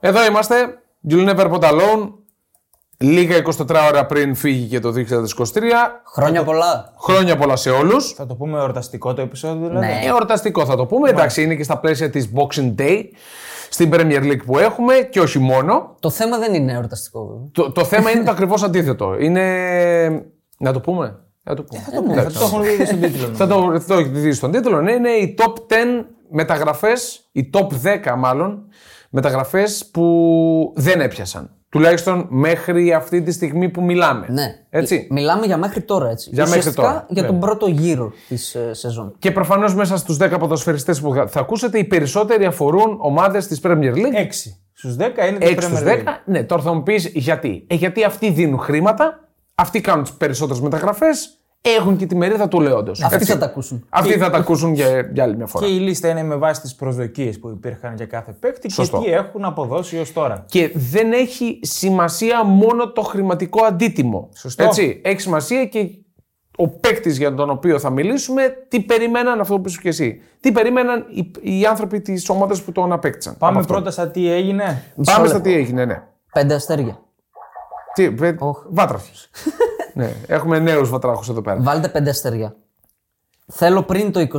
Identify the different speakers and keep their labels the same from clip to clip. Speaker 1: Εδώ είμαστε. You'll never put alone. Λίγα 24 ώρα πριν φύγει και το 2023. Ε,
Speaker 2: Χρόνια πολλά.
Speaker 1: Χρόνια πολλά σε όλους.
Speaker 3: Θα το πούμε εορταστικό το επεισόδιο, δηλαδή.
Speaker 2: Ναι.
Speaker 1: Εορταστικό θα το
Speaker 3: Ναι.
Speaker 1: πούμε. Εντάξει, είναι και στα πλαίσια της Boxing Day στην Premier League που έχουμε και όχι μόνο.
Speaker 2: Το θέμα δεν είναι εορταστικό. βέβαια.
Speaker 1: Το, το θέμα είναι το ακριβώς αντίθετο. Είναι. Να το πούμε. Να το πούμε.
Speaker 3: Ε, Θα το πούμε, θα το έχουν δει και στον τίτλο.
Speaker 1: Θα το, θα το έχετε δει στον τίτλο. Ναι, είναι οι top 10 μεταγραφές, οι top 10 μάλλον, μεταγραφές που δεν έπιασαν. Τουλάχιστον μέχρι αυτή τη στιγμή που μιλάμε.
Speaker 2: Ναι.
Speaker 1: Έτσι.
Speaker 2: Μιλάμε για μέχρι τώρα έτσι.
Speaker 1: Για μέχρι
Speaker 2: Ουσιαστικά,
Speaker 1: τώρα. ναι.
Speaker 2: Για τον πρώτο γύρο της σεζόν.
Speaker 1: Και προφανώς μέσα στους 10 ποδοσφαιριστές που θα ακούσετε, οι περισσότεροι αφορούν ομάδες της Premier League.
Speaker 3: 6 στου 10 είναι το
Speaker 1: 6 στου 10.
Speaker 3: Ε, Premier League.
Speaker 1: Ναι, τώρα θα μου πεις γιατί. Ε, γιατί αυτοί δίνουν χρήματα, αυτοί κάνουν τις περισσότερες μεταγραφές, έχουν και τη μερίδα του λέοντος.
Speaker 2: Αυτοί θα τα ακούσουν.
Speaker 1: Αυτοί θα τα ακούσουν για, για άλλη μια φορά.
Speaker 3: Και η λίστα είναι με βάση τις προσδοκίες που υπήρχαν για κάθε παίκτη
Speaker 1: Σωστό.
Speaker 3: και τι έχουν αποδώσει ως τώρα.
Speaker 1: Και δεν έχει σημασία μόνο το χρηματικό αντίτιμο.
Speaker 3: Σωστό.
Speaker 1: Έτσι, έχει σημασία και ο παίκτης για τον οποίο θα μιλήσουμε, τι περιμέναν αυτό που είσαι και εσύ. Τι περίμεναν οι, οι άνθρωποι της ομάδας που τον απέκτησαν. από
Speaker 3: Πάμε
Speaker 1: αυτό.
Speaker 3: πρώτα στα τι έγινε.
Speaker 2: Μισό
Speaker 1: Πάμε στα
Speaker 2: λεπτό.
Speaker 1: τι έγινε, ναι.
Speaker 2: Πέντε αστέρια.
Speaker 1: Τι, βε-
Speaker 2: Οχ.
Speaker 1: βάτραχος. ναι, έχουμε νέους βατράχους εδώ πέρα.
Speaker 2: Βάλτε πέντε αστέρια. Θέλω πριν το 24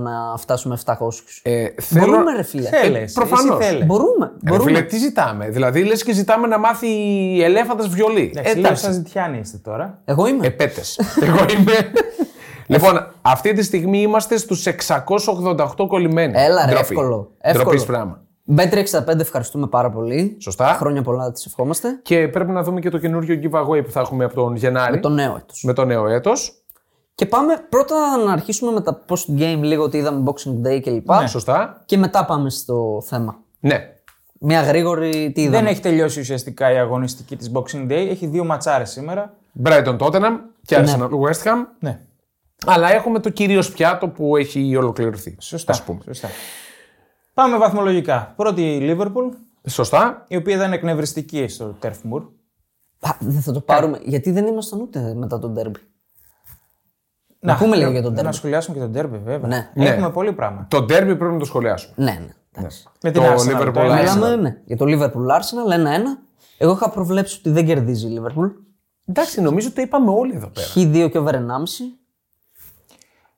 Speaker 2: να φτάσουμε 700.
Speaker 1: Ε, θέλω...
Speaker 2: Μπορούμε, ρε φίλε.
Speaker 3: Θέλε. εσύ
Speaker 1: Ε, προφανώς.
Speaker 3: θέλε.
Speaker 2: Μπορούμε.
Speaker 1: Ρε
Speaker 2: μπορούμε.
Speaker 1: φίλε, τι ζητάμε. Δηλαδή, λες και ζητάμε να μάθει ελέφαντας βιολί.
Speaker 3: Εντάξει,
Speaker 1: Ε,
Speaker 3: λίγο
Speaker 1: Εντάξει.
Speaker 3: σαν ζητιάνοι είστε τώρα.
Speaker 2: Εγώ είμαι.
Speaker 1: Επέτες. Ε, Εγώ είμαι. λοιπόν, αυτή τη στιγμή είμαστε στους 688 κολλημένοι.
Speaker 2: Έλα, ρε,
Speaker 1: Ντροπή.
Speaker 2: εύκολο.
Speaker 1: Ντροπής
Speaker 2: Εύκολο.
Speaker 1: πράγμα.
Speaker 2: Bet365 ευχαριστούμε πάρα πολύ.
Speaker 1: Σωστά.
Speaker 2: Χρόνια πολλά τη ευχόμαστε.
Speaker 1: Και πρέπει να δούμε και το καινούριο giveaway που θα έχουμε από τον Γενάρη με
Speaker 2: Το
Speaker 1: το,
Speaker 2: νέο έτος.
Speaker 1: νέο έτος.
Speaker 2: Και πάμε πρώτα να αρχίσουμε με τα post game λίγο τι είδαμε Boxing Day κλπ.
Speaker 1: Ναι. Σωστά.
Speaker 2: Και μετά πάμε στο θέμα.
Speaker 1: Ναι.
Speaker 2: Μια γρήγορη τι είδαμε.
Speaker 3: Δεν έχει τελειώσει ουσιαστικά η αγωνιστική της Boxing Day. Έχει δύο ματσάρες σήμερα.
Speaker 1: Brighton Tottenham και Arsenal West Ham.
Speaker 3: Ναι.
Speaker 1: Αλλά έχουμε το κυρίως πιάτο που έχει ολοκληρωθεί.
Speaker 3: Σωστά.
Speaker 1: ας πούμε.
Speaker 3: Σωστά. Πάμε βαθμολογικά. Πρώτη η Liverpool,
Speaker 1: Σωστά.
Speaker 3: η οποία ήταν εκνευριστική στο Turf Moor.
Speaker 2: Α, δεν θα το πάρουμε. Γιατί δεν ήμασταν ούτε μετά τον Derby. Να, πούμε λίγο για τον
Speaker 3: Να
Speaker 2: Derby.
Speaker 3: σχολιάσουμε και τον Derby, βέβαια.
Speaker 2: Ναι.
Speaker 3: Έχουμε
Speaker 1: Ναι.
Speaker 3: πολύ πράγμα.
Speaker 1: Το ντέρμπι πρέπει να το σχολιάσουμε.
Speaker 2: Ναι, ναι. εντάξει.
Speaker 3: Με την
Speaker 1: Το
Speaker 3: Arsenal,
Speaker 1: Liverpool
Speaker 3: το ένα.
Speaker 1: Arsenal.
Speaker 2: Μιλάμε ναι, για το Liverpool Arsenal 1-1. Εγώ είχα προβλέψει ότι δεν κερδίζει η Liverpool.
Speaker 1: Εντάξει, νομίζω το είπαμε όλοι εδώ πέρα.
Speaker 2: Χ2 και over 1,5.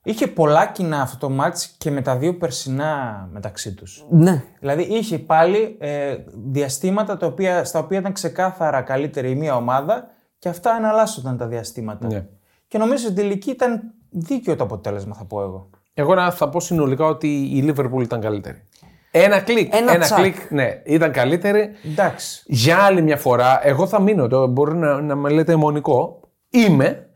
Speaker 3: Είχε πολλά κοινά αυτό το μάτς και με τα δύο περσινά μεταξύ τους.
Speaker 2: Ναι.
Speaker 3: Δηλαδή είχε πάλι ε, διαστήματα τα οποία, στα οποία ήταν ξεκάθαρα καλύτερη η μία ομάδα και αυτά εναλλάσσονταν τα διαστήματα.
Speaker 1: Ναι.
Speaker 3: Και νομίζω στην τελική ήταν δίκαιο το αποτέλεσμα, θα πω εγώ.
Speaker 1: Εγώ να θα πω συνολικά ότι η Λίβερπουλ ήταν καλύτερη. Ένα κλικ.
Speaker 2: Ένα τσακ.
Speaker 1: κλικ, ναι, ήταν καλύτερη.
Speaker 3: Εντάξει.
Speaker 1: Για άλλη μια φορά, εγώ θα μείνω, το μπορεί να, να με λέτε αιμονικό, είμαι,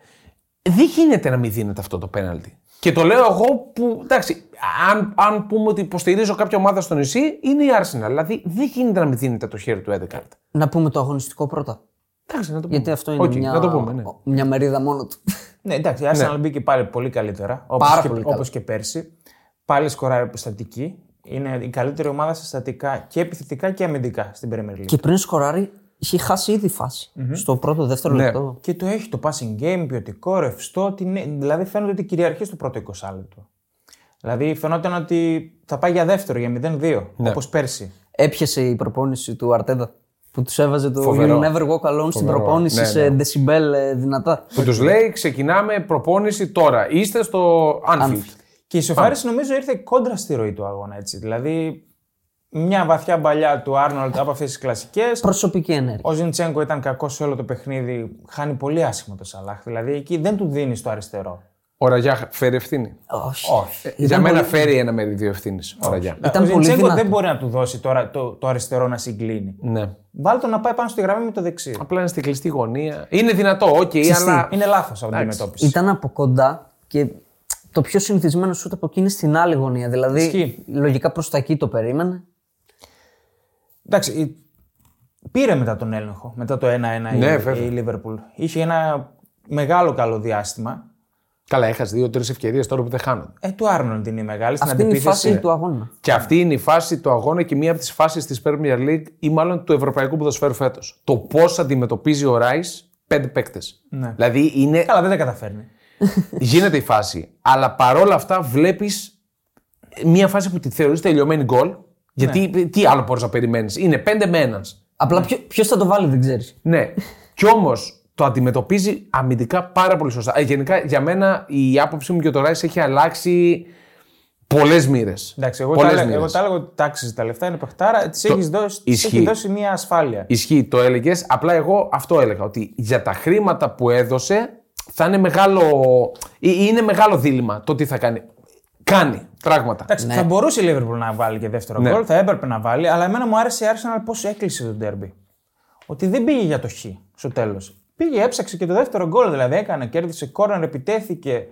Speaker 1: δεν γίνεται να μην δίνεται αυτό το πέναλτι. Και το λέω εγώ που, εντάξει, αν, αν πούμε ότι υποστηρίζω κάποια ομάδα στο νησί, είναι η Arsenal. Δηλαδή, δεν γίνεται να μην δίνεται το χέρι του Edgard.
Speaker 2: Να πούμε το αγωνιστικό πρώτα.
Speaker 1: Εντάξει, να το πούμε.
Speaker 2: Γιατί αυτό είναι
Speaker 1: Οκ,
Speaker 2: μια...
Speaker 1: να το πούμε, ναι.
Speaker 2: μια μερίδα μόνο του.
Speaker 3: Ναι, εντάξει, η Arsenal μπήκε πάλι πολύ καλύτερα. Όπως
Speaker 2: Πάρα
Speaker 3: και,
Speaker 2: πολύ
Speaker 3: όπως και πέρσι. Πάλι σκοράρει προστατική. Είναι η καλύτερη ομάδα σε στατικά και επιθετικά και αμυντικά στην Premier League.
Speaker 2: και πριν σκοράρει, είχε χάσει ήδη φάση. Στο πρώτο, δεύτερο
Speaker 1: Ναι.
Speaker 2: λεπτό.
Speaker 3: Και το έχει το passing game, ποιοτικό, ρευστό. τι ναι- δηλαδή φαίνεται ότι κυριαρχεί στο πρώτο 20 λεπτό. Δηλαδή φαινόταν ότι θα πάει για δεύτερο, για 0-2,
Speaker 2: Ναι.
Speaker 3: όπως πέρσι.
Speaker 2: Έπιασε η προπόνηση του Αρτέδα που τους έβαζε το
Speaker 1: Φοβερό.
Speaker 2: You Never Walk Alone στην
Speaker 1: Φοβερό.
Speaker 2: προπόνηση
Speaker 1: Ναι,
Speaker 2: σε decibel ε, δυνατά.
Speaker 1: Που τους λέει, ξεκινάμε προπόνηση τώρα. Είστε στο Anfield.
Speaker 3: Και η Σοφάρης νομίζω ήρθε κόντρα στη ροή του αγώνα έτσι. Δηλαδή μια βαθιά μπαλιά του Άρνολτ από αυτές τις κλασικές.
Speaker 2: Προσωπική ενέργεια.
Speaker 3: Ο Ζιντσέγκο ήταν κακός σε όλο το παιχνίδι. Χάνει πολύ άσχημα το Σαλάχ. Δηλαδή εκεί δεν του δίνεις το αριστερό.
Speaker 1: Ο Ραγιά φέρει ευθύνη.
Speaker 2: Όχι. Ε,
Speaker 1: Για μένα φέρει ένα μερίδιο ευθύνης ο Ραγιά.
Speaker 2: Ήταν
Speaker 3: ο
Speaker 2: πολύ
Speaker 3: Ζιντσέγκο
Speaker 2: δυνατό.
Speaker 3: δεν μπορεί να του δώσει τώρα το, το αριστερό να συγκλίνει.
Speaker 1: Ναι.
Speaker 3: Βάλ το να πάει πάνω στη γραμμή με το δεξί.
Speaker 1: Απλά είναι στην κλειστή γωνία. Είναι δυνατό, οκ, αλλά.
Speaker 3: Είναι λάθος από την αντιμετώπιση.
Speaker 2: Ήταν από κοντά και το πιο συνηθισμένο σουτ από εκείνη στην άλλη γωνία. Δηλαδή,
Speaker 3: Ισχύει.
Speaker 2: λογικά προς τα εκεί το περίμενε.
Speaker 3: Εντάξει, η- πήρε μετά τον έλεγχο, μετά το 1-1 η-
Speaker 1: Ναι, βέβαια.
Speaker 3: η Λίβερπουλ. Είχε ένα μεγάλο καλό διάστημα.
Speaker 1: Καλά, έχασε δύο-τρει ευκαιρίες τώρα που δεν χάνονται.
Speaker 3: Ε, του Άρνολντ είναι η μεγάλη στην
Speaker 2: Αυτή είναι η
Speaker 3: αντιπίθεση.
Speaker 2: φάση του αγώνα.
Speaker 1: Και αυτή είναι η φάση του αγώνα και μία από τις φάσεις της Premier League ή μάλλον του Ευρωπαϊκού Ποδοσφαίρου φέτος. Το πώς αντιμετωπίζει ο Ράις πέντε παίκτες.
Speaker 3: Ναι.
Speaker 1: Δηλαδή είναι,
Speaker 3: Καλά, δεν τα καταφέρνει.
Speaker 1: γίνεται η φάση. Αλλά παρόλα αυτά βλέπεις μία φάση που τη θεωρείς τελειωμένη γκολ Γιατί τι άλλο μπορείς να περιμένεις. Είναι πέντε με έναν.
Speaker 2: Απλά ποιο θα το βάλει δεν ξέρεις.
Speaker 1: Ναι. Κι όμως το αντιμετωπίζει αμυντικά πάρα πολύ σωστά. Ε, γενικά για μένα η άποψή μου και το Ράις έχει αλλάξει πολλές μοίρες.
Speaker 3: Εντάξει, εγώ τα, έλεγα, εγώ τα έλεγα ότι τάξει τα λεφτά είναι παιχτάρα, τη έχεις δώσει, της
Speaker 1: ισχύει.
Speaker 3: έχει δώσει μια ασφάλεια.
Speaker 1: Ισχύει, το έλεγες. Απλά εγώ αυτό έλεγα. Ότι για τα χρήματα που έδωσε θα είναι μεγάλο. ε, Είναι μεγάλο δίλημα το τι θα κάνει. Κάνει πράγματα.
Speaker 3: Εντάξει, θα μπορούσε η Liverpool να βάλει και δεύτερο
Speaker 1: Ναι.
Speaker 3: γκολ, θα έπρεπε να βάλει, αλλά εμένα μου άρεσε η Arsenal πώς έκλεισε το ντέρμπι. Ότι δεν πήγε για το χ στο τέλος. Πήγε, έψαξε και το δεύτερο γκολ, δηλαδή έκανε, κέρδισε κόρνερ, επιτέθηκε.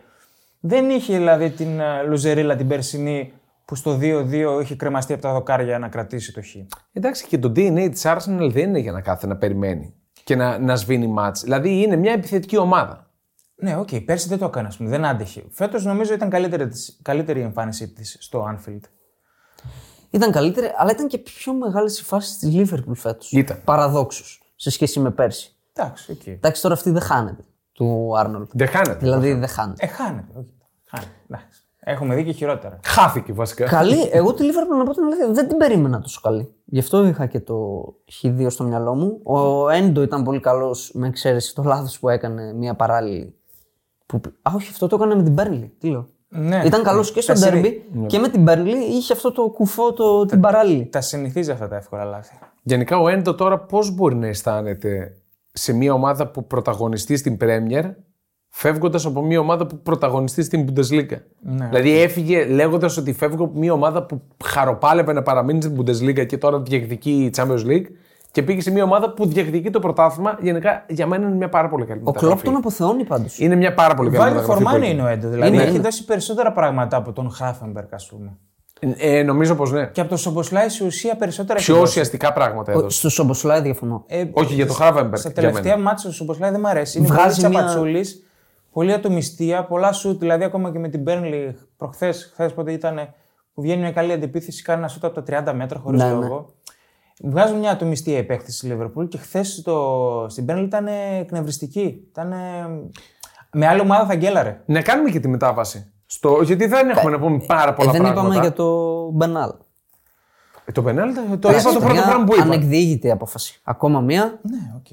Speaker 3: Δεν είχε δηλαδή την ε, λουζερίλα την περσινή που στο 2-2 είχε κρεμαστεί από τα δοκάρια να κρατήσει το χ.
Speaker 1: Εντάξει, και το DNA της Arsenal δεν είναι για να κάθε να περιμένει και να, να σβήνει μάτς. Δηλαδή είναι μια επιθετική ομάδα.
Speaker 3: Ναι, οκ, πέρσι δεν το έκανε, ας πούμε, δεν άντεχε. Φέτος νομίζω ήταν καλύτερη, της- καλύτερη η εμφάνισή της στο Anfield.
Speaker 2: Ήταν καλύτερη, αλλά ήταν και πιο μεγάλες οι φάσεις της Λίβερπουλ φέτος.
Speaker 1: Ήταν.
Speaker 2: Παραδόξου σε σχέση με πέρσι.
Speaker 3: Εντάξει, οκ. Ε, Okay.
Speaker 2: Εντάξει, τώρα αυτή δεν χάνεται του Άρνολτ.
Speaker 1: Δεν χάνεται.
Speaker 2: Δηλαδή δεν χάνεται.
Speaker 3: Ε, χάνεται. οκ. Χάνεται. εντάξει. Έχουμε δει και χειρότερα.
Speaker 1: Χάθηκε βασικά.
Speaker 2: Καλή, εγώ τη Λίβερπουλ να πω την αλήθεια δεν την περίμενα τόσο καλή. Γι' αυτό είχα και το Χ2 στο μυαλό μου. Ο Έντο ήταν πολύ καλός με εξαίρεση το λάθος που έκανε μια παράλληλη. Που... Α, όχι, αυτό το έκανε με την Μπέρνλι. Τι λέω.
Speaker 1: Ε,
Speaker 3: Ναι.
Speaker 2: Ήταν καλός και στο
Speaker 3: Τέσσερι-
Speaker 2: Ντέρμπι
Speaker 1: ναι.
Speaker 2: και με την Μπέρνλι είχε αυτό το κουφό το,
Speaker 1: Ε,
Speaker 2: την παράλληλη.
Speaker 3: Τα συνηθίζει αυτά τα εύκολα λάθη.
Speaker 1: Γενικά ο Έντο τώρα πώς μπορεί να αισθάνεται σε μια ομάδα που πρωταγωνιστεί στην Πρέμιερ φεύγοντας από μια ομάδα που πρωταγωνιστεί στην Bundesliga.
Speaker 3: Ναι.
Speaker 1: Δηλαδή έφυγε λέγοντας ότι φεύγω από μια ομάδα που χαροπάλευε να παραμείνει στην Bundesliga και τώρα διεκδικεί η Champions League και πήγε σε μια ομάδα που διεκδικεί το πρωτάθλημα. Γενικά για μένα είναι μια πάρα πολύ καλή
Speaker 2: Ο Κλόπ
Speaker 1: μεταγραφή.
Speaker 2: τον αποθεώνει πάντως.
Speaker 1: Είναι μια πάρα πολύ καλή
Speaker 3: Βάλει
Speaker 1: μεταγραφή. που
Speaker 3: φορμάνι
Speaker 1: έγινε.
Speaker 3: είναι ο Έντο. Δηλαδή
Speaker 2: Είναι,
Speaker 3: έχει
Speaker 2: είναι.
Speaker 3: δώσει περισσότερα πράγματα από τον Χάφενμπερκ, ας πούμε.
Speaker 1: Ε, νομίζω πως ναι.
Speaker 3: Και από τον Σομποσλάι σε ουσία περισσότερα έχει
Speaker 1: Πιο
Speaker 3: δώσει.
Speaker 1: ουσιαστικά πράγματα έδωσε.
Speaker 2: Στο Σομποσλάι διαφωνώ.
Speaker 3: Ε,
Speaker 1: Όχι για τον Χάβενμπερκ.
Speaker 3: Στα
Speaker 1: για μένα.
Speaker 3: τελευταία μάτια ο Σομποσλάι δεν μ' αρέσει. Είναι
Speaker 2: Βγάζει
Speaker 3: Βγάζει πολύ
Speaker 2: μια-
Speaker 3: τσαπατσούλης, πολύ ατομιστία, πολλά σουτ. Δηλαδή ακόμα και με την Μπέρνλι προχθές, χθες πότε ήταν, που βγαίνει μια καλή αντεπίθεση, κάνει ένα σουτ από τα 30 μέτρα χωρίς
Speaker 2: Ναι, ναι.
Speaker 3: λόγο. Βγάζουν μια ατομιστία η επέκτηση τη Λίβερπουλ και χθες στην Μπέρνλι ήταν εκνευριστική. Ήταν, με άλλη ομάδα θα γκέλαρε.
Speaker 1: Να κάνουμε και τη μετάβαση. Στο... Γιατί δεν έχουμε να πούμε πάρα πολλά
Speaker 2: Ε, δεν
Speaker 1: πράγματα.
Speaker 2: είπαμε για το Μπενάλ.
Speaker 1: Ε, Το πενάλτι, το είπα το
Speaker 2: Ήταν
Speaker 1: πρώτο
Speaker 2: μια
Speaker 1: πράγμα που είπα.
Speaker 2: Ανεκδιήγητη απόφαση. Ακόμα μία.
Speaker 3: Ναι, οκ.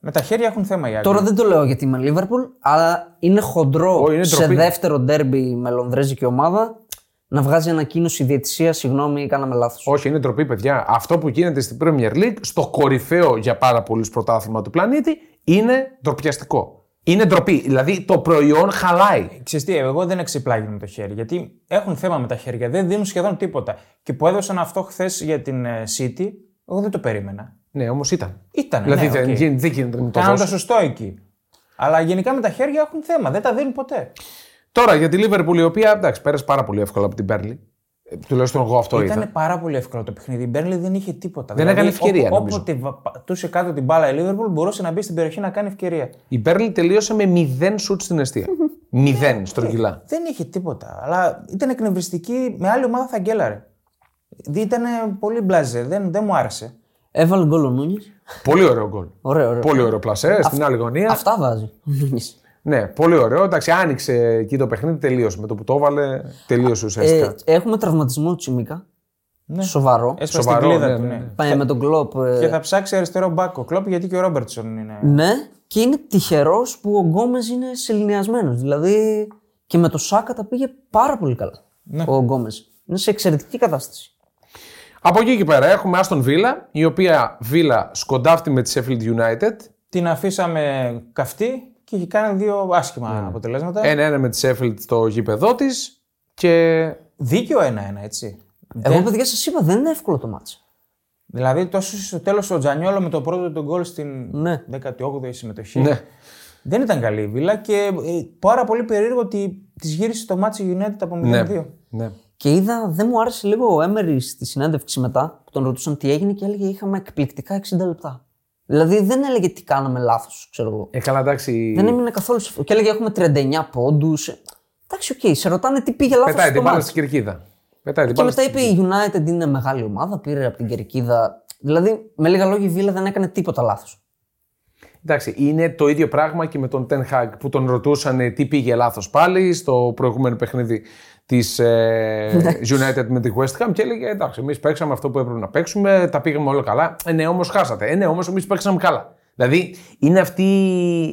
Speaker 3: Με τα χέρια έχουν θέμα οι άλλοι.
Speaker 2: Τώρα δεν το λέω γιατί είμαι Λίβερπουλ, αλλά είναι χοντρό
Speaker 1: Ω, είναι
Speaker 2: σε
Speaker 1: ντροπή.
Speaker 2: δεύτερο ντέρμπι με Λονδρέζικη ομάδα να βγάζει ανακοίνωση διαιτησία. Συγγνώμη, κάναμε λάθος.
Speaker 1: Όχι, είναι ντροπή, παιδιά. Αυτό που γίνεται στην Premier League, στο κορυφαίο για πάρα πολλούς πρωτάθλημα του πλανήτη, είναι ντροπιαστικό. Είναι ντροπή. Δηλαδή το προϊόν χαλάει.
Speaker 3: Ξέρεις τι, εγώ δεν εξεπλάγει με το χέρι. Γιατί έχουν θέμα με τα χέρια, δεν δίνουν σχεδόν τίποτα. Και που έδωσαν αυτό χθες για την ε, City, εγώ δεν το περίμενα.
Speaker 1: Ναι, όμως ήταν.
Speaker 3: Ήταν.
Speaker 1: δηλαδή
Speaker 3: ναι,
Speaker 1: δεν,
Speaker 3: οκ.
Speaker 1: γίνει- δεν γίνεται να μην το
Speaker 3: Κάναν το
Speaker 1: δώσεις.
Speaker 3: σωστό εκεί. Αλλά γενικά με τα χέρια έχουν θέμα, δεν τα δίνουν ποτέ.
Speaker 1: Τώρα για τη Λίβερπουλ, η οποία εντάξει, πέρασε πάρα πολύ εύκολα από την Πέρλι. Ε, Τουλάχιστον εγώ αυτό είδα.
Speaker 3: Ήταν πάρα πολύ εύκολο το παιχνίδι. Η Μπέρνλι δεν είχε τίποτα. Δηλαδή,
Speaker 1: Δεν έκανε ευκαιρία, νομίζω.
Speaker 3: Όποτε βα- πατούσε κάτω την μπάλα η Λίβερπουλ, μπορούσε να μπει στην περιοχή να κάνει ευκαιρία.
Speaker 1: Η Πέρλι τελείωσε με 0 σουτ στην αιστεία. 0 στρογγυλά.
Speaker 3: Δεν είχε τίποτα. Αλλά ήταν εκνευριστική. Με άλλη ομάδα θα γκέλαρε. Ήταν πολύ μπλαζέ. Δεν, δεν μου άρεσε.
Speaker 2: Έβαλε γκολ ο Νούνιες.
Speaker 1: Πολύ ωραίο γκολ.
Speaker 2: Ωραίο, ωραίο.
Speaker 1: Πολύ ωραίο πλασέ στην άλλη γωνία.
Speaker 2: Αυτά βάζει ο Νούνιες.
Speaker 1: Ναι, πολύ ωραίο. Εντάξει, άνοιξε εκεί το παιχνίδι, τελείωσε. Με το που το έβαλε, τελείωσε ουσιαστικά.
Speaker 2: Ε, έχουμε τραγματισμό Τσιμίκα.
Speaker 1: Ναι.
Speaker 2: Σοβαρό.
Speaker 3: Έσπασε την
Speaker 1: Σοβαρό,
Speaker 3: κλίδα
Speaker 1: ναι,
Speaker 3: του.
Speaker 1: ναι,
Speaker 3: ναι.
Speaker 1: ναι.
Speaker 2: Πάει με τον κλοπ. ε,
Speaker 3: Και θα ψάξει αριστερό μπάκο. Κλόπ γιατί και ο Ρόμπερτσον είναι.
Speaker 2: Ναι, και είναι τυχερός που ο Γκόμες είναι σεληνιασμένος. Δηλαδή και με το Σάκα τα πήγε πάρα πολύ καλά.
Speaker 1: Ναι.
Speaker 2: Ο Γκόμες. Είναι σε εξαιρετική κατάσταση.
Speaker 1: Από εκεί και πέρα έχουμε Άστον Βίλα, η οποία Βίλα σκοντάφτει με τη Sheffield United.
Speaker 3: Την αφήσαμε καυτή και είχε κάνει δύο άσχημα
Speaker 1: Ναι.
Speaker 3: αποτελέσματα.
Speaker 1: Ένα-ένα με τη Sheffield στο γήπεδό της. Και
Speaker 3: Δίκαιο ένα-ένα, έτσι.
Speaker 2: Εγώ, παιδιά, σας είπα, δεν είναι εύκολο το μάτσο.
Speaker 3: Δηλαδή, τόσο στο τέλος ο Τζανιόλο με το πρώτο του γκολ στην
Speaker 2: Ναι.
Speaker 3: 18η συμμετοχή.
Speaker 1: Ναι.
Speaker 3: Δεν ήταν καλή η βίλα και ε, πάρα πολύ περίεργο ότι της γύρισε το μάτσο United από 0-2.
Speaker 1: ναι.
Speaker 2: Και είδα, δεν μου άρεσε λίγο ο Έμερι στη συνέντευξη μετά που τον ρωτούσαν τι έγινε και έλεγε είχαμε εκπληκτικά 60 λεπτά. Δηλαδή δεν έλεγε τι κάναμε λάθος, ξέρω εγώ.
Speaker 1: Ε, καλά, εντάξει.
Speaker 2: Δεν έμεινε καθόλου σε αυτό. Και έλεγε έχουμε 39 πόντους. Εντάξει, οκ, σε ρωτάνε τι πήγε λάθος.
Speaker 1: Πετάει την μπάλα στην κερκίδα. Πετάει την
Speaker 2: Και
Speaker 1: μπάλα
Speaker 2: μετά
Speaker 1: στην
Speaker 2: είπε η United είναι μεγάλη ομάδα, πήρε από την κερκίδα. Δηλαδή, με λίγα λόγια, η Βίλα δεν έκανε τίποτα λάθος.
Speaker 1: Εντάξει, είναι το ίδιο πράγμα και με τον Ten Hag που τον ρωτούσαν ε, τι πήγε λάθος πάλι στο προηγούμενο παιχνίδι της United με τη West Ham και έλεγε Εντάξει, εμείς παίξαμε αυτό που έπρεπε να παίξουμε, τα πήγαμε όλα καλά. Ε, ναι, όμως χάσατε. Ε, ναι, όμως εμείς παίξαμε καλά. Δηλαδή, είναι αυτή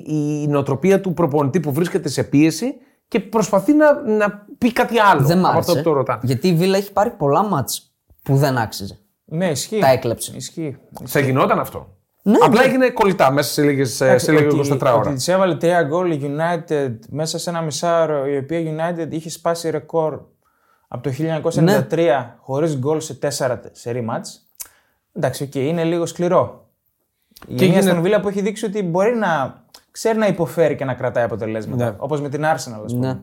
Speaker 1: η νοοτροπία του προπονητή που βρίσκεται σε πίεση και προσπαθεί να, να πει κάτι άλλο
Speaker 2: Δεν μ'
Speaker 1: από αυτό
Speaker 2: άρεσε.
Speaker 1: που το ρωτά.
Speaker 2: Γιατί η Βίλα έχει πάρει πολλά μάτς που δεν άξιζε.
Speaker 3: Ναι, ισχύει.
Speaker 2: Τα έκλεψε.
Speaker 3: Ισχύει.
Speaker 1: Θα γινόταν αυτό.
Speaker 2: Ναι,
Speaker 1: Απλά έγινε κολλητά μέσα σε, λίγες, σε
Speaker 3: Ότι-
Speaker 1: λίγο 24 ώρα.
Speaker 3: Ότι της έβαλε τρία γκολ η United μέσα σε ένα μισάωρο, η οποία United είχε σπάσει ρεκόρ από το 1993 χωρίς χωρίς γκολ σε τέσσερα σερή μάτς. Εντάξει, οκ, είναι λίγο σκληρό. Η και
Speaker 1: γίνεται-
Speaker 3: στον Βίλα που έχει δείξει ότι μπορεί να ξέρει να υποφέρει και να κρατάει αποτελέσματα.
Speaker 1: Ναι.
Speaker 3: Όπως με την Arsenal, ας πούμε.
Speaker 2: Ναι.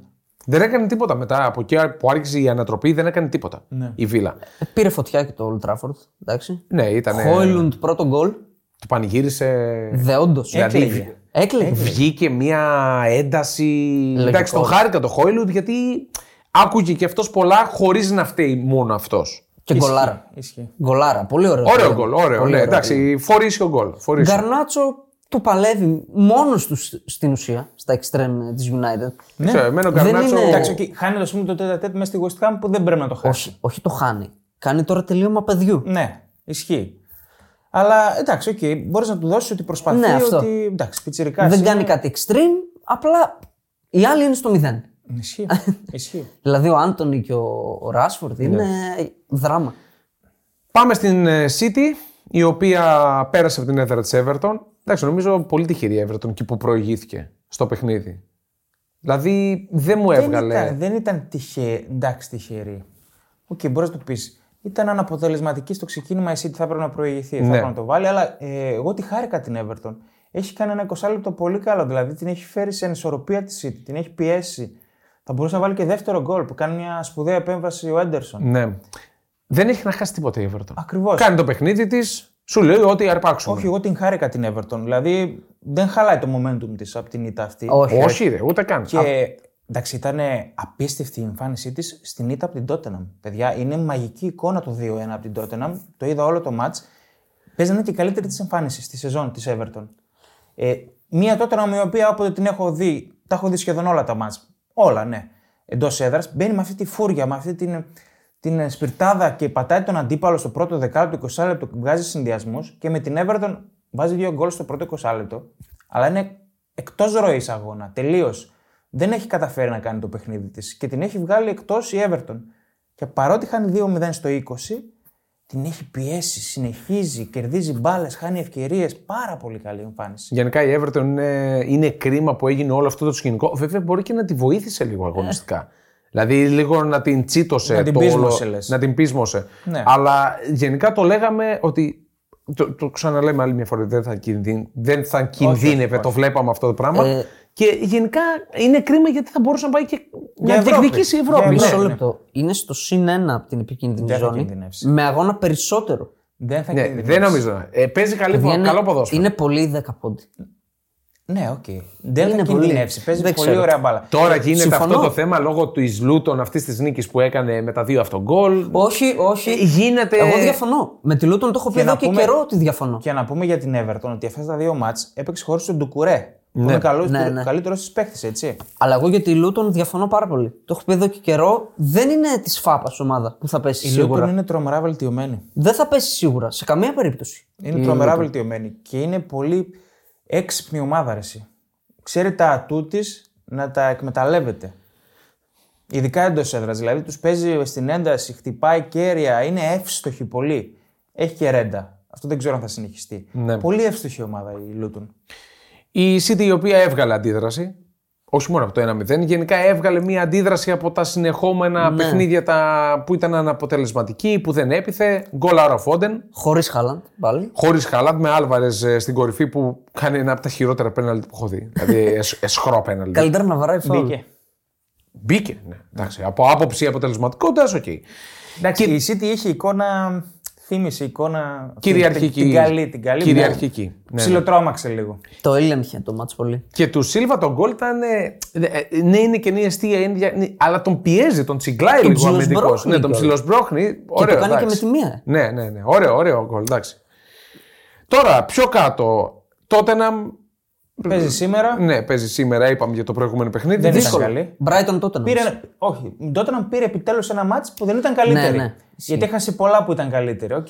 Speaker 1: Δεν έκανε τίποτα μετά. Από εκεί που άρχισε η ανατροπή, δεν έκανε τίποτα η Βίλα.
Speaker 2: Ε, Πήρε φωτιά και το Old Trafford. Εντάξει.
Speaker 1: Ναι, ήταν.
Speaker 2: Χόιλουντ πρώτο γκολ.
Speaker 1: Το πανηγύρισε.
Speaker 2: Δε όντως.
Speaker 1: Δηλαδή,
Speaker 3: Έκλαιγε.
Speaker 1: βγ-
Speaker 2: Έκλειγε.
Speaker 1: βγήκε μια ένταση. Εντάξει, τον χάρηκα το Χόιλουντ γιατί άκουγε και αυτός πολλά χωρίς να φταίει μόνο αυτός.
Speaker 2: Και γκολάρα.
Speaker 3: Ισχύει.
Speaker 2: Γκολάρα. Πολύ ωραίο.
Speaker 1: Ωραίο
Speaker 2: Πολύ
Speaker 1: γκολ, ωραίο.
Speaker 2: Πολύ
Speaker 1: Ναι,
Speaker 2: ωραίο.
Speaker 1: εντάξει, φορήσιο γκολ. φορήσιο.
Speaker 2: Γκαρνάτσο το παλεύει μόνος τους στην ουσία στα extreme της United.
Speaker 1: Ξέρω, εμένα ο
Speaker 2: Ναι. Δεν
Speaker 1: Γκαρνάτσο.
Speaker 2: είναι-
Speaker 3: Ναι. Εντάξει, οκ, χάνει το σημείο το τέτα τέτα μέσα στη West Ham που δεν πρέπει να το χάσει.
Speaker 2: Όχι, όχι το χάνει. Κάνει τώρα τελείωμα παιδιού.
Speaker 3: Ναι, ισχύει. Αλλά εντάξει, οκ, μπορείς να του δώσεις ότι προσπαθεί.
Speaker 2: Ναι, αυτό.
Speaker 3: Ότι, εντάξει, ναι. πιτσιρικάς.
Speaker 2: δεν κάνει κάτι extreme, απλά οι άλλοι είναι στο μηδέν.
Speaker 3: Ισχύει. ισχύει.
Speaker 2: Δηλαδή ο Άντωνη και ο, ο Ράσφορντ είναι
Speaker 3: Ναι.
Speaker 2: δράμα.
Speaker 1: Πάμε στην ε, City, η οποία πέρασε από την έδρα της Everton. Εντάξει, νομίζω πολύ τυχερή η Everton και που προηγήθηκε στο παιχνίδι. Δηλαδή δεν μου έβγαλε.
Speaker 3: Δεν ήταν, δεν ήταν τυχε, εντάξει, τυχερή. Οκ, μπορείς να το πεις. Ήταν αναποτελεσματική στο ξεκίνημα. Η City θα πρέπει να προηγηθεί. Θα
Speaker 1: Ναι.
Speaker 3: πρέπει να το βάλει. Αλλά ε, εγώ τη χάρηκα την Everton. Έχει κάνει ένα 20 λεπτό πολύ καλό. Δηλαδή την έχει φέρει σε ανισορροπία τη City. Την έχει πιέσει. Θα μπορούσε να βάλει και δεύτερο γκολ που κάνει μια σπουδαία επέμβαση ο Έντερσον.
Speaker 1: Ναι. Δεν έχει να χάσει τίποτα η Everton.
Speaker 3: Ακριβώς.
Speaker 1: Κάνει το παιχνίδι της, σου λέει ότι αρπάξουμε.
Speaker 3: Όχι, εγώ την χάρηκα την Everton. Δηλαδή δεν χαλάει το momentum της από την ήττα αυτή.
Speaker 2: Όχι.
Speaker 1: Όχι, ρε, ούτε καν. Α,
Speaker 3: Και εντάξει, ήταν απίστευτη η εμφάνισή της στην ήττα από την Tottenham. Παιδιά, είναι μαγική εικόνα το 2-1 από την Tottenham. Το είδα όλο το match. Παίζανε και η καλύτερη της εμφάνισης στη σεζόν της Everton. Ε, μία Tottenham η οποία όποτε την έχω δει, τα έχω δει σχεδόν όλα τα match. Όλα, ναι. Εντός έδρας μπαίνει με αυτή τη φούρια, με αυτή την, την ε, σπιρτάδα και πατάει τον αντίπαλο στο πρώτο δεκάλεπτο, 20 λεπτό, βγάζει συνδυασμούς και με την Everton βάζει δύο γκολ στο πρώτο 20 λεπτό. Αλλά είναι εκτός ροής αγώνα, τελείως. Δεν έχει καταφέρει να κάνει το παιχνίδι της και την έχει βγάλει εκτός η Everton. Και παρότι χάνει 2-0 στο 20, την έχει πιέσει, συνεχίζει, κερδίζει μπάλες, χάνει ευκαιρίες. Πάρα πολύ καλή εμφάνιση.
Speaker 1: Γενικά η Everton είναι, είναι κρίμα που έγινε όλο αυτό το σκηνικό. Βέβαια μπορεί και να τη βοήθησε λίγο αγωνιστικά. δηλαδή λίγο να την τσίτωσε.
Speaker 3: Ε. Να την
Speaker 1: το
Speaker 3: πείσμωσε,
Speaker 1: όλο,
Speaker 3: λες.
Speaker 1: Να την πείσμωσε.
Speaker 3: Ναι.
Speaker 1: Αλλά γενικά το λέγαμε ότι. Το, το ξαναλέμε άλλη μια φορά, δεν θα, κινδύν, δεν θα κινδύνευε, το βλέπαμε αυτό το πράγμα.
Speaker 3: Ε.
Speaker 1: και γενικά είναι κρίμα γιατί θα μπορούσε να πάει και να
Speaker 3: Ευρώπη.
Speaker 1: διεκδικήσει η
Speaker 3: Για
Speaker 1: Ευρώπη.
Speaker 3: Ευρώπη.
Speaker 1: Ναι.
Speaker 2: Μισό
Speaker 3: ναι.
Speaker 2: λεπτό. Είναι στο συν ένα από την επικίνδυνη
Speaker 3: Δεν θα
Speaker 2: ζώνη.
Speaker 3: κινδυνεύσει.
Speaker 2: Με αγώνα περισσότερο.
Speaker 3: Δεν θα
Speaker 1: Ναι,
Speaker 3: κινδυνεύσει.
Speaker 1: δεν νομίζω. να- Ε, παίζει καλή,
Speaker 3: Λοιπόν,
Speaker 2: Παιδιά, είναι-
Speaker 1: καλό ποδόσφαιρο.
Speaker 2: Είναι πολύ δεκαπόντι.
Speaker 3: Ναι, οκ. Δεν
Speaker 2: Είναι
Speaker 3: θα
Speaker 2: πολύ.
Speaker 3: κινδυνεύσει. Παίζει
Speaker 2: Δεν
Speaker 3: πολύ
Speaker 2: ξέρω.
Speaker 3: ωραία μπάλα.
Speaker 1: Τώρα γίνεται
Speaker 2: Ε, συμφωνώ.
Speaker 1: αυτό το θέμα λόγω της Λούτων αυτής της νίκης που έκανε με τα δύο αυτογκολ.
Speaker 2: Όχι, όχι.
Speaker 3: Ε,
Speaker 1: Γίνεται.
Speaker 2: Εγώ διαφωνώ. Με τη Λούτον το έχω πει
Speaker 3: και
Speaker 2: εδώ
Speaker 3: να
Speaker 2: και
Speaker 3: πούμε-
Speaker 2: καιρό ότι διαφωνώ.
Speaker 3: Και να πούμε για την Everton ότι αυτά τα δύο μάτς έπαιξε χωρίς τον Ντουκουρέ. Που είναι καλός,
Speaker 2: Ναι,
Speaker 3: ναι,
Speaker 2: ναι.
Speaker 3: καλύτερος της παίχτη, έτσι.
Speaker 2: Αλλά εγώ για τη Λούτον διαφωνώ πάρα πολύ. Το έχω πει εδώ και καιρό. Δεν είναι της φάπας ομάδα που θα πέσει
Speaker 3: Η
Speaker 2: σίγουρα.
Speaker 3: Λούτον είναι τρομερά βελτιωμένη.
Speaker 2: Δεν θα πέσει σίγουρα. Σε καμία περίπτωση.
Speaker 3: Είναι τρομερά βελτιωμένη και είναι πολύ έξυπνη ομάδα ρε εσύ. Ξέρει τα ατού της να τα εκμεταλλεύεται. Ειδικά εντός έδρας. Δηλαδή τους παίζει στην ένταση, χτυπάει κέρια, είναι εύστοχη πολύ. Έχει και ρέντα. Αυτό δεν ξέρω αν θα συνεχιστεί.
Speaker 1: Ναι.
Speaker 3: Πολύ εύστοχη ομάδα η Λούτον.
Speaker 1: Η City η οποία έβγαλε αντίδραση. Όχι μόνο από το 1-0, γενικά έβγαλε μία αντίδραση από τα συνεχόμενα
Speaker 2: Ναι.
Speaker 1: παιχνίδια τα... που ήταν αναποτελεσματική, που δεν έπιθε. Γκολ άρα ο Φόντεν,
Speaker 2: Χωρί Χάλαντ πάλι.
Speaker 1: χωρίς Χαλάντ με Άλβαρες στην κορυφή που κάνει ένα από τα χειρότερα πέναλτι που έχω δει. δηλαδή εσ- εσχρό πέναλτι.
Speaker 2: Καλύτερα να βαράει φάουλ.
Speaker 3: Μπήκε.
Speaker 1: Μπήκε, ναι. Εντάξει, από άποψη αποτελεσματικότητας, οκ.
Speaker 3: Εντάξει, η City είχε εικόνα. Θύμησε εικόνα.
Speaker 1: Κυριαρχική.
Speaker 3: Την, την καλή, την καλή.
Speaker 1: Κυριαρχική. Ναι, ναι.
Speaker 3: Ψιλοτρώμαξε λίγο.
Speaker 2: Το έλεγχε το μάτς πολύ.
Speaker 1: Και του Σίλβα τον γκολ ήταν. ε, ε, Ναι, είναι καινή αιστεία, είναι δια- ναι, αλλά τον πιέζει, τον τσιγκλάει λίγο
Speaker 2: ψιλοσμπρώχνει
Speaker 1: αμυντικός. Ναι, τον
Speaker 2: κιόλας.
Speaker 1: ψιλοσμπρώχνει. Ωραίο.
Speaker 2: και το κάνει και με
Speaker 1: εντάξει.
Speaker 2: τη μία.
Speaker 1: Ναι, ναι, ναι. Ωραίο, ωραίο γκολ. Εντάξει. Τώρα, πιο κάτω. Τότεναμ
Speaker 3: Παίζει σήμερα.
Speaker 1: Ναι, παίζει σήμερα, είπαμε για το προηγούμενο παιχνίδι.
Speaker 3: Δεν
Speaker 1: Δύσκολο.
Speaker 3: ήταν καλή.
Speaker 2: Brighton τότε νομίζω.
Speaker 3: Πήρε, όχι, τότε να πήρε επιτέλους ένα μάτσο που δεν ήταν καλύτερη.
Speaker 2: Ναι, ναι.
Speaker 3: Γιατί έχασε πολλά που ήταν καλύτερη. Οκ.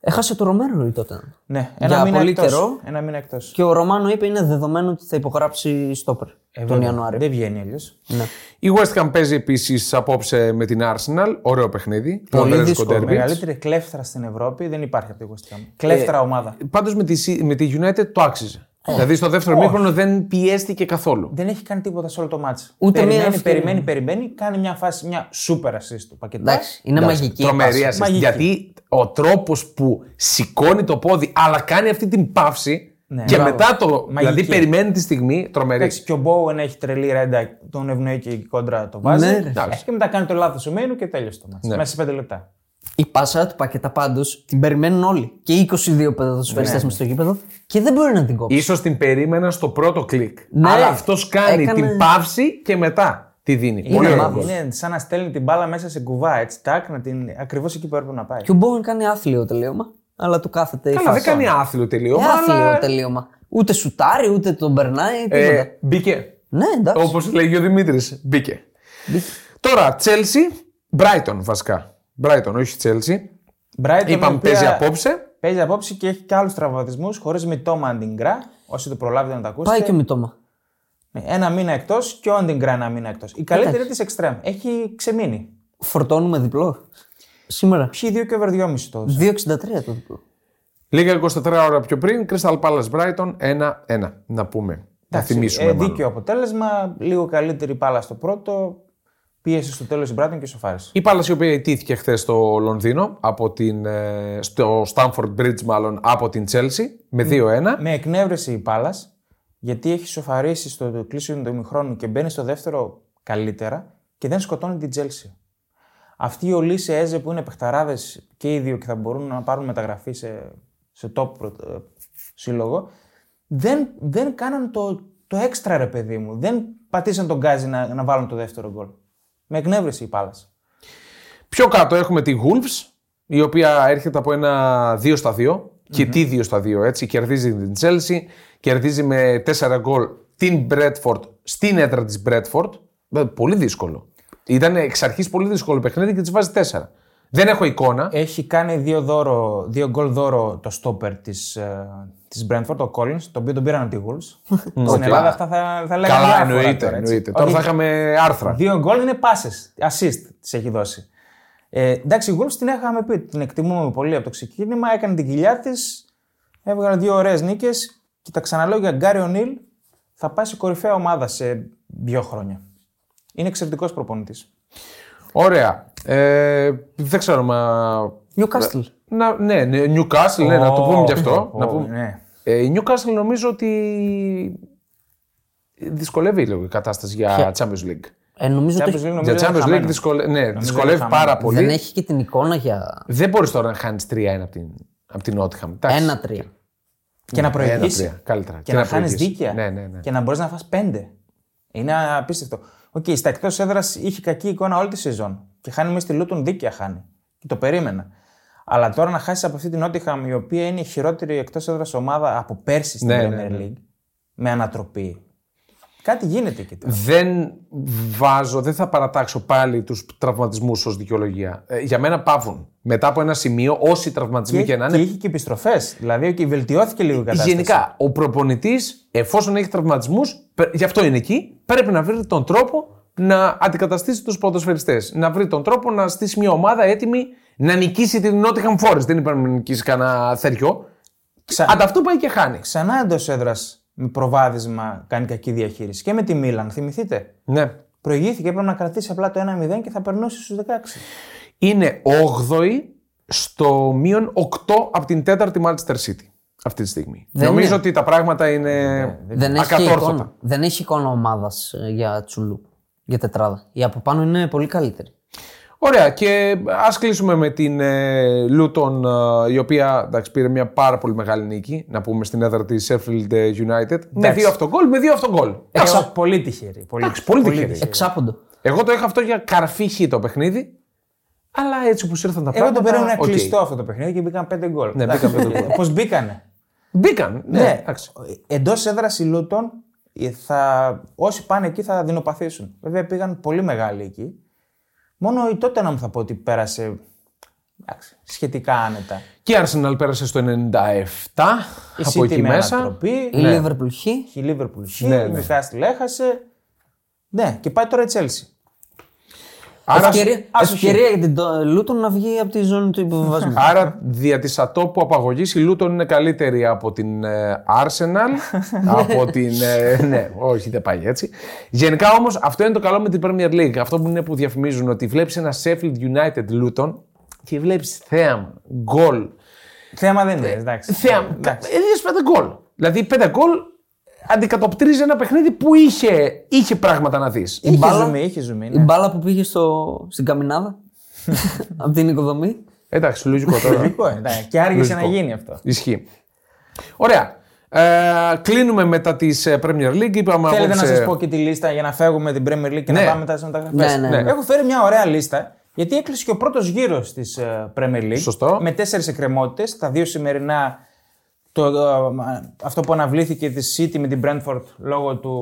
Speaker 2: Έχασε το Ρομέρο τότε.
Speaker 3: Ναι, ένα
Speaker 2: Για
Speaker 3: μήνα
Speaker 2: πολύ
Speaker 3: εκτός.
Speaker 2: καιρό.
Speaker 3: Ένα μήνα εκτός.
Speaker 2: Και ο Ρωμάνο είπε είναι δεδομένο ότι θα υπογράψει στόπερ τον Ιανουάριο.
Speaker 3: Δεν βγαίνει αλλιώς.
Speaker 2: Ναι.
Speaker 1: Η West Ham παίζει επίσης απόψε με την Arsenal. Ωραίο παιχνίδι.
Speaker 2: Πολύ
Speaker 1: Ποδερέζικο
Speaker 2: δύσκολο,
Speaker 1: derby.
Speaker 3: Μεγαλύτερη κλέφτρα στην Ευρώπη δεν υπάρχει από τη West Ham. Κλέφτρα
Speaker 2: Ε,
Speaker 3: ομάδα.
Speaker 1: Πάντως με, τη Ci- με τη United το άξιζε. Δηλαδή στο δεύτερο μήχρονο δεν πιέστηκε καθόλου.
Speaker 3: Δεν έχει κάνει τίποτα σε όλο το μάτσο.
Speaker 2: Ούτε μία
Speaker 3: περιμένει,
Speaker 2: ευκαιρία.
Speaker 3: περιμένει, περιμένει, κάνει μια φάση, μια super assist του πακετά.
Speaker 2: Εντάξει, είναι μαγική. η
Speaker 1: Τρομερή
Speaker 2: πάση.
Speaker 1: assist.
Speaker 3: Μαγική.
Speaker 1: Γιατί ο τρόπος που σηκώνει το πόδι αλλά κάνει αυτή την παύση
Speaker 3: Ναι.
Speaker 1: και
Speaker 3: Μπράβο.
Speaker 1: μετά το. Δηλαδή
Speaker 3: Μαγική.
Speaker 1: περιμένει τη στιγμή. Τρομερή.
Speaker 3: Εντάξει, και ο Bowen έχει τρελή ρέντα, τον ευνοεί και η κόντρα το βάζει.
Speaker 2: Ναι, ρε.
Speaker 1: Εντάξει.
Speaker 3: και μετά κάνει το λάθος ο Μέινου και τέλειωσε το μάτι. Μέσα σε πέντε λεπτά.
Speaker 2: Η πάσα του πακέτα πάντως την περιμένουν όλοι. Και 22 ποδοσφαιριστέ ναι. μες στο γήπεδο και δεν μπορεί να την κόψει.
Speaker 1: Ίσως την περίμενα στο πρώτο κλικ.
Speaker 2: Ναι.
Speaker 1: Αλλά αυτός κάνει
Speaker 2: Έκανε-
Speaker 1: την παύση και μετά τη δίνει. Πολύ
Speaker 2: Είναι
Speaker 1: ωραίο
Speaker 2: μαύρος.
Speaker 1: γκολ.
Speaker 3: Είναι σαν να στέλνει την μπάλα μέσα σε κουβά, έτσι, τάκ, να την. ακριβώς εκεί που έπρεπε να πάει.
Speaker 2: Και ο Μπόεν κάνει άθλιο τελείωμα, αλλά του κάθεται η
Speaker 1: Καλά, δεν
Speaker 2: φάση.
Speaker 1: κάνει άθλιο τελείωμα.
Speaker 2: άθλιο
Speaker 1: αλλά...
Speaker 2: τελείωμα. Ούτε σουτάρει, ούτε τον περνάει.
Speaker 1: ε,
Speaker 2: τίποτα.
Speaker 1: μπήκε.
Speaker 2: ναι, εντάξει.
Speaker 1: Όπως λέγει ο Δημήτρης, μπήκε. Τώρα, Chelsea, Brighton βασικά. Brighton, όχι Chelsea.
Speaker 3: Brighton, η
Speaker 1: Είπαμε
Speaker 3: οποία
Speaker 1: παίζει απόψε.
Speaker 3: Παίζει απόψε και έχει και άλλους τραυματισμούς χωρίς μητόμα αντιγκρά. Όσοι το προλάβετε να τα ακούσετε.
Speaker 2: Πάει και ο Μητώμα.
Speaker 3: Ναι, Ένα μήνα εκτός και ο αντιγκρά ένα μήνα εκτός. Η καλύτερη της εξτρέμ. Έχει ξεμείνει.
Speaker 2: Φορτώνουμε διπλό. Σήμερα.
Speaker 3: Ποιοι δύο και over 2,5 το.
Speaker 2: 2,63 το διπλό.
Speaker 1: Λίγα 24 ώρα πιο πριν, Crystal Palace Brighton 1-1. Να πούμε. Να
Speaker 3: Εντάξει,
Speaker 1: θυμίσουμε.
Speaker 3: ε,
Speaker 1: μάλλον.
Speaker 3: δίκαιο αποτέλεσμα. Λίγο καλύτερη μπάλα στο πρώτο. Πίεση στο τέλος η Μπράτον και σοφάρισε.
Speaker 1: Η Palace η οποία ιτήθηκε χθες στο Λονδίνο, από την, ε, στο Stamford Bridge μάλλον, από την Chelsea με 2-1.
Speaker 3: Με εκνεύρεση η Πάλα, γιατί έχει σοφαρίσει στο κλείσιμο του ημιχρόνου και μπαίνει στο δεύτερο καλύτερα και δεν σκοτώνει την Τζέλση. Αυτοί οι Ολύσε Έζε που είναι παιχταράδες και οι δύο και θα μπορούν να πάρουν μεταγραφή σε, σε top προ- ε, σύλλογο, δεν, δεν κάναν το, το έξτρα ρε παιδί μου. Δεν πατήσαν τον γκάζι να, να βάλουν το δεύτερο γκολ. Με εκνεύρεση η Πάλα.
Speaker 1: Πιο κάτω έχουμε τη Wolves, η οποία έρχεται από ένα 2 στα 2. Και τι 2 στα 2, έτσι. Κερδίζει την Chelsea, κερδίζει με 4 γκολ την Bradford στην έδρα της Bradford. Ε, Πολύ δύσκολο. Ήταν εξ αρχής πολύ δύσκολο παιχνίδι και της βάζει 4. Δεν έχω εικόνα.
Speaker 3: Έχει κάνει δύο, δώρο, δύο γκολ δώρο το στόπερ της της Brentford, ο Collins, το οποίο τον πήραν από τη Wolves. Στην Ελλάδα αυτά θα, θα λέγαμε
Speaker 1: Καλά,
Speaker 3: διάφορα
Speaker 1: εννοείται.
Speaker 3: τώρα, έτσι.
Speaker 1: εννοείται. Τώρα
Speaker 3: Όχι,
Speaker 1: θα είχαμε άρθρα.
Speaker 3: Δύο γκολ είναι πάσε. Assist τη έχει δώσει. Ε, εντάξει, η Wolves την είχαμε πει, την εκτιμούμε πολύ από το ξεκίνημα. Έκανε την κοιλιά της, έβγαλε δύο ωραίες νίκες και τα ξαναλέω για Γκάρι Ονίλ. Θα πάει σε κορυφαία ομάδα σε δύο χρόνια. Είναι εξαιρετικός προπονητής.
Speaker 1: Ωραία. Ε, δεν ξέρω μα.
Speaker 2: Newcastle.
Speaker 1: Να, ναι, ναι, Newcastle, ναι, να το πούμε και αυτό. να πούμε.
Speaker 3: Ναι.
Speaker 1: Ε, η Newcastle νομίζω ότι δυσκολεύει λίγο η κατάσταση για Champions League.
Speaker 2: Ε, νομίζω ότι
Speaker 3: Champions League
Speaker 1: Για
Speaker 3: νομίζω είναι
Speaker 1: Champions League
Speaker 3: χαμένος.
Speaker 1: δυσκολε... ναι, δυσκολεύει
Speaker 3: είναι
Speaker 1: πάρα
Speaker 3: χαμένο.
Speaker 1: πολύ.
Speaker 2: δεν
Speaker 1: Δεν,
Speaker 2: έχει και την εικόνα για
Speaker 1: μπορείς τώρα να χάνεις 3-1 από την, από την Nottingham. Εντάξει.
Speaker 2: 1-3.
Speaker 3: Και
Speaker 1: Ναι,
Speaker 3: να προηγήσεις.
Speaker 1: 1-3, καλύτερα.
Speaker 3: Και, να, χάνει
Speaker 1: προηγείς.
Speaker 3: δίκαια.
Speaker 1: Ναι, ναι, ναι.
Speaker 3: Και να μπορείς να φας πέντε. Είναι απίστευτο. Οκ, στα εκτό έδρας είχε κακή εικόνα όλη τη σεζόν. Και χάνει μέσα στη Λούτον δίκαια χάνει. Και το περίμενα. Αλλά τώρα να χάσεις από αυτή την Νότιχαμ, η οποία είναι η χειρότερη εκτός έδρας ομάδα από πέρσι στην
Speaker 1: Ναι,
Speaker 3: Premier
Speaker 1: ναι, ναι.
Speaker 3: League, με ανατροπή. Κάτι γίνεται εκεί τώρα.
Speaker 1: Δεν βάζω, δεν θα παρατάξω πάλι τους τραυματισμούς ως δικαιολογία. Ε, για μένα πάβουν. Μετά από ένα σημείο, όσοι τραυματισμοί και, να είναι,
Speaker 3: και είχε και επιστροφές. Δηλαδή, οκ, βελτιώθηκε λίγο η κατάσταση.
Speaker 1: Γενικά, ο προπονητής, εφόσον έχει τραυματισμούς, γι' αυτό είναι εκεί, πρέπει να βρει τον τρόπο να αντικαταστήσει τους ποδοσφαιριστές. Να βρει τον τρόπο να στήσει μια ομάδα έτοιμη να νικήσει την Nottingham Forest. Δεν είπαμε να νικήσει κανένα θεριό.
Speaker 3: Ξα-
Speaker 1: Ανταυτού πάει και χάνει.
Speaker 3: Ξανά εντός έδρας με προβάδισμα κάνει κακή διαχείριση. Και με τη Μίλαν, θυμηθείτε.
Speaker 1: Ναι.
Speaker 3: Προηγήθηκε, έπρεπε να κρατήσει απλά το 1-0 και θα περνούσε στους 16.
Speaker 1: Είναι 8η στο μείον 8 από την 4η Manchester City αυτή τη στιγμή.
Speaker 2: Δεν
Speaker 1: Νομίζω
Speaker 2: είναι.
Speaker 1: ότι τα πράγματα είναι
Speaker 2: Δεν έχει, και
Speaker 1: Ε, ακατόρθωτα.
Speaker 2: εικόνα, δεν έχει εικόνα ομάδας για τσουλού. Για τετράδα. Η από πάνω είναι πολύ καλύτερη.
Speaker 1: Ωραία, και ας κλείσουμε με την ε, Luton, ε, η οποία εντάξει, πήρε μια πάρα πολύ μεγάλη νίκη, να πούμε στην έδρα της Sheffield ε, United. Με δύο αυτογκόλ, με δύο αυτογκόλ. Εντάξει,
Speaker 3: Εξα... Πολύ τυχερή. Πολύ,
Speaker 1: Εντάξει, πολύ τυχερή.
Speaker 2: Εξάποντο.
Speaker 1: Εγώ το είχα αυτό για καρφί χ το παιχνίδι, αλλά έτσι που σου ήρθαν τα
Speaker 3: Εγώ
Speaker 1: πράγματα.
Speaker 3: το περίμενα
Speaker 1: οκ.
Speaker 3: κλειστό αυτό το παιχνίδι και μπήκαν 5 γκολ.
Speaker 1: Ναι, μπήκαν πέντε γκολ.
Speaker 3: Πώ μπήκανε.
Speaker 1: Μπήκαν. Ναι,
Speaker 3: Ναι.
Speaker 1: εντάξει.
Speaker 3: Εντός έδρας η Λούτων, ε, θα, όσοι πάνε εκεί θα δεινοπαθήσουν. Βέβαια πήγαν πολύ μεγάλοι εκεί. Μόνο η τότε να μου θα πω ότι πέρασε εντάξει, σχετικά άνετα.
Speaker 1: Και η Arsenal πέρασε στο 97
Speaker 3: Η
Speaker 1: από
Speaker 3: City
Speaker 1: εκεί
Speaker 3: με
Speaker 1: μέσα.
Speaker 3: ανατροπή,
Speaker 2: Η Liverpool χ.
Speaker 3: η Liverpool χ,
Speaker 1: Ναι,
Speaker 3: η
Speaker 1: ναι.
Speaker 3: Newcastle έχασε. Ναι, και πάει τώρα η Chelsea.
Speaker 1: Άρα,
Speaker 2: Ευκαιρία,
Speaker 3: ας-
Speaker 2: ευκαιρία για την Το- Luton να βγει από τη ζώνη του υποβιβασμού.
Speaker 1: άρα δια της ατόπου απαγωγής η Λούτον είναι καλύτερη από την ε, Arsenal. από την... ε, ναι, όχι δεν πάει έτσι. Γενικά όμως αυτό είναι το καλό με την Premier League. Αυτό που είναι που διαφημίζουν ότι βλέπεις ένα Sheffield United Luton και βλέπεις θέαμα, γκολ,
Speaker 3: Θέμα δεν
Speaker 1: Ε,
Speaker 3: είναι, Ε, εντάξει.
Speaker 1: Θεά. Έδινε πέντε γκολ. Δηλαδή, πέντε γκολ αντικατοπτρίζει ένα παιχνίδι που είχε, είχε πράγματα να δεις.
Speaker 3: Είχε
Speaker 2: μπάλα-
Speaker 3: ζουμί, είχε ζουμί.
Speaker 2: Η
Speaker 3: Ναι.
Speaker 2: μπάλα που πήγε στο, στην καμινάδα από την οικοδομή.
Speaker 1: Εντάξει, λογικό τώρα.
Speaker 3: Λογικό, ε, εντάξει, Και άργησε να
Speaker 1: Λογικό.
Speaker 3: γίνει αυτό.
Speaker 1: Ισχύει. Ωραία. Ε, κλείνουμε μετά τη Premier League. Είπαμε
Speaker 3: Θέλετε να
Speaker 1: απόψε-
Speaker 3: σας πω και τη λίστα για να φεύγουμε την Premier League και
Speaker 1: Ναι.
Speaker 3: να πάμε μετά στι μεταγραφέ.
Speaker 2: Ναι, ναι, ναι.
Speaker 3: Έχω φέρει μια ωραία λίστα γιατί έκλεισε και ο πρώτος γύρος της ε, Premier League.
Speaker 1: Σωστό.
Speaker 3: Με τέσσερις εκκρεμότητες. Τα δύο σημερινά. Το, ε, αυτό που αναβλήθηκε τη City με την Brentford λόγω του,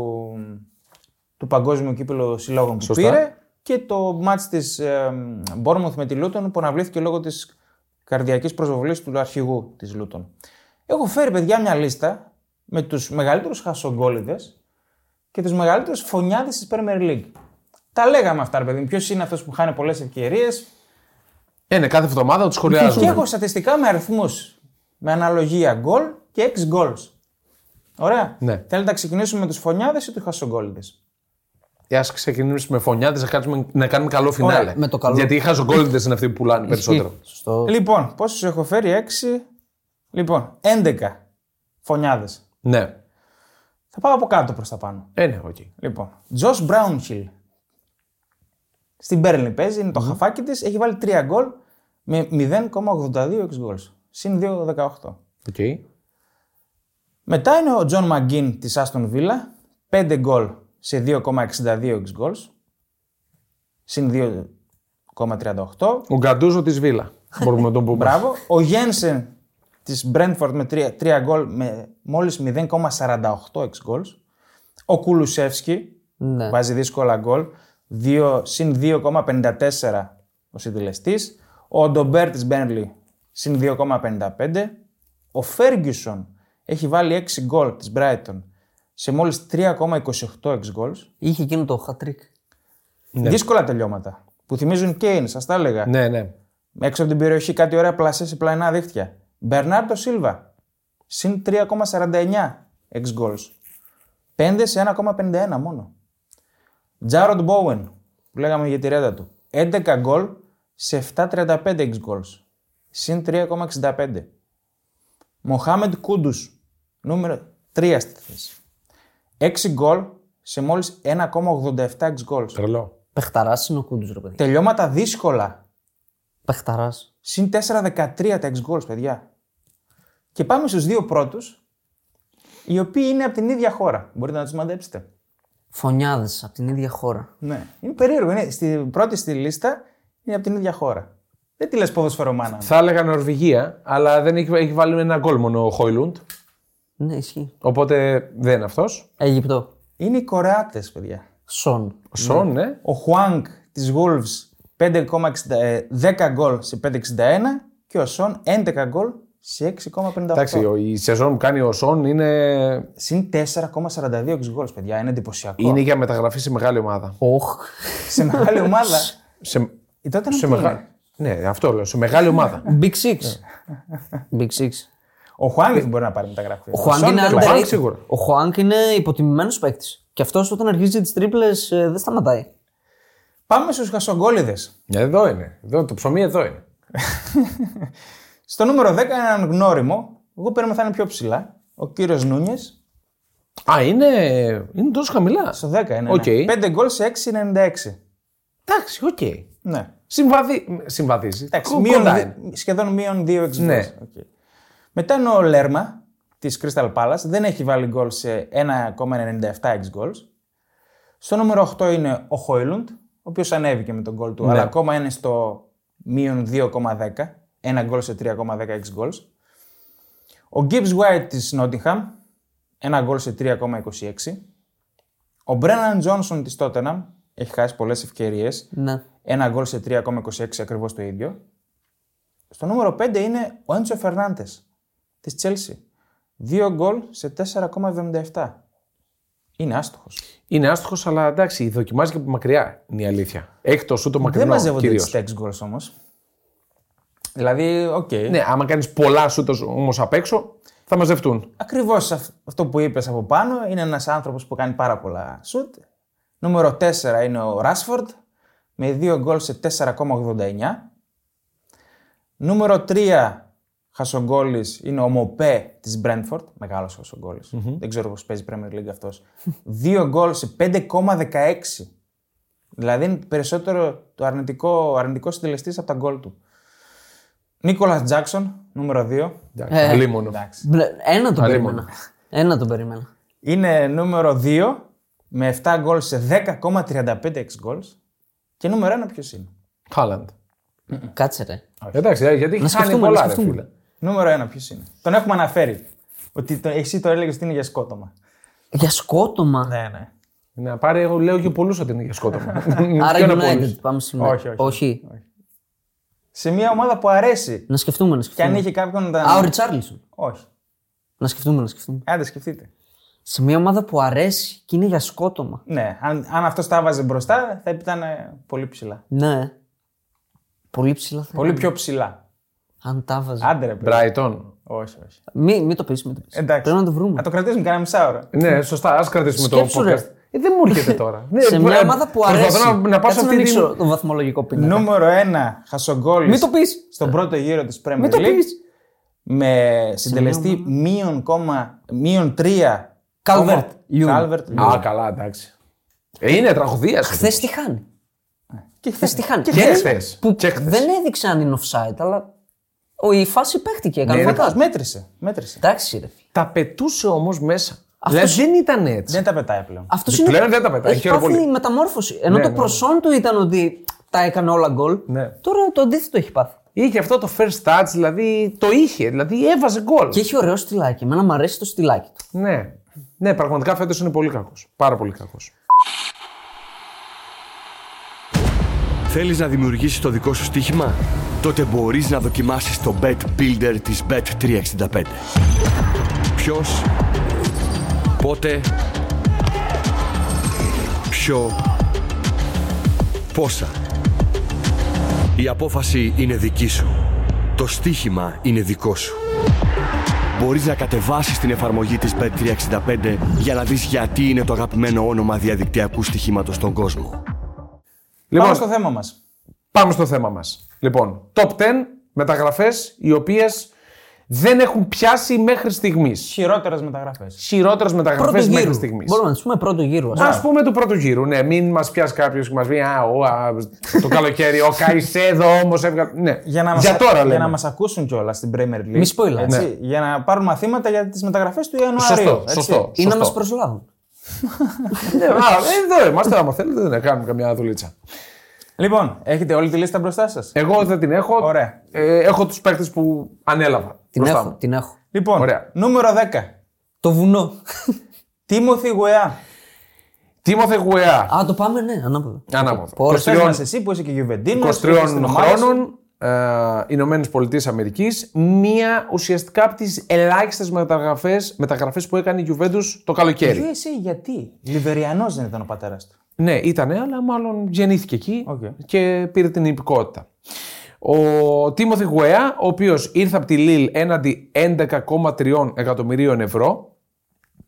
Speaker 3: του παγκόσμιου κύπελου συλλόγων που
Speaker 1: Σωστά.
Speaker 3: πήρε. Και το μάτς της ε, Bournemouth με τη Λούτον που αναβλήθηκε λόγω της καρδιακής προσβολής του αρχηγού της Λούτον. Έχω φέρει παιδιά μια λίστα με τους μεγαλύτερους χασογκόλιδες και τους μεγαλύτερους φωνιάδες της Premier League. Τα λέγαμε αυτά, ρε παιδί μου. Ποιος είναι αυτός που χάνει πολλές ευκαιρίες.
Speaker 1: Ε, ναι, κάθε εβδομάδα τους
Speaker 3: Και
Speaker 1: σχολιάζουμε.
Speaker 3: έχω στατιστικά με αριθμούς. Με αναλογία γκολ και 6 goals. Ωραία.
Speaker 1: Ναι.
Speaker 3: Θέλετε να ξεκινήσουμε με του φωνιάδες ή του χασογκόλιδε.
Speaker 1: Α Ε, ξεκινήσουμε με φωνιάδες, να, κάτσουμε- να κάνουμε καλό φινάλε.
Speaker 2: με το καλό.
Speaker 1: Γιατί οι χαζογκόλντε είναι αυτοί που πουλάνε περισσότερο.
Speaker 2: Σωστό.
Speaker 3: Λοιπόν, πόσους έχω φέρει, 6. Λοιπόν, 11 φωνιάδες.
Speaker 1: ναι.
Speaker 3: Θα πάω από κάτω προς τα πάνω.
Speaker 1: Ε, ναι, οκ.
Speaker 3: Λοιπόν, Τζο Μπράουνχιλ. Στην Μπέρλιν παίζει, είναι το χαφάκι της. Έχει βάλει 3 γκολ με 0,82 εξ γκολ. Συν 2,18.
Speaker 1: Οκ.
Speaker 3: Μετά είναι ο Τζον Μαγκίν της Άστον Βίλα. 5 γκολ σε 2,62 εξ γκολ. Συν 2,38.
Speaker 1: Ο Γκαντούζο της Βίλα. Μπορούμε να τον πούμε.
Speaker 3: Μπράβο. Ο Γένσεν της Brentford με 3 γκολ με μόλις 0,48 εξ γκολ. Ο Κουλουσεύσκι
Speaker 2: Ναι.
Speaker 3: βάζει δύσκολα γκολ. 2, συν 2,54 ο συντελεστής. Ο Ντομπέρ της Μπέρνλι συν 2,55. Ο Φέργκισον έχει βάλει 6 γκολ της Brighton σε μόλις 3,28 εξ γκολ.
Speaker 2: Είχε εκείνο το χατρίκ.
Speaker 3: Δύσκολα τελειώματα. Που θυμίζουν Κέιν, σας τα έλεγα.
Speaker 1: Ναι, ναι.
Speaker 3: Έξω από την περιοχή κάτι ωραία πλασές σε πλαϊνά δίχτυα. Μπερνάρντο Σίλβα. Συν 3,49 εξ goals. 5 σε 1,51 μόνο. Τζάροντ Μπόουεν, που λέγαμε για τη ρέντα του. 11 γκολ σε 7,35 εξ goals. Συν 3,65. Μοχάμεντ Κούντους, νούμερο 3 στη θέση. 6 γκολ σε μόλις 1,87 εξ goals.
Speaker 1: Τρελό.
Speaker 2: Πεχταράς είναι ο κούντους, ρε παιδί.
Speaker 3: Τελειώματα δύσκολα
Speaker 2: Πεχταράς.
Speaker 3: Συν 4-13 τα ex goals, παιδιά. Και πάμε στους δύο πρώτους, οι οποίοι είναι από την ίδια χώρα. Μπορείτε να τους μαντέψετε.
Speaker 2: Φωνιάδες από την ίδια χώρα.
Speaker 3: Ναι. Είναι περίεργο. Είναι στη πρώτη στη λίστα είναι από την ίδια χώρα. Δεν τη λες ποδοσφαιρομάνα.
Speaker 1: Θα έλεγα Νορβηγία, αλλά δεν έχει, έχει βάλει ένα γκολ μόνο ο Χόιλουντ.
Speaker 2: Ναι, ισχύει.
Speaker 1: Οπότε δεν είναι αυτός.
Speaker 2: Αιγυπτό.
Speaker 3: Είναι οι Κορεάτες, παιδιά.
Speaker 2: Σον.
Speaker 1: Ο Σον, ναι.
Speaker 3: Ο Χουάνκ τη Wolves 5,60 ε, 10 γκολ σε 5,61 και ο Σον 11 γκολ σε 6,58.
Speaker 1: Εντάξει,
Speaker 3: Ναι.
Speaker 1: ο- η σεζόν που κάνει ο Σον είναι,
Speaker 3: Συν 4,42 εξ γκολ, παιδιά. Είναι εντυπωσιακό.
Speaker 1: είναι για μεταγραφή σε μεγάλη ομάδα.
Speaker 2: Οχ.
Speaker 3: Σε μεγάλη ομάδα.
Speaker 1: Σε,
Speaker 3: Η τότε ε?
Speaker 1: σε μεγάλη. Ναι, αυτό λέω. Σε μεγάλη ομάδα.
Speaker 2: Big Six. Big Six.
Speaker 3: Ο Χουάνγκ δεν μπορεί να πάρει μεταγραφή.
Speaker 2: Ο Χουάνκ
Speaker 1: Σον
Speaker 2: είναι
Speaker 1: και ο
Speaker 2: underrated.
Speaker 1: Χουάνκ σίγουρα.
Speaker 2: Ο Χουάνκ είναι υποτιμημένος παίκτης. Και αυτός όταν αρχίζει τις τρίπλες δεν σταματάει.
Speaker 3: Πάμε στους χασογκόλιδες.
Speaker 1: Ε, εδώ είναι. Εδώ, το ψωμί εδώ είναι.
Speaker 3: Στο νούμερο 10 έναν γνώριμο. Εγώ παίρνω θα είναι πιο ψηλά. Ο κύριος Νούνιες.
Speaker 1: Α, είναι, είναι τόσο χαμηλά.
Speaker 3: Στο 10 είναι.
Speaker 1: Οκ.
Speaker 3: ναι. 5 γκολ σε 6,96.
Speaker 1: Εντάξει, οκ.
Speaker 3: Ναι.
Speaker 1: Συμβαδι... Συμβαδίζει.
Speaker 3: Εντάξει,
Speaker 1: Κο-
Speaker 3: μείον,
Speaker 1: κοντά
Speaker 3: δι-
Speaker 1: είναι.
Speaker 3: σχεδόν μείον 2 εξ
Speaker 1: Ναι.
Speaker 3: γκολ. Οκ. Μετά είναι ο Λέρμα της Crystal Palace. Δεν έχει βάλει γκολ σε 1,97 εξ γκολ. Στο νούμερο 8 είναι ο Χόιλουντ, ο οποίος ανέβηκε με τον γκολ του, αλλά ακόμα είναι στο μείον 2,10. Ένα γκολ σε 3,10 εξ γκολ. Ο Gibbs White της Nottingham, ένα γκολ σε 3,26. Ο Brennan Johnson της Tottenham, έχει χάσει πολλές ευκαιρίες,
Speaker 2: Ναι.
Speaker 3: ένα γκολ σε 3,26 ακριβώς το ίδιο. Στο νούμερο 5 είναι ο Έντσο Φερνάντες της Chelsea. Δύο γκολ σε 4,77. Είναι άστοχος.
Speaker 1: Είναι άστοχος, αλλά εντάξει, δοκιμάζει και από μακριά. Είναι η αλήθεια. Έχει το σου το
Speaker 3: Δεν
Speaker 1: μακρινό
Speaker 3: μαζεύονται
Speaker 1: κυρίως.
Speaker 3: τις text goals όμως. Δηλαδή, οκ.
Speaker 1: Ναι, άμα κάνεις πολλά σου όμως απ' έξω, θα μαζευτούν.
Speaker 3: Ακριβώς αυτό που είπες από πάνω είναι ένας άνθρωπος που κάνει πάρα πολλά σουτ. Νούμερο 4 είναι ο Ράσφορντ με 2 γκολ σε 4,89. Νούμερο 3 χασογκόλης είναι ο Μοπέ της Brentford. Μεγάλος Δεν ξέρω πώς παίζει Premier League αυτό. 2 γκολ σε 5,16. Δηλαδή είναι περισσότερο το αρνητικό, ο αρνητικός συντελεστής από τα γκολ του. Νίκολας Τζάξον, νούμερο 2.
Speaker 1: Εντάξει, αλίμονο.
Speaker 3: Εντάξει.
Speaker 2: Μπλε- Ένα τον
Speaker 1: Αλλήμον.
Speaker 2: περίμενα. Ένα τον περίμενα.
Speaker 3: Είναι νούμερο 2 με 7 γκολ σε 10,35 x goals. Και νούμερο 1 ποιος είναι.
Speaker 1: Χάλαντ.
Speaker 2: Κάτσε ρε.
Speaker 1: Εντάξει, ε, γιατί έχει χάνει
Speaker 2: σκεφτούμε, να
Speaker 1: πολλά, ρε
Speaker 2: σκεφτούμε.
Speaker 1: φίλε.
Speaker 3: Νούμερο 1 ποιος είναι. Τον έχουμε αναφέρει. Ότι το, εσύ το έλεγες ότι είναι για σκότωμα.
Speaker 2: Για σκότωμα.
Speaker 3: Ναι, ναι.
Speaker 1: Να πάρει, εγώ λέω και πολλούς ότι είναι για σκότωμα.
Speaker 2: Άρα
Speaker 1: Ποιον από
Speaker 2: United,
Speaker 1: όλους.
Speaker 2: πάμε σήμερα.
Speaker 3: Όχι, όχι. Σε μια ομάδα που αρέσει.
Speaker 2: Να σκεφτούμε, να
Speaker 3: Και αν
Speaker 2: σκεφτούμε.
Speaker 3: είχε κάποιον να τα.
Speaker 2: Ναι. Α, ο Ριτσάρλισον.
Speaker 3: Όχι.
Speaker 2: Να σκεφτούμε, να σκεφτούμε.
Speaker 3: Άντε, σκεφτείτε.
Speaker 2: Σε μια ομάδα που αρέσει και είναι για σκότωμα.
Speaker 3: Ναι, αν, αν αυτός τα βάζε μπροστά θα ήταν ε, πολύ ψηλά.
Speaker 2: Ναι. Πολύ ψηλά θα
Speaker 3: Πολύ πιο ψηλά.
Speaker 2: Αν τα βάζα.
Speaker 3: Άντε, ρε παιδί.
Speaker 1: Brighton.
Speaker 3: Όχι, όχι.
Speaker 2: Μη, μη το πεις, μη το πεις.
Speaker 3: Εντάξει.
Speaker 2: Πρέπει να το βρούμε.
Speaker 3: Να το κρατήσουμε κανένα μισά ώρα.
Speaker 1: Ναι, σωστά, ας κρατήσουμε το
Speaker 2: Σκέψου, ρε.
Speaker 1: podcast. Ε, δεν μου έρχεται τώρα. Ναι,
Speaker 2: σε μια
Speaker 1: ε,
Speaker 2: ομάδα που
Speaker 1: προσπαθώ
Speaker 2: αρέσει.
Speaker 1: Να, να πάω σε
Speaker 2: Κάτσε να
Speaker 1: αυτή την.
Speaker 2: ανοίξω το βαθμολογικό πίνακα.
Speaker 3: Νούμερο 1 χασογκόλης.
Speaker 2: Μη Ναι. το πεις.
Speaker 3: στον πρώτο γύρο της Premier League.
Speaker 2: Μην το πεις.
Speaker 3: Με συντελεστή μείον, κόμμα, μείον 3.
Speaker 2: Calvert, Lewin.
Speaker 3: Κάλβερτ.
Speaker 1: Α, καλά, εντάξει. Ε, είναι τραγωδία.
Speaker 2: Χθε τι χάνει.
Speaker 3: Και
Speaker 2: Χθε τι χάνει.
Speaker 1: Ε, Και
Speaker 2: Δεν-
Speaker 1: χθες.
Speaker 2: που
Speaker 1: Και χθες.
Speaker 2: Δεν έδειξε αν είναι offside, αλλά ο, η φάση παίχτηκε.
Speaker 1: Ναι,
Speaker 2: Κανονικά.
Speaker 3: Ε, Μέτρησε. μέτρησε.
Speaker 2: Εντάξει, ρε.
Speaker 1: Τα πετούσε όμως μέσα.
Speaker 2: Αυτός-
Speaker 1: Δηλαδή δεν ήταν έτσι.
Speaker 3: Δεν τα πετάει πλέον.
Speaker 2: Αυτός
Speaker 1: Πλέον δεν τα πετάει,
Speaker 2: Έχει
Speaker 1: χαίρομαι
Speaker 2: πάθει
Speaker 1: πολύ.
Speaker 2: μεταμόρφωση. Ενώ
Speaker 1: Ναι,
Speaker 2: το
Speaker 1: ναι,
Speaker 2: προσόν του ήταν ότι τα έκανε όλα γκολ.
Speaker 1: Ναι.
Speaker 2: Τώρα το αντίθετο έχει πάθει.
Speaker 1: Είχε αυτό το first touch, δηλαδή το είχε. Δηλαδή έβαζε γκολ.
Speaker 2: Και έχει ωραίο στυλάκι. Εμένα μου αρέσει το στυλάκι του.
Speaker 1: Ναι. Ναι, πραγματικά φέτος είναι πολύ κακός. Πάρα πολύ κακός.
Speaker 4: Θέλεις να δημιουργήσεις το δικό σου στοίχημα? Τότε μπορείς να δοκιμάσεις το Bet Builder της Bet365. Ποιος, πότε, ποιο, πόσα. Η απόφαση είναι δική σου. Το στοίχημα είναι δικό σου. Μπορείς να κατεβάσεις την εφαρμογή της Bet365 για να δεις γιατί είναι το αγαπημένο όνομα διαδικτυακού στοιχήματος στον κόσμο.
Speaker 1: Λοιπόν,
Speaker 3: Πάμε στο θέμα μας.
Speaker 1: Πάμε στο θέμα μας. Λοιπόν, top 10 μεταγραφές οι οποίες δεν έχουν πιάσει μέχρι στιγμής.
Speaker 3: Χειρότερες μεταγραφές.
Speaker 1: Χειρότερες μεταγραφές
Speaker 2: Πρώτου
Speaker 1: μέχρι
Speaker 2: γύρου.
Speaker 1: στιγμής.
Speaker 2: Μπορούμε να τους πούμε πρώτο γύρο. ας.
Speaker 1: Ας πούμε του πρώτου γύρου, ναι, μην μας πιάσει κάποιος και μας πει Α, ο, α, το καλοκαίρι, ο Καϊσέδο όμως έβγαλε. Ναι,
Speaker 3: Για να μας,
Speaker 1: τώρα λέμε. Ναι.
Speaker 3: για να μας ακούσουν κιόλας στην Premier League.
Speaker 2: Μη spoiler.
Speaker 3: έτσι, Για να πάρουν μαθήματα για τις μεταγραφές του Ιανουαρίου.
Speaker 1: Σωστό,
Speaker 3: έτσι.
Speaker 1: σωστό.
Speaker 2: Ή να
Speaker 1: σωστό.
Speaker 2: μας προσλάβουν.
Speaker 1: Ναι, α, εδώ είμαστε, άμα θέλετε, να κάνουμε καμιά δουλίτσα.
Speaker 3: Λοιπόν, έχετε όλη τη λίστα μπροστά σας.
Speaker 1: Εγώ δεν την έχω.
Speaker 3: Ωραία.
Speaker 1: Ε, έχω τους παίκτες που ανέλαβα.
Speaker 2: Την
Speaker 1: μπροστά
Speaker 2: έχω,
Speaker 1: μου.
Speaker 2: την έχω.
Speaker 3: Λοιπόν,
Speaker 1: Ωραία.
Speaker 3: νούμερο 10.
Speaker 2: Το βουνό.
Speaker 3: Τίμωθη Γουεά.
Speaker 1: Τίμωθε Γουεά.
Speaker 2: Α, το πάμε, ναι, ανάποδα.
Speaker 1: Ανάποδα.
Speaker 2: Πόρτες
Speaker 1: 23
Speaker 3: Πες μας εσύ που είσαι και Γιουβεντίνος.
Speaker 1: 23 χρόνων, ε, Ηνωμένες Πολιτείες Αμερικής, μία ουσιαστικά από τις ελάχιστες μεταγραφές μεταγραφές που έκανε η Juventus το καλοκαίρι.
Speaker 3: Και εσύ γιατί. Λιβεριανός δεν ήταν ο πατέρας του.
Speaker 1: Ναι, ήταν, αλλά μάλλον γεννήθηκε εκεί
Speaker 3: Οκ.
Speaker 1: και πήρε την υπηκότητα. Ο Τίμωθη Γουεά, ο οποίος ήρθε από τη Λίλ έναντι 11,3 εκατομμυρίων ευρώ.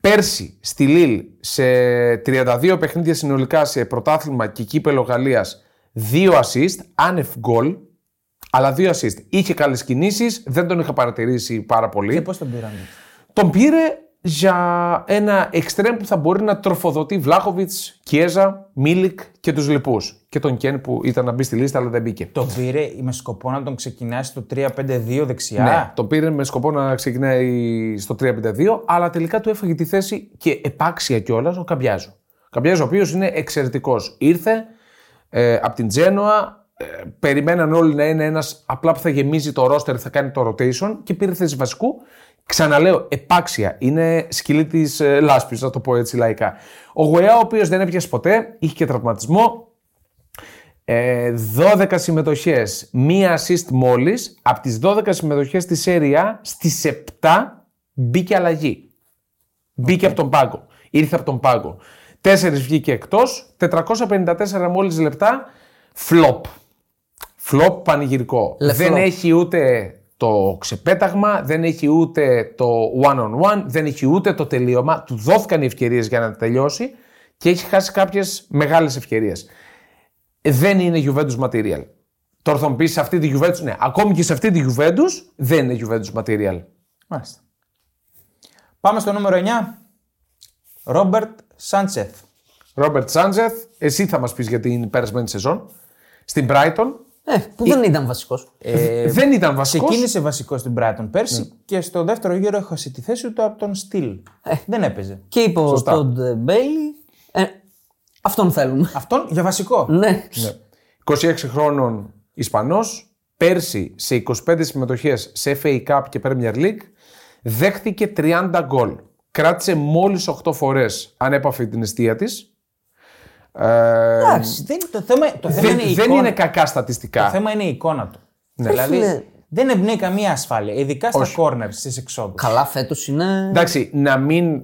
Speaker 1: Πέρσι στη Λίλ σε 32 παιχνίδια συνολικά σε πρωτάθλημα και κύπελο Γαλλίας 2 assist, άνευ γκολ, αλλά 2 assist. Είχε καλές κινήσεις, δεν τον είχα παρατηρήσει πάρα πολύ.
Speaker 3: Και πώς Ε, τον πήραν.
Speaker 1: Τον πήρε για ένα εξτρέμ που θα μπορεί να τροφοδοτεί Βλάχοβιτ, Κιέζα, Μίλικ και τους λοιπούς. Και τον Κέν που ήταν να μπει στη λίστα, αλλά δεν μπήκε.
Speaker 3: Το πήρε με σκοπό να τον ξεκινάσει το 3-5-2 δεξιά.
Speaker 1: Ναι, τον πήρε με σκοπό να ξεκινάει στο 3-5-2, αλλά τελικά του έφαγε τη θέση και επάξια κιόλας ο Καμπιάζο. Ο Καμπιάζο, ο οποίος είναι εξαιρετικός. Ήρθε ε, από την Τζένοα, ε, περιμέναν όλοι να είναι ένας απλά που θα γεμίζει το ρόστερ, θα κάνει το rotation και πήρε θέση βασικού Ξαναλέω, επάξια. Είναι σκυλή της ε, λάσπης, να το πω έτσι λαϊκά. Ο Γουεά, ο οποίος δεν έπιασε ποτέ, είχε και τραυματισμό. Ε, 12 συμμετοχές, μία assist μόλις. Από τι 12 συμμετοχές στη Σέρια, στι 7 μπήκε αλλαγή. Μπήκε από τον πάγκο. Ήρθε από τον πάγκο. Τέσσερις βγήκε εκτός. 454 μόλις λεπτά. Φλοπ. Φλοπ πανηγυρικό.
Speaker 2: Λεφτό.
Speaker 1: Δεν έχει ούτε το ξεπέταγμα, δεν έχει ούτε το one-on-one, δεν έχει ούτε το τελείωμα. Του δόθηκαν οι ευκαιρίες για να τελειώσει και έχει χάσει κάποιες μεγάλες ευκαιρίες. Δεν είναι Juventus material. Τώρα θα μου πεις σε αυτή τη Juventus, ναι, ακόμη και σε αυτή τη Juventus δεν είναι Juventus material.
Speaker 3: Μάλιστα. Πάμε στο νούμερο 9. Ρόμπερτ Σάντσεθ.
Speaker 1: Ρόμπερτ Σάντζεθ, εσύ θα μας πεις για την περασμένη σεζόν. Στην Brighton.
Speaker 2: Ε, που δεν ήταν βασικός.
Speaker 1: Ε, δεν ήταν βασικός.
Speaker 3: Ε, Ξεκίνησε βασικός στην Brighton πέρσι
Speaker 1: Ναι.
Speaker 3: και στο δεύτερο γύρο έχασε τη θέση του από τον Στυλ.
Speaker 1: Ε.
Speaker 3: Δεν έπαιζε.
Speaker 2: και είπε ο Τόντ Μπέιλι. Ε, αυτόν θέλουμε.
Speaker 3: Αυτόν για βασικό.
Speaker 2: ναι.
Speaker 1: 26 χρόνων Ισπανός. Πέρσι σε 25 συμμετοχές σε FA Cup και Premier League δέχτηκε 30 γκολ. Κράτησε μόλις 8 φορές ανέπαφη την αιστεία της.
Speaker 3: Εντάξει, δεν, το θέμα, το θέμα
Speaker 1: δεν,
Speaker 3: είναι η
Speaker 1: δεν
Speaker 3: εικόνα.
Speaker 1: είναι κακά
Speaker 3: Το
Speaker 1: στατιστικά.
Speaker 3: θέμα είναι η εικόνα του.
Speaker 2: Φίλε.
Speaker 3: Δηλαδή δεν εμπνέει καμία ασφάλεια, ειδικά στα
Speaker 1: ναι. Όχι.
Speaker 3: corners στι εξόδου.
Speaker 2: Καλά, φέτος είναι.
Speaker 1: Εντάξει, να μην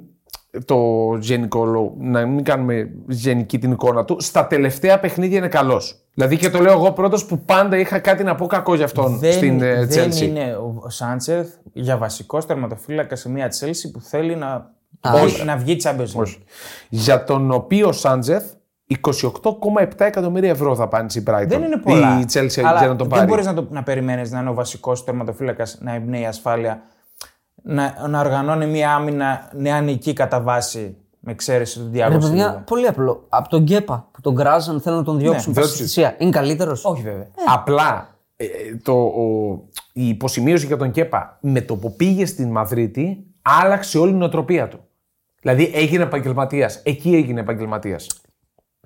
Speaker 1: το γενικό, να μην κάνουμε γενική την εικόνα του. Στα τελευταία παιχνίδια είναι καλός. Δηλαδή και το λέω εγώ πρώτος που πάντα είχα κάτι να πω κακό για αυτόν
Speaker 3: Δεν,
Speaker 1: στην ε,
Speaker 3: δεν
Speaker 1: Chelsea.
Speaker 3: είναι ο ο Σάντσεθ για βασικό τερματοφύλακα σε μια Chelsea που θέλει να,
Speaker 1: όχι.
Speaker 3: να βγει Champions League.
Speaker 1: Όχι. Για τον οποίο ο Σάντζεθ 28,7 εκατομμύρια ευρώ θα πάνει η Brighton.
Speaker 3: Δεν είναι πολλά.
Speaker 1: Η Chelsea
Speaker 3: αλλά
Speaker 1: για να τον
Speaker 3: Δεν
Speaker 1: πάρει.
Speaker 3: μπορείς να, το- να περιμένεις να είναι ο βασικός τερματοφύλακας, να εμπνέει ασφάλεια, να, να οργανώνει μια άμυνα νεανική κατά βάση με εξαίρεση του
Speaker 2: Ρε
Speaker 3: Διάγο
Speaker 2: Ναι, παιδιά, πολύ απλό. Από τον Γκέπα που τον γκράζαν θέλουν να τον διώξουν
Speaker 1: δεν
Speaker 2: προς
Speaker 1: τους-
Speaker 2: θυσία. Είναι καλύτερος.
Speaker 3: Όχι βέβαια.
Speaker 1: Απλά ε, το, ο, η υποσημείωση για τον Κέπα με το που πήγε στην Μαδρίτη άλλαξε όλη η νοοτροπία του. Δηλαδή έγινε επαγγελματίας. Εκεί έγινε επαγγελματίας.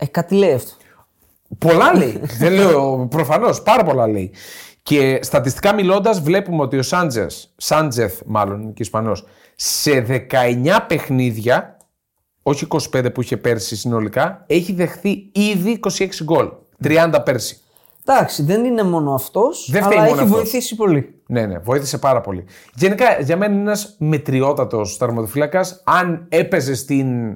Speaker 2: Ε, κάτι λέει αυτό.
Speaker 1: Πολλά λέει. Δεν λέω προφανώς. Πάρα πολλά λέει. Και στατιστικά μιλώντας, βλέπουμε ότι ο Σάντζεθ, Σάντζεθ μάλλον είναι και Ισπανός, σε 19 παιχνίδια, όχι 25 που είχε πέρσι συνολικά, έχει δεχθεί ήδη 26 γκολ. 30 πέρσι.
Speaker 2: Εντάξει, δεν είναι μόνο αυτός,
Speaker 1: Δεν φταίει
Speaker 2: αλλά
Speaker 1: μόνο
Speaker 2: έχει
Speaker 1: αυτός.
Speaker 2: βοηθήσει πολύ.
Speaker 1: Ναι, ναι, βοήθησε πάρα πολύ. Γενικά, για μένα είναι ένας μετριότατος τερματοφύλακα. Αν έπαιζε στην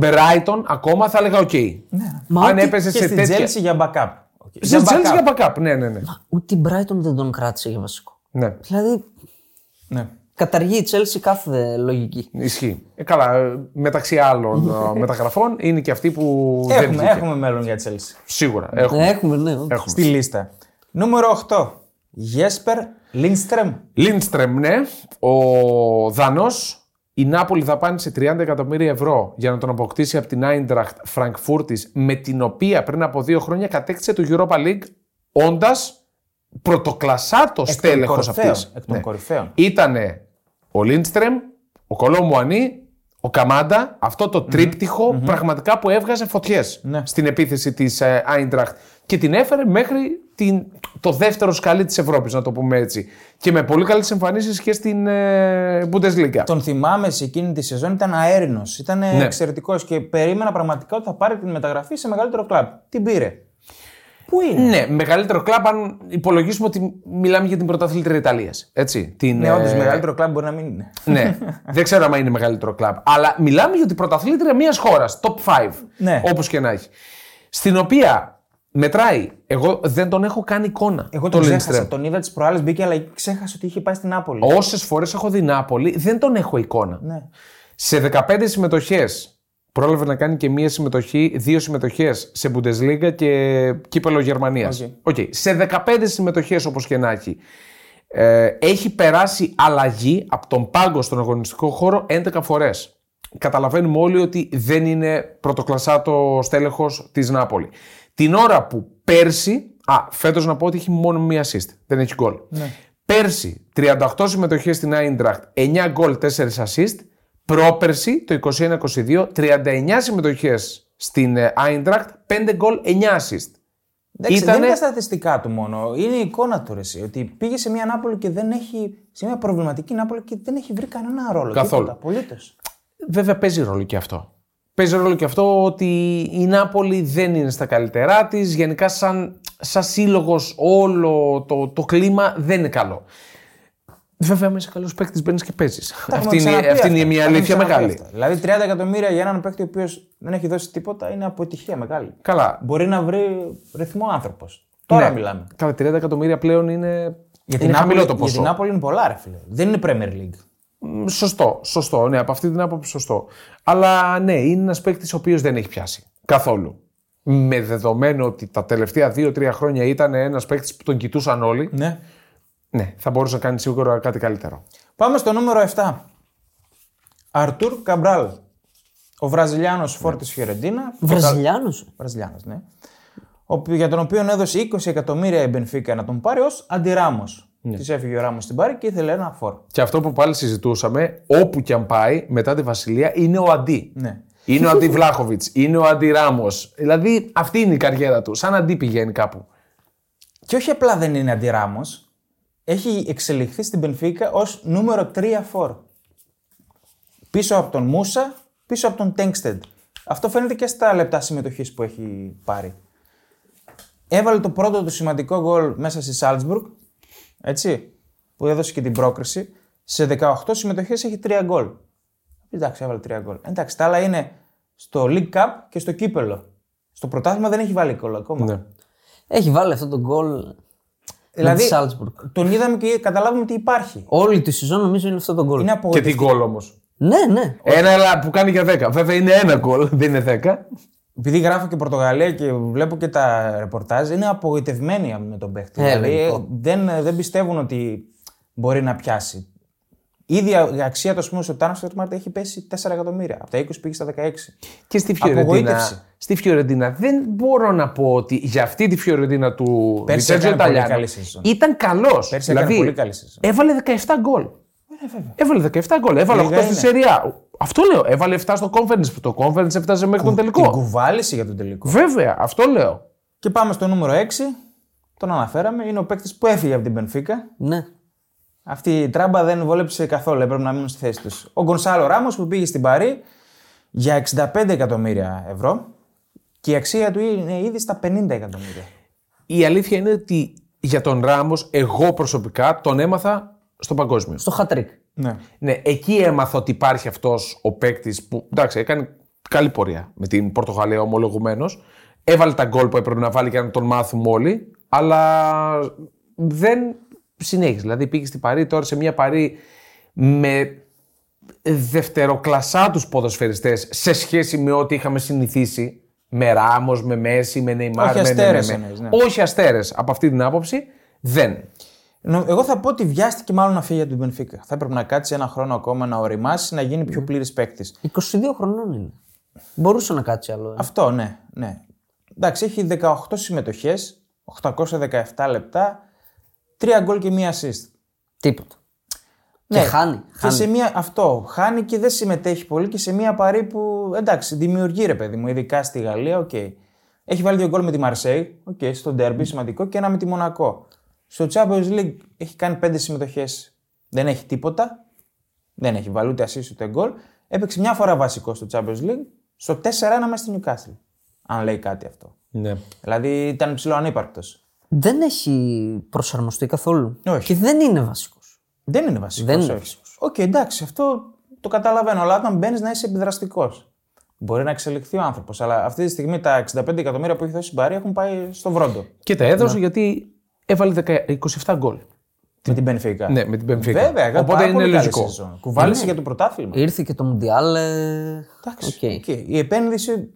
Speaker 1: Brighton ακόμα, θα έλεγα οκ.
Speaker 2: Ναι. Μα
Speaker 1: Αν
Speaker 2: ούτε
Speaker 1: έπαιζε
Speaker 3: Και
Speaker 1: σε
Speaker 3: στην
Speaker 1: τέτοια.
Speaker 3: Chelsea για backup. Okay.
Speaker 1: Σε Chelsea για backup. Ναι, ναι, ναι.
Speaker 2: Ούτε η Brighton δεν τον κράτησε για βασικό.
Speaker 1: ναι.
Speaker 2: Δηλαδή,
Speaker 3: Ναι.
Speaker 2: καταργεί η Chelsea κάθε λογική.
Speaker 1: Ισχύει. Ε, καλά, ε, μεταξύ άλλων ε, μεταγραφών είναι και αυτή που δεν
Speaker 3: Έχουμε,
Speaker 1: βγήκε.
Speaker 3: έχουμε μέλλον για Chelsea.
Speaker 1: Σίγουρα. Έχουμε.
Speaker 2: Ε, Έχουμε, ναι. όντως.
Speaker 1: έχουμε.
Speaker 3: Στη λίστα. Νούμερο 8. Jesper Lindström.
Speaker 1: Λίντστρεμ, ναι, ο Δανός. Η Νάπολη δαπάνησε 30 εκατομμύρια ευρώ για να τον αποκτήσει από την Άιντραχτ Φραγκφούρτης, με την οποία πριν από δύο χρόνια κατέκτησε το Europa League, όντας πρωτοκλασάτος τέλεχος
Speaker 3: κορυφαίων.
Speaker 1: αυτής. Ναι.
Speaker 3: Εκ των κορυφαίων.
Speaker 1: Ήτανε ο Λίντστρεμ, ο Κολόμουανί, ο Καμάντα, αυτό το τριπτυχο πραγματικά που έβγαζε φωτιές
Speaker 3: Ναι.
Speaker 1: στην επίθεση της ε, Eintracht και την έφερε μέχρι την, το δεύτερο σκαλί της Ευρώπης, να το πούμε έτσι. Και με πολύ καλές εμφανίσεις και στην ε, Bundesliga.
Speaker 3: Τον θυμάμαι σε εκείνη τη σεζόν, ήταν αέρινος. Ήταν
Speaker 1: Ναι.
Speaker 3: εξαιρετικός και περίμενα πραγματικά ότι θα πάρει την μεταγραφή σε μεγαλύτερο κλαμπ. Την πήρε. Πού είναι.
Speaker 1: Ναι, μεγαλύτερο κλαμπ αν υπολογίσουμε ότι μιλάμε για την πρωταθλήτρια Ιταλίας. Έτσι, την,
Speaker 3: Ναι, όντως,
Speaker 1: ε,
Speaker 3: μεγαλύτερο κλαμπ μπορεί να μην είναι.
Speaker 1: ναι, δεν ξέρω αν είναι μεγαλύτερο κλαμπ. Αλλά μιλάμε για την πρωταθλήτρια μιας χώρας, top 5.
Speaker 3: Ναι.
Speaker 1: Όπως και να έχει. Στην οποία μετράει. Εγώ δεν τον έχω κάνει εικόνα.
Speaker 3: Εγώ τον ξέχασα.
Speaker 1: Lindström.
Speaker 3: Τον είδα τις προάλλες, μπήκε, αλλά ξέχασα ότι είχε πάει στην Άπολη.
Speaker 1: Όσες φορές έχω δει Νάπολη, δεν τον έχω εικόνα.
Speaker 3: Ναι.
Speaker 1: Σε 15 συμμετοχές. Πρόλαβε να κάνει και μία συμμετοχή, δύο συμμετοχές σε Bundesliga και κύπελο Γερμανίας. Σε 15 συμμετοχές όπως και να έχει. Ε, έχει περάσει αλλαγή από τον πάγκο στον αγωνιστικό χώρο 11 φορές. Καταλαβαίνουμε όλοι ότι δεν είναι πρωτοκλασάτο στέλεχος της Νάπολη. Την ώρα που πέρσι. Α, φέτος να πω ότι έχει μόνο μία assist. Δεν έχει γκολ. Πέρσι 38 συμμετοχές στην Άιντραχτ, 9 γκολ, 4 assist. Πρόπερσι το ε, 21-22, 39 συμμετοχές στην Άιντραχτ, 5 γκολ, 9 assist.
Speaker 3: Εντάξει,
Speaker 1: Ήτανε-
Speaker 3: Δεν είναι τα στατιστικά του μόνο. Είναι η εικόνα του ρε, εσύ, Ότι πήγε σε μια Νάπολη και δεν έχει. σε μια προβληματική Νάπολη και δεν έχει βρει κανένα ρόλο.
Speaker 1: Καθόλου.
Speaker 3: Απολύτως.
Speaker 1: Βέβαια παίζει ρόλο και αυτό. Παίζει ρόλο και αυτό ότι η Νάπολη δεν είναι στα καλύτερά της. Γενικά, σαν, σαν σύλλογος, όλο το, το κλίμα δεν είναι καλό. Βέβαια, μέσα καλός παίκτης μπαίνεις και παίζεις. Αυτή, είναι, αυτή είναι μια αλήθεια μεγάλη.
Speaker 3: Δηλαδή 30 εκατομμύρια για έναν παίκτη ο οποίος δεν έχει δώσει τίποτα είναι αποτυχία μεγάλη.
Speaker 1: Καλά.
Speaker 3: Μπορεί να βρει ρυθμό άνθρωπος. Τώρα
Speaker 1: Ναι.
Speaker 3: μιλάμε.
Speaker 1: Καλά, 30 εκατομμύρια πλέον είναι,
Speaker 3: Για
Speaker 1: είναι
Speaker 3: την,
Speaker 1: χαμηλό
Speaker 3: Άπολη,
Speaker 1: το
Speaker 3: για
Speaker 1: ποσό.
Speaker 3: την Άπολη είναι πολλά, ρε φίλε. Δεν είναι Premier League.
Speaker 1: Μ, Σωστό, σωστό. Ναι, από αυτή την άποψη σωστό. Αλλά ναι, είναι ένας παίκτης ο οποίος δεν έχει πιάσει. Καθόλου. Με δεδομένο ότι τα τελευταία 2-3 χρόνια ήταν ένας παίκτης που τον κοιτούσαν όλοι.
Speaker 3: Ναι.
Speaker 1: Ναι, θα μπορούσε να κάνει σίγουρα κάτι καλύτερο.
Speaker 3: Πάμε στο νούμερο 7. Αρτούρ Καμπράλ. Ο Βραζιλιάνος φόρτη Φιωρεντίνα.
Speaker 2: Βραζιλιάνος.
Speaker 3: Βραζιλιάνος, ναι. Ο- Για τον οποίο έδωσε 20 εκατομμύρια η Μπενφίκα να τον πάρει ως αντιράμος. Ναι. Της έφυγε ο Ράμος στην πάρη και ήθελε ένα φόρ.
Speaker 1: Και αυτό που πάλι συζητούσαμε, όπου και αν πάει μετά τη Βασιλεία, είναι ο Αντί.
Speaker 3: Ναι.
Speaker 1: Είναι ο Αντί Βλάχοβιτ, είναι ο Αντί Ράμος. Δηλαδή αυτή είναι η καριέρα του. Σαν Αντί πηγαίνει κάπου.
Speaker 3: Και όχι απλά δεν είναι αντιράμο, έχει εξελιχθεί στην Μπενφίκα ως νούμερο 3 φόρ. Πίσω από τον Μούσα, πίσω από τον Τέγκστεντ. Αυτό φαίνεται και στα λεπτά συμμετοχής που έχει πάρει. Έβαλε το πρώτο του σημαντικό γκολ μέσα στη Σάλτσμπουργκ. Έτσι. Που έδωσε και την πρόκριση. Σε 18 συμμετοχές έχει 3 γκολ. Εντάξει, έβαλε 3 γκολ. Εντάξει, τα άλλα είναι στο League Cup και στο Κύπελο. Στο πρωτάθλημα δεν έχει βάλει γκολ ακόμα.
Speaker 2: Έχει βάλει αυτό τον γκολ.
Speaker 3: Δηλαδή,
Speaker 2: με τη Salzburg.
Speaker 3: Τον είδαμε και καταλάβαμε ότι υπάρχει.
Speaker 2: Όλη τη σεζόν νομίζω είναι αυτό τον γκολ.
Speaker 3: Είναι
Speaker 1: Και
Speaker 3: απογοητευτικό.
Speaker 1: την γκολ όμως.
Speaker 2: Ναι, ναι.
Speaker 1: Ένα αλλά που κάνει για 10. Βέβαια είναι ένα γκολ, δεν είναι 10.
Speaker 3: Επειδή γράφω και Πορτογαλία και βλέπω και τα ρεπορτάζ, είναι απογοητευμένοι με τον παίχτη.
Speaker 2: Ε,
Speaker 1: Ναι,
Speaker 3: δηλαδή
Speaker 2: λογικό.
Speaker 3: δεν, δεν πιστεύουν ότι μπορεί να πιάσει. Η ίδια αξία του, α πούμε, στο Τάνο Μάρτ έχει πέσει 4 εκατομμύρια. Από τα 20 πήγε στα 16.
Speaker 1: Και στη
Speaker 3: Απογοήτευση.
Speaker 1: Φιωρεντίνα. Στη Φιωρεντίνα δεν μπορώ να πω ότι για αυτή τη Φιωρεντίνα του
Speaker 3: Πέρσι
Speaker 1: Βιτζέντζο
Speaker 3: έκανε πολύ
Speaker 1: Ιταλιάνο
Speaker 3: καλή σεζόν.
Speaker 1: ήταν καλός.
Speaker 3: Πέρσι έκανε
Speaker 1: Δηλαδή,
Speaker 3: πολύ καλή σεζόν.
Speaker 1: Έβαλε 17 γκολ. έβαλε 17 γκολ. Έβαλε 8
Speaker 3: Λίγα
Speaker 1: στη
Speaker 3: είναι.
Speaker 1: Σεριά. Αυτό λέω. Έβαλε 7 στο conference που το conference έφτασε μέχρι τον
Speaker 3: Την
Speaker 1: τελικό.
Speaker 3: κουβάλισε για τον τελικό.
Speaker 1: Βέβαια, αυτό λέω.
Speaker 3: Και πάμε στο νούμερο 6. Τον αναφέραμε. Είναι ο παίκτης που έφυγε από την Πενφύκα.
Speaker 2: ναι.
Speaker 3: Αυτή η τράμπα δεν βόλεψε καθόλου, έπρεπε να μείνουν στη θέση τους. Ο Γκονσάλο Ράμος που πήγε στην Παρή για 65 εκατομμύρια ευρώ και η αξία του είναι ήδη στα 50 εκατομμύρια.
Speaker 1: Η αλήθεια είναι ότι για τον Ράμος, εγώ προσωπικά τον έμαθα στο παγκόσμιο.
Speaker 2: Στο χατρίκ.
Speaker 3: Ναι.
Speaker 1: Ναι, εκεί έμαθα ότι υπάρχει αυτός ο παίκτης που εντάξει, έκανε καλή πορεία με την Πορτογαλία ομολογουμένως. Έβαλε τα γκολ που έπρεπε να βάλει για να τον μάθουμε όλοι, αλλά δεν συνέχισε. Δηλαδή πήγε στην Παρή, τώρα σε μια Παρή με δευτεροκλασσά τους ποδοσφαιριστές σε σχέση με ό,τι είχαμε συνηθίσει με Ράμος, με Μέση, με Νεϊμάρ,
Speaker 3: Όχι
Speaker 1: με,
Speaker 3: αστέρες
Speaker 1: με- με-
Speaker 3: εννοείς, ναι.
Speaker 1: Όχι αστέρες από αυτή την άποψη, δεν.
Speaker 3: Εγώ θα πω ότι βιάστηκε μάλλον να φύγει από την Πενφύκα. Θα έπρεπε να κάτσει ένα χρόνο ακόμα να οριμάσει, να γίνει πιο πλήρης παίκτης.
Speaker 2: 22 χρονών είναι. Μπορούσε να κάτσει άλλο. ε.
Speaker 3: Αυτό, ναι, ναι. Εντάξει, έχει 18 συμμετοχέ, 817 λεπτά, 3 γκολ και μία assist.
Speaker 2: Τίποτα.
Speaker 3: Ναι.
Speaker 2: Και χάνει.
Speaker 3: Και
Speaker 2: χάνει.
Speaker 3: σε μία, αυτό, χάνει και δεν συμμετέχει πολύ και σε μία παρή που εντάξει, δημιουργεί ρε παιδί μου, ειδικά στη Γαλλία, οκ. Έχει βάλει δύο γκολ με τη Μαρσέη, οκ, στο
Speaker 2: Ναι.
Speaker 3: ντέρμπι, σημαντικό, και ένα με τη Μονακό. Στο Champions League έχει κάνει πέντε συμμετοχές, δεν έχει τίποτα, δεν έχει βάλει ούτε assist ούτε γκολ. Έπαιξε μια φορά βασικό στο Champions League, στο 4-1 μέσα στην Newcastle. Αν λέει κάτι αυτό.
Speaker 1: Ναι.
Speaker 3: Δηλαδή ήταν ψηλό ανύπαρκτο.
Speaker 2: Δεν έχει προσαρμοστεί καθόλου.
Speaker 3: Όχι.
Speaker 2: Και δεν είναι βασικός.
Speaker 3: Δεν είναι βασικός.
Speaker 2: Δεν είναι βασικός.
Speaker 3: Οκ, εντάξει, αυτό το καταλαβαίνω. Αλλά όταν μπαίνεις να είσαι επιδραστικός. Μπορεί να εξελιχθεί ο άνθρωπος. Αλλά αυτή τη στιγμή τα 65 εκατομμύρια που έχει δώσει η Μπαρή έχουν πάει στο βρόντο.
Speaker 1: Και τα έδωσε
Speaker 3: Ναι.
Speaker 1: γιατί έβαλε 10 27 γκολ.
Speaker 3: Με την Πενφύκα.
Speaker 1: Ναι, με την Benfica.
Speaker 3: Βέβαια, έκανε
Speaker 1: Οπότε
Speaker 3: πάρα
Speaker 1: είναι
Speaker 3: πολύ καλή
Speaker 1: λογικό.
Speaker 3: σεζόν. Κουβάλισε για το πρωτάθλημα.
Speaker 2: Ήρθε και το Μουντιάλ. ε,
Speaker 3: Εντάξει.
Speaker 2: οκ.
Speaker 3: οκ. Η επένδυση.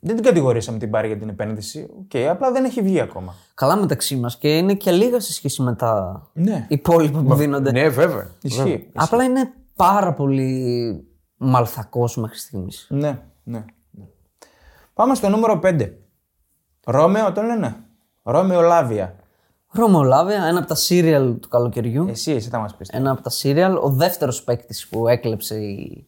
Speaker 3: Δεν την κατηγορήσαμε την Μπαρή για την επένδυση. Οκ, απλά δεν έχει βγει ακόμα.
Speaker 2: Καλά μεταξύ μας και είναι και λίγα σε σχέση με τα
Speaker 3: Ναι.
Speaker 2: υπόλοιπα που δίνονται.
Speaker 1: Ναι, βέβαια.
Speaker 3: Ισχύει.
Speaker 2: Απλά είναι πάρα πολύ μαλθακός μέχρι στιγμής.
Speaker 3: Ναι, ναι. ναι. Πάμε στο νούμερο 5. Ρώμεο, τον λένε. Ρώμεο Λάβια.
Speaker 2: Ρωμολάβια, ένα από τα σύριαλ του καλοκαιριού.
Speaker 3: Εσύ, εσύ θα μας πεις.
Speaker 2: Ένα από τα σύριαλ. Ο δεύτερος παίκτης που έκλεψε η,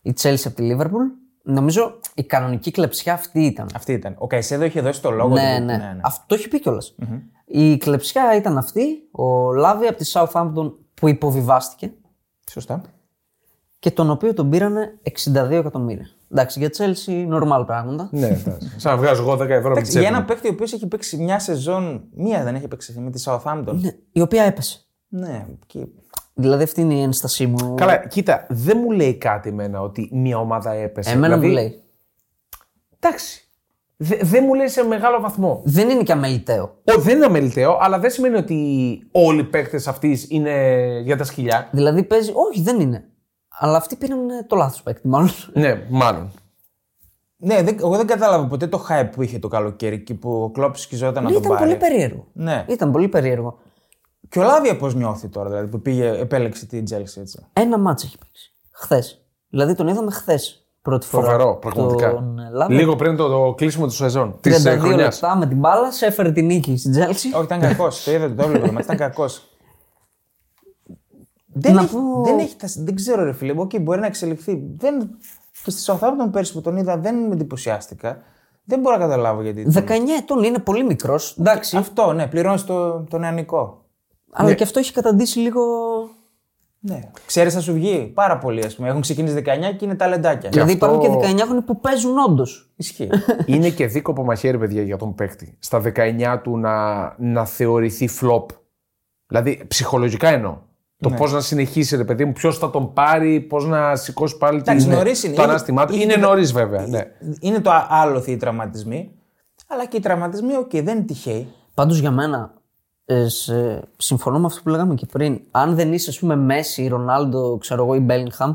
Speaker 2: η Chelsea από τη Liverpool. Νομίζω η κανονική κλεψιά αυτή ήταν.
Speaker 3: Αυτή ήταν. Ο Καϊσέδο είχε δώσει το λόγο
Speaker 2: ναι,
Speaker 3: του.
Speaker 2: ναι. Αυτό το έχει πει κιόλας. Η κλεψιά ήταν αυτή. Ο Λάβη από τη Southampton που υποβιβάστηκε
Speaker 3: Σωστά.
Speaker 2: και τον οποίο τον πήρανε 62 εκατομμύρια. Εντάξει, για Chelsea, normal πράγματα.
Speaker 1: Ναι, εντάξει. σαν να βγάζω εγώ 10 ευρώ με τη
Speaker 3: Εντάξει, για
Speaker 1: τσέπη.
Speaker 3: ένα παίκτη ο οποίος έχει παίξει μια σεζόν. Μία δεν έχει παίξει με τη Southampton.
Speaker 2: Ναι, η οποία έπεσε.
Speaker 3: Ναι, και...
Speaker 2: Δηλαδή αυτή είναι η ένστασή μου.
Speaker 1: Καλά, κοίτα, δεν μου λέει κάτι εμένα ότι μια ομάδα έπεσε.
Speaker 2: Εμένα
Speaker 1: Δηλαδή,
Speaker 2: μου λέει.
Speaker 1: Εντάξει. Δε- Δεν μου λέει σε μεγάλο βαθμό.
Speaker 2: Δεν είναι και αμεληταίο.
Speaker 1: Ο, δεν είναι αμεληταίο, αλλά δεν σημαίνει ότι όλοι οι παίκτες αυτής είναι για τα σκυλιά.
Speaker 2: Δηλαδή παίζει. Όχι, δεν είναι. Αλλά αυτοί πήραν ε, το λάθος παίκτη, μάλλον.
Speaker 1: Ναι, μάλλον.
Speaker 3: ναι δεν, εγώ δεν κατάλαβα ποτέ το hype που είχε το καλοκαίρι και που ο Κλόπ σκιζόταν να τον
Speaker 2: Ήταν
Speaker 3: πάρει.
Speaker 2: πολύ περίεργο.
Speaker 3: Ναι.
Speaker 2: Ήταν πολύ περίεργο.
Speaker 3: Και ο Λάβια πώς νιώθει τώρα, δηλαδή που πήγε, επέλεξε την Τζέλση έτσι.
Speaker 2: Ένα μάτσο έχει παίξει. Χθες. Δηλαδή τον είδαμε χθες πρώτη φορά.
Speaker 1: Φοβερό, πραγματικά.
Speaker 2: Τον ε, Λάβε.
Speaker 1: Λίγο πριν το, το κλείσιμο του σεζόν. Τη
Speaker 2: 32
Speaker 1: χρονιάς.
Speaker 2: λεπτά με την μπάλα, σε έφερε την νίκη στην Τζέλση.
Speaker 3: Όχι, ήταν κακός. το είδατε, το έβλεπα. Μα ήταν κακός. Δεν,
Speaker 2: Να
Speaker 3: έχει,
Speaker 2: πω-
Speaker 3: δεν, έχει, τα- δεν ξέρω, ρε φίλε μου, okay, μπορεί να εξελιχθεί. Δεν, και στη Southampton πέρσι που τον είδα δεν με εντυπωσιάστηκα. Δεν μπορώ να καταλάβω γιατί.
Speaker 2: 19 ετών είναι πολύ μικρός. Εντάξει.
Speaker 3: Αυτό, ναι, πληρώνεις το, το νεανικό.
Speaker 2: Αλλά και αυτό έχει καταντήσει λίγο.
Speaker 3: Ναι. Ξέρεις, θα σου βγει πάρα πολύ, ας πούμε. Έχουν ξεκινήσει 19 και είναι ταλεντάκια.
Speaker 2: δηλαδή
Speaker 1: αυτό-
Speaker 2: υπάρχουν και 19χρονοι που παίζουν όντως.
Speaker 3: Ισχύει.
Speaker 1: είναι και δίκοπο μαχαίρι, παιδιά, για τον παίκτη. Στα 19 του να, να θεωρηθεί flop. Δηλαδή, ψυχολογικά εννοώ. Το
Speaker 3: Ναι.
Speaker 1: πώς να συνεχίσει, ρε παιδί μου, ποιος θα τον πάρει, πώς να σηκώσει πάλι την,
Speaker 3: Εντάξει, νωρίς είναι.
Speaker 1: το
Speaker 3: Είναι-
Speaker 1: ανάστημά του.
Speaker 3: είναι-
Speaker 1: Είναι νωρίς, βέβαια. Ναι.
Speaker 3: είναι το άλλο οι τραυματισμοί. Αλλά και οι τραυματισμοί, οκ, δεν είναι τυχαίοι.
Speaker 2: Πάντως για μένα, ε, σε- συμφωνώ με αυτό που λέγαμε και πριν. Αν δεν είσαι, ας πούμε, Μέση, Ρονάλντο, ξέρω εγώ, ή Μπέλιγχαμ,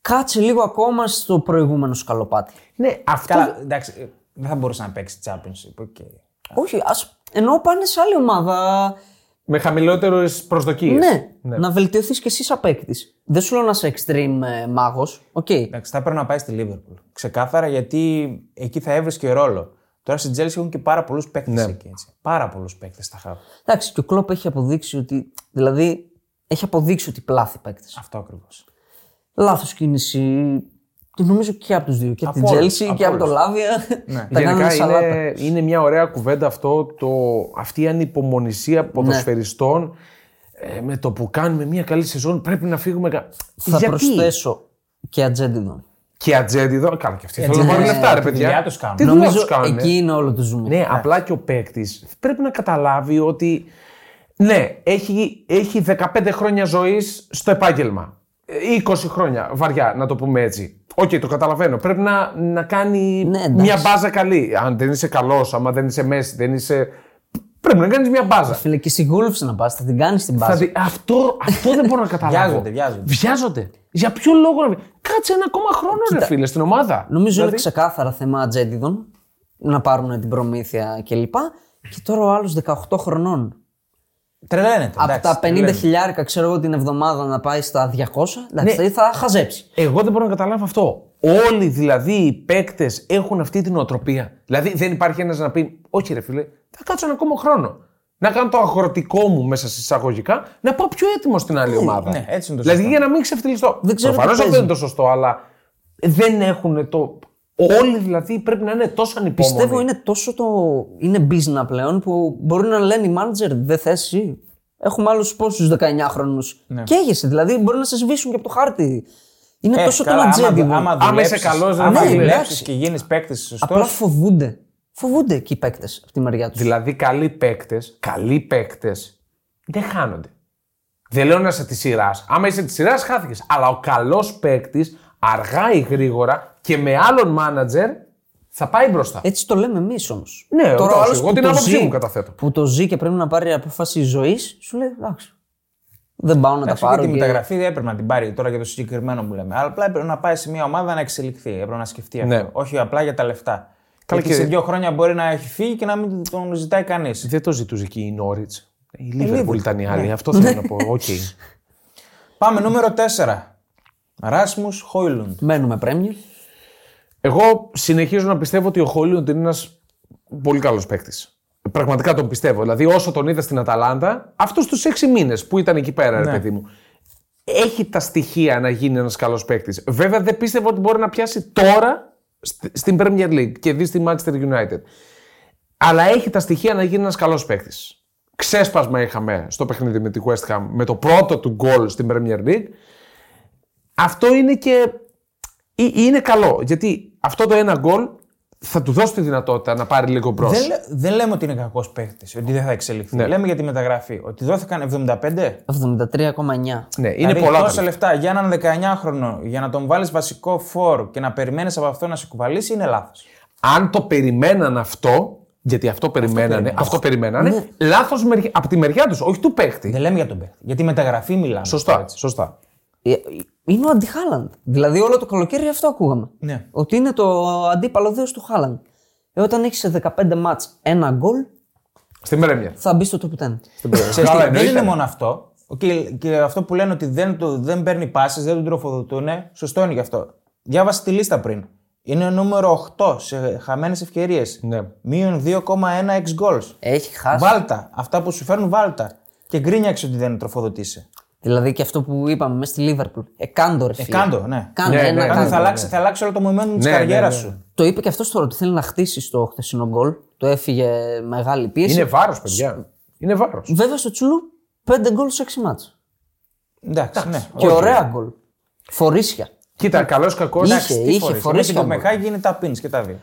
Speaker 2: κάτσε λίγο ακόμα στο προηγούμενο σκαλοπάτι.
Speaker 1: Ναι, αυτό.
Speaker 3: Καλά, εντάξει, ε, δεν θα μπορούσε να παίξει Championship. Okay.
Speaker 2: Όχι, ας... ενώ πάνε σε άλλη ομάδα.
Speaker 1: Με χαμηλότερες προσδοκίες.
Speaker 2: Ναι, να βελτιωθείς κι εσύ σαν παίκτης. Δεν σου λέω να είσαι extreme μάγος. Οκ.
Speaker 3: Εντάξει, θα έπρεπε να πάει στη Λίβερπουλ. Ξεκάθαρα γιατί εκεί θα έβρισκε ρόλο. Τώρα στην Τζέλση έχουν και πάρα πολλούς παίκτες
Speaker 1: Ναι.
Speaker 3: εκεί. Έτσι. Πάρα πολλούς παίκτες στα χάφη.
Speaker 2: Εντάξει, και ο Κλοπ έχει αποδείξει ότι. Δηλαδή, έχει αποδείξει ότι πλάθη παίκτης.
Speaker 3: Αυτό ακριβώς.
Speaker 2: Λάθος κίνηση. Και νομίζω και από τους δύο. Και από,
Speaker 1: Από
Speaker 2: την
Speaker 1: όλους,
Speaker 2: Τζέλση
Speaker 1: από
Speaker 2: και από το
Speaker 1: όλους. Ναι.
Speaker 2: Λάβια. Τα κάνανε
Speaker 1: Γενικά
Speaker 2: σαλάτα.
Speaker 1: είναι, είναι μια ωραία κουβέντα αυτό, το, αυτή η
Speaker 2: Ναι.
Speaker 1: ανυπομονησία ποδοσφαιριστών ε, με το που κάνουμε μια καλή σεζόν πρέπει να φύγουμε. κα-
Speaker 2: Θα προσθέσω και ατζέντιδο.
Speaker 1: Και ατζέντιδο. Καλά, και αυτοί θέλουν να
Speaker 2: Ατζέντη,
Speaker 1: πάρουν
Speaker 2: ναι,
Speaker 1: λεφτά, ρε
Speaker 3: Ε, τη
Speaker 1: παιδιά.
Speaker 3: δουλειά τους κάνουν.
Speaker 1: Τι δουλειά
Speaker 2: Νομίζω
Speaker 1: τους κάνουν. ε?
Speaker 2: εκεί είναι όλο το ζουμί.
Speaker 1: Ναι, απλά και ο παίκτης πρέπει να καταλάβει ότι ναι, έχει, έχει 15 χρόνια ζωής στο επάγγελμα. Ε, 20 χρόνια, βαριά, να το πούμε έτσι. Οκ, το καταλαβαίνω. Πρέπει να, να κάνει
Speaker 2: Ναι, εντάξει.
Speaker 1: μια μπάζα καλή. Αν δεν είσαι καλός, άμα δεν είσαι μέση, δεν είσαι. Πρέπει να κάνεις μια μπάζα.
Speaker 2: Φίλε, και στη Wolves να πας, θα την κάνεις την
Speaker 1: Θα
Speaker 2: μπάζα.
Speaker 1: δει- αυτό, αυτό δεν μπορώ να καταλάβω.
Speaker 3: Βιάζονται, βιάζονται.
Speaker 1: Βιάζονται. Για ποιο λόγο να. Κάτσε ένα ακόμα χρόνο, ρε φίλε, στην ομάδα. Δηλαδή-
Speaker 2: Νομίζω είναι ξεκάθαρα θέμα ατζέντιδων να πάρουν την προμήθεια κλπ. Και τώρα ο άλλος 18 χρονών.
Speaker 3: Τρελαίνεται.
Speaker 2: Από τα 50
Speaker 3: τρελαίνεται.
Speaker 2: χιλιάρικα, ξέρω εγώ την εβδομάδα να πάει στα 200, εντάξει,
Speaker 1: Ναι.
Speaker 2: θα χαζέψει.
Speaker 1: Εγώ δεν μπορώ να καταλάβω αυτό. Όλοι δηλαδή οι παίκτες έχουν αυτή την οτροπία. Δηλαδή δεν υπάρχει ένας να πει, Όχι, ρε φίλε, θα κάτσω ένα ακόμα χρόνο. Να κάνω το αγροτικό μου μέσα στι εισαγωγικά, να πάω πιο έτοιμο στην άλλη ομάδα.
Speaker 3: ναι, έτσι είναι το
Speaker 1: Δηλαδή
Speaker 3: σωστό.
Speaker 1: για να μην ξεφτυλιστώ.
Speaker 2: Δεν ξέρω
Speaker 1: Προφανώς
Speaker 2: τι
Speaker 1: αυτό
Speaker 2: παίζει.
Speaker 1: είναι το σωστό, αλλά δεν έχουν το. Όλοι δηλαδή πρέπει να είναι τόσο ανυπόμονοι.
Speaker 2: Πιστεύω είναι τόσο το. είναι business πλέον που μπορεί να λένε οι manager, δεν θες εσύ. Έχουμε άλλους πόσου 19χρονου.
Speaker 1: Ναι.
Speaker 2: Καίγεσαι, δηλαδή μπορεί να σε σβήσουν και από το χάρτη. Είναι
Speaker 3: Ε,
Speaker 2: τόσο το
Speaker 3: καλά, άμα-
Speaker 2: ατζέντιδο.
Speaker 3: Άμα,
Speaker 1: Άμα
Speaker 3: δουλέψεις-
Speaker 1: είσαι καλός,
Speaker 3: άμα
Speaker 2: ναι,
Speaker 3: δουλέψει
Speaker 2: εντάξει.
Speaker 3: και γίνεις παίκτης σωστό.
Speaker 2: Απλά φοβούνται. Φοβούνται και οι παίκτες από τη μεριά τους.
Speaker 1: Δηλαδή, καλοί παίκτες, καλοί παίκτες δεν χάνονται. Δεν λέω να είσαι της σειράς. Άμα είσαι της σειράς, χάθηκες. Αλλά ο καλός παίκτης, αργά ή γρήγορα και με άλλον μάνατζερ, θα πάει μπροστά.
Speaker 2: Έτσι το λέμε εμείς όμως.
Speaker 1: Ναι, εντάξει,
Speaker 2: άλλος
Speaker 1: εγώ
Speaker 2: που
Speaker 1: την
Speaker 2: το
Speaker 1: άποψή
Speaker 2: ζει-
Speaker 1: μου καταθέτω.
Speaker 2: Που το ζει και πρέπει να πάρει απόφαση ζωής, σου λέει εντάξει. Δεν πάω να τα
Speaker 3: Εντάξει,
Speaker 2: πάρω.
Speaker 3: και τη
Speaker 2: και-
Speaker 3: μεταγραφή δεν έπρεπε να την πάρει τώρα για το συγκεκριμένο που λέμε. Αλλά απλά έπρεπε να πάει σε μια ομάδα να εξελιχθεί. Έπρεπε να σκεφτεί αυτό.
Speaker 1: Ναι.
Speaker 3: Όχι απλά για τα λεφτά.
Speaker 1: Καλά,
Speaker 3: Γιατί
Speaker 1: και-
Speaker 3: σε δύο χρόνια μπορεί να έχει φύγει και να μην τον ζητάει κανείς.
Speaker 1: Δεν το ζητούσε εκεί η Νόριτ. Η Ε, Λίβερπουλ ναι. ήταν η άλλη. Αυτό θέλω να πω. Οκ.
Speaker 3: Πάμε νούμερο 4. Ράσμου Χόιλουντ.
Speaker 2: Μένουμε Premier.
Speaker 1: Εγώ συνεχίζω να πιστεύω ότι ο Χόλιουντ είναι ένας πολύ καλός παίκτης. Πραγματικά τον Ναι. πιστεύω. Δηλαδή, όσο τον είδα στην Αταλάντα, αυτούς τους έξι μήνες που ήταν εκεί πέρα, ρε παιδί μου. έχει τα στοιχεία να γίνει ένας καλός παίκτης. Βέβαια, δεν πίστευα ότι μπορεί να πιάσει τώρα στη- στην Premier League και δει στη Manchester United. Αλλά έχει τα στοιχεία να γίνει ένας καλός παίκτης. Ξέσπασμα είχαμε στο παιχνίδι με τη West Ham με το πρώτο του γκολ στην Premier League. Αυτό είναι και. ε- είναι καλό. Γιατί αυτό το ένα γκολ θα του δώσει τη δυνατότητα να πάρει λίγο μπρος.
Speaker 3: Δεν, λέ- δεν λέμε ότι είναι κακός παίκτης, ότι δεν θα εξελιχθεί.
Speaker 1: Ναι.
Speaker 3: Λέμε για τη μεταγραφή. Ότι δόθηκαν 75.
Speaker 2: 73,9.
Speaker 1: Ναι, είναι
Speaker 3: δηλαδή,
Speaker 1: πολλά τα
Speaker 3: τόσα
Speaker 1: λεφτά.
Speaker 3: λεφτά για έναν 19χρονο για να τον βάλεις βασικό φόρ και να περιμένεις από αυτό να σε κουβαλήσει είναι λάθος.
Speaker 1: αν το περιμέναν αυτό, γιατί αυτό περιμένανε, αυτό περιμένανε,
Speaker 2: Ναι.
Speaker 1: λάθος μερι- από τη μεριά τους, όχι του παίχτη.
Speaker 3: Δεν λέμε για τον παίκτη. Για τη μεταγραφή μιλάμε.
Speaker 1: Σωστά, σωστά.
Speaker 2: Ε, Είναι ο αντιχάλαντ. Δηλαδή όλο το καλοκαίρι αυτό ακούγαμε.
Speaker 3: Ναι.
Speaker 2: Ότι είναι το αντίπαλο δέος του Χάλαντ. Ε, όταν έχεις σε 15 μάτς ένα γκολ,
Speaker 1: Στην Πρέμιερ.
Speaker 2: θα μπεις στο top 10.
Speaker 3: Ξέρεις τι,
Speaker 1: Καλά,
Speaker 3: δεν
Speaker 1: εννοείται.
Speaker 3: είναι μόνο αυτό. Και, και αυτό που λένε ότι δεν, το, δεν παίρνει πάσει, δεν τον τροφοδοτούν. ε, Σωστό είναι γι' αυτό. Διάβασα τη λίστα πριν. Είναι νούμερο 8 σε χαμένες ευκαιρίες.
Speaker 1: Ναι.
Speaker 3: Μείον 2,1 ex goals.
Speaker 2: Έχει χάσει.
Speaker 3: Βάλτα. Αυτά που σου φέρνουν βάλτα. Και γκρίνιαξε ότι δεν τροφοδοτήσει.
Speaker 2: Δηλαδή και αυτό που είπαμε μέσα στη Λίβερπουλ. Ε, κάντο ρε
Speaker 3: Ε,
Speaker 2: φίλε.
Speaker 3: κάντο, ναι.
Speaker 2: Κάντο,
Speaker 1: Ναι,
Speaker 2: ένα
Speaker 1: ναι,
Speaker 3: Κάντο,
Speaker 2: κάντο.
Speaker 3: θα, αλλάξει, θα αλλάξει όλο το momentum της
Speaker 1: Ναι, ναι,
Speaker 3: καριέρας
Speaker 1: ναι.
Speaker 3: σου.
Speaker 2: Το είπε και αυτός τώρα ότι θέλει να χτίσει στο χθεσινό γκολ. Το έφυγε μεγάλη πίεση.
Speaker 1: Είναι βάρος, παιδιά. Είναι βάρος.
Speaker 2: Βέβαια στο Τσουλού 5 γκολ σε 6 μάτς.
Speaker 3: Εντάξει, ναι.
Speaker 2: Και ωραία γκολ. Φορίσια.
Speaker 1: Κοίτα, καλός κακός.
Speaker 2: Είχε,
Speaker 1: Εντάξει,
Speaker 3: Τι
Speaker 2: είχε
Speaker 3: φορείς,
Speaker 2: φορέσει
Speaker 3: Με το
Speaker 2: τον γκολ.
Speaker 3: Μεκάγι είναι τα pins και τα δύο.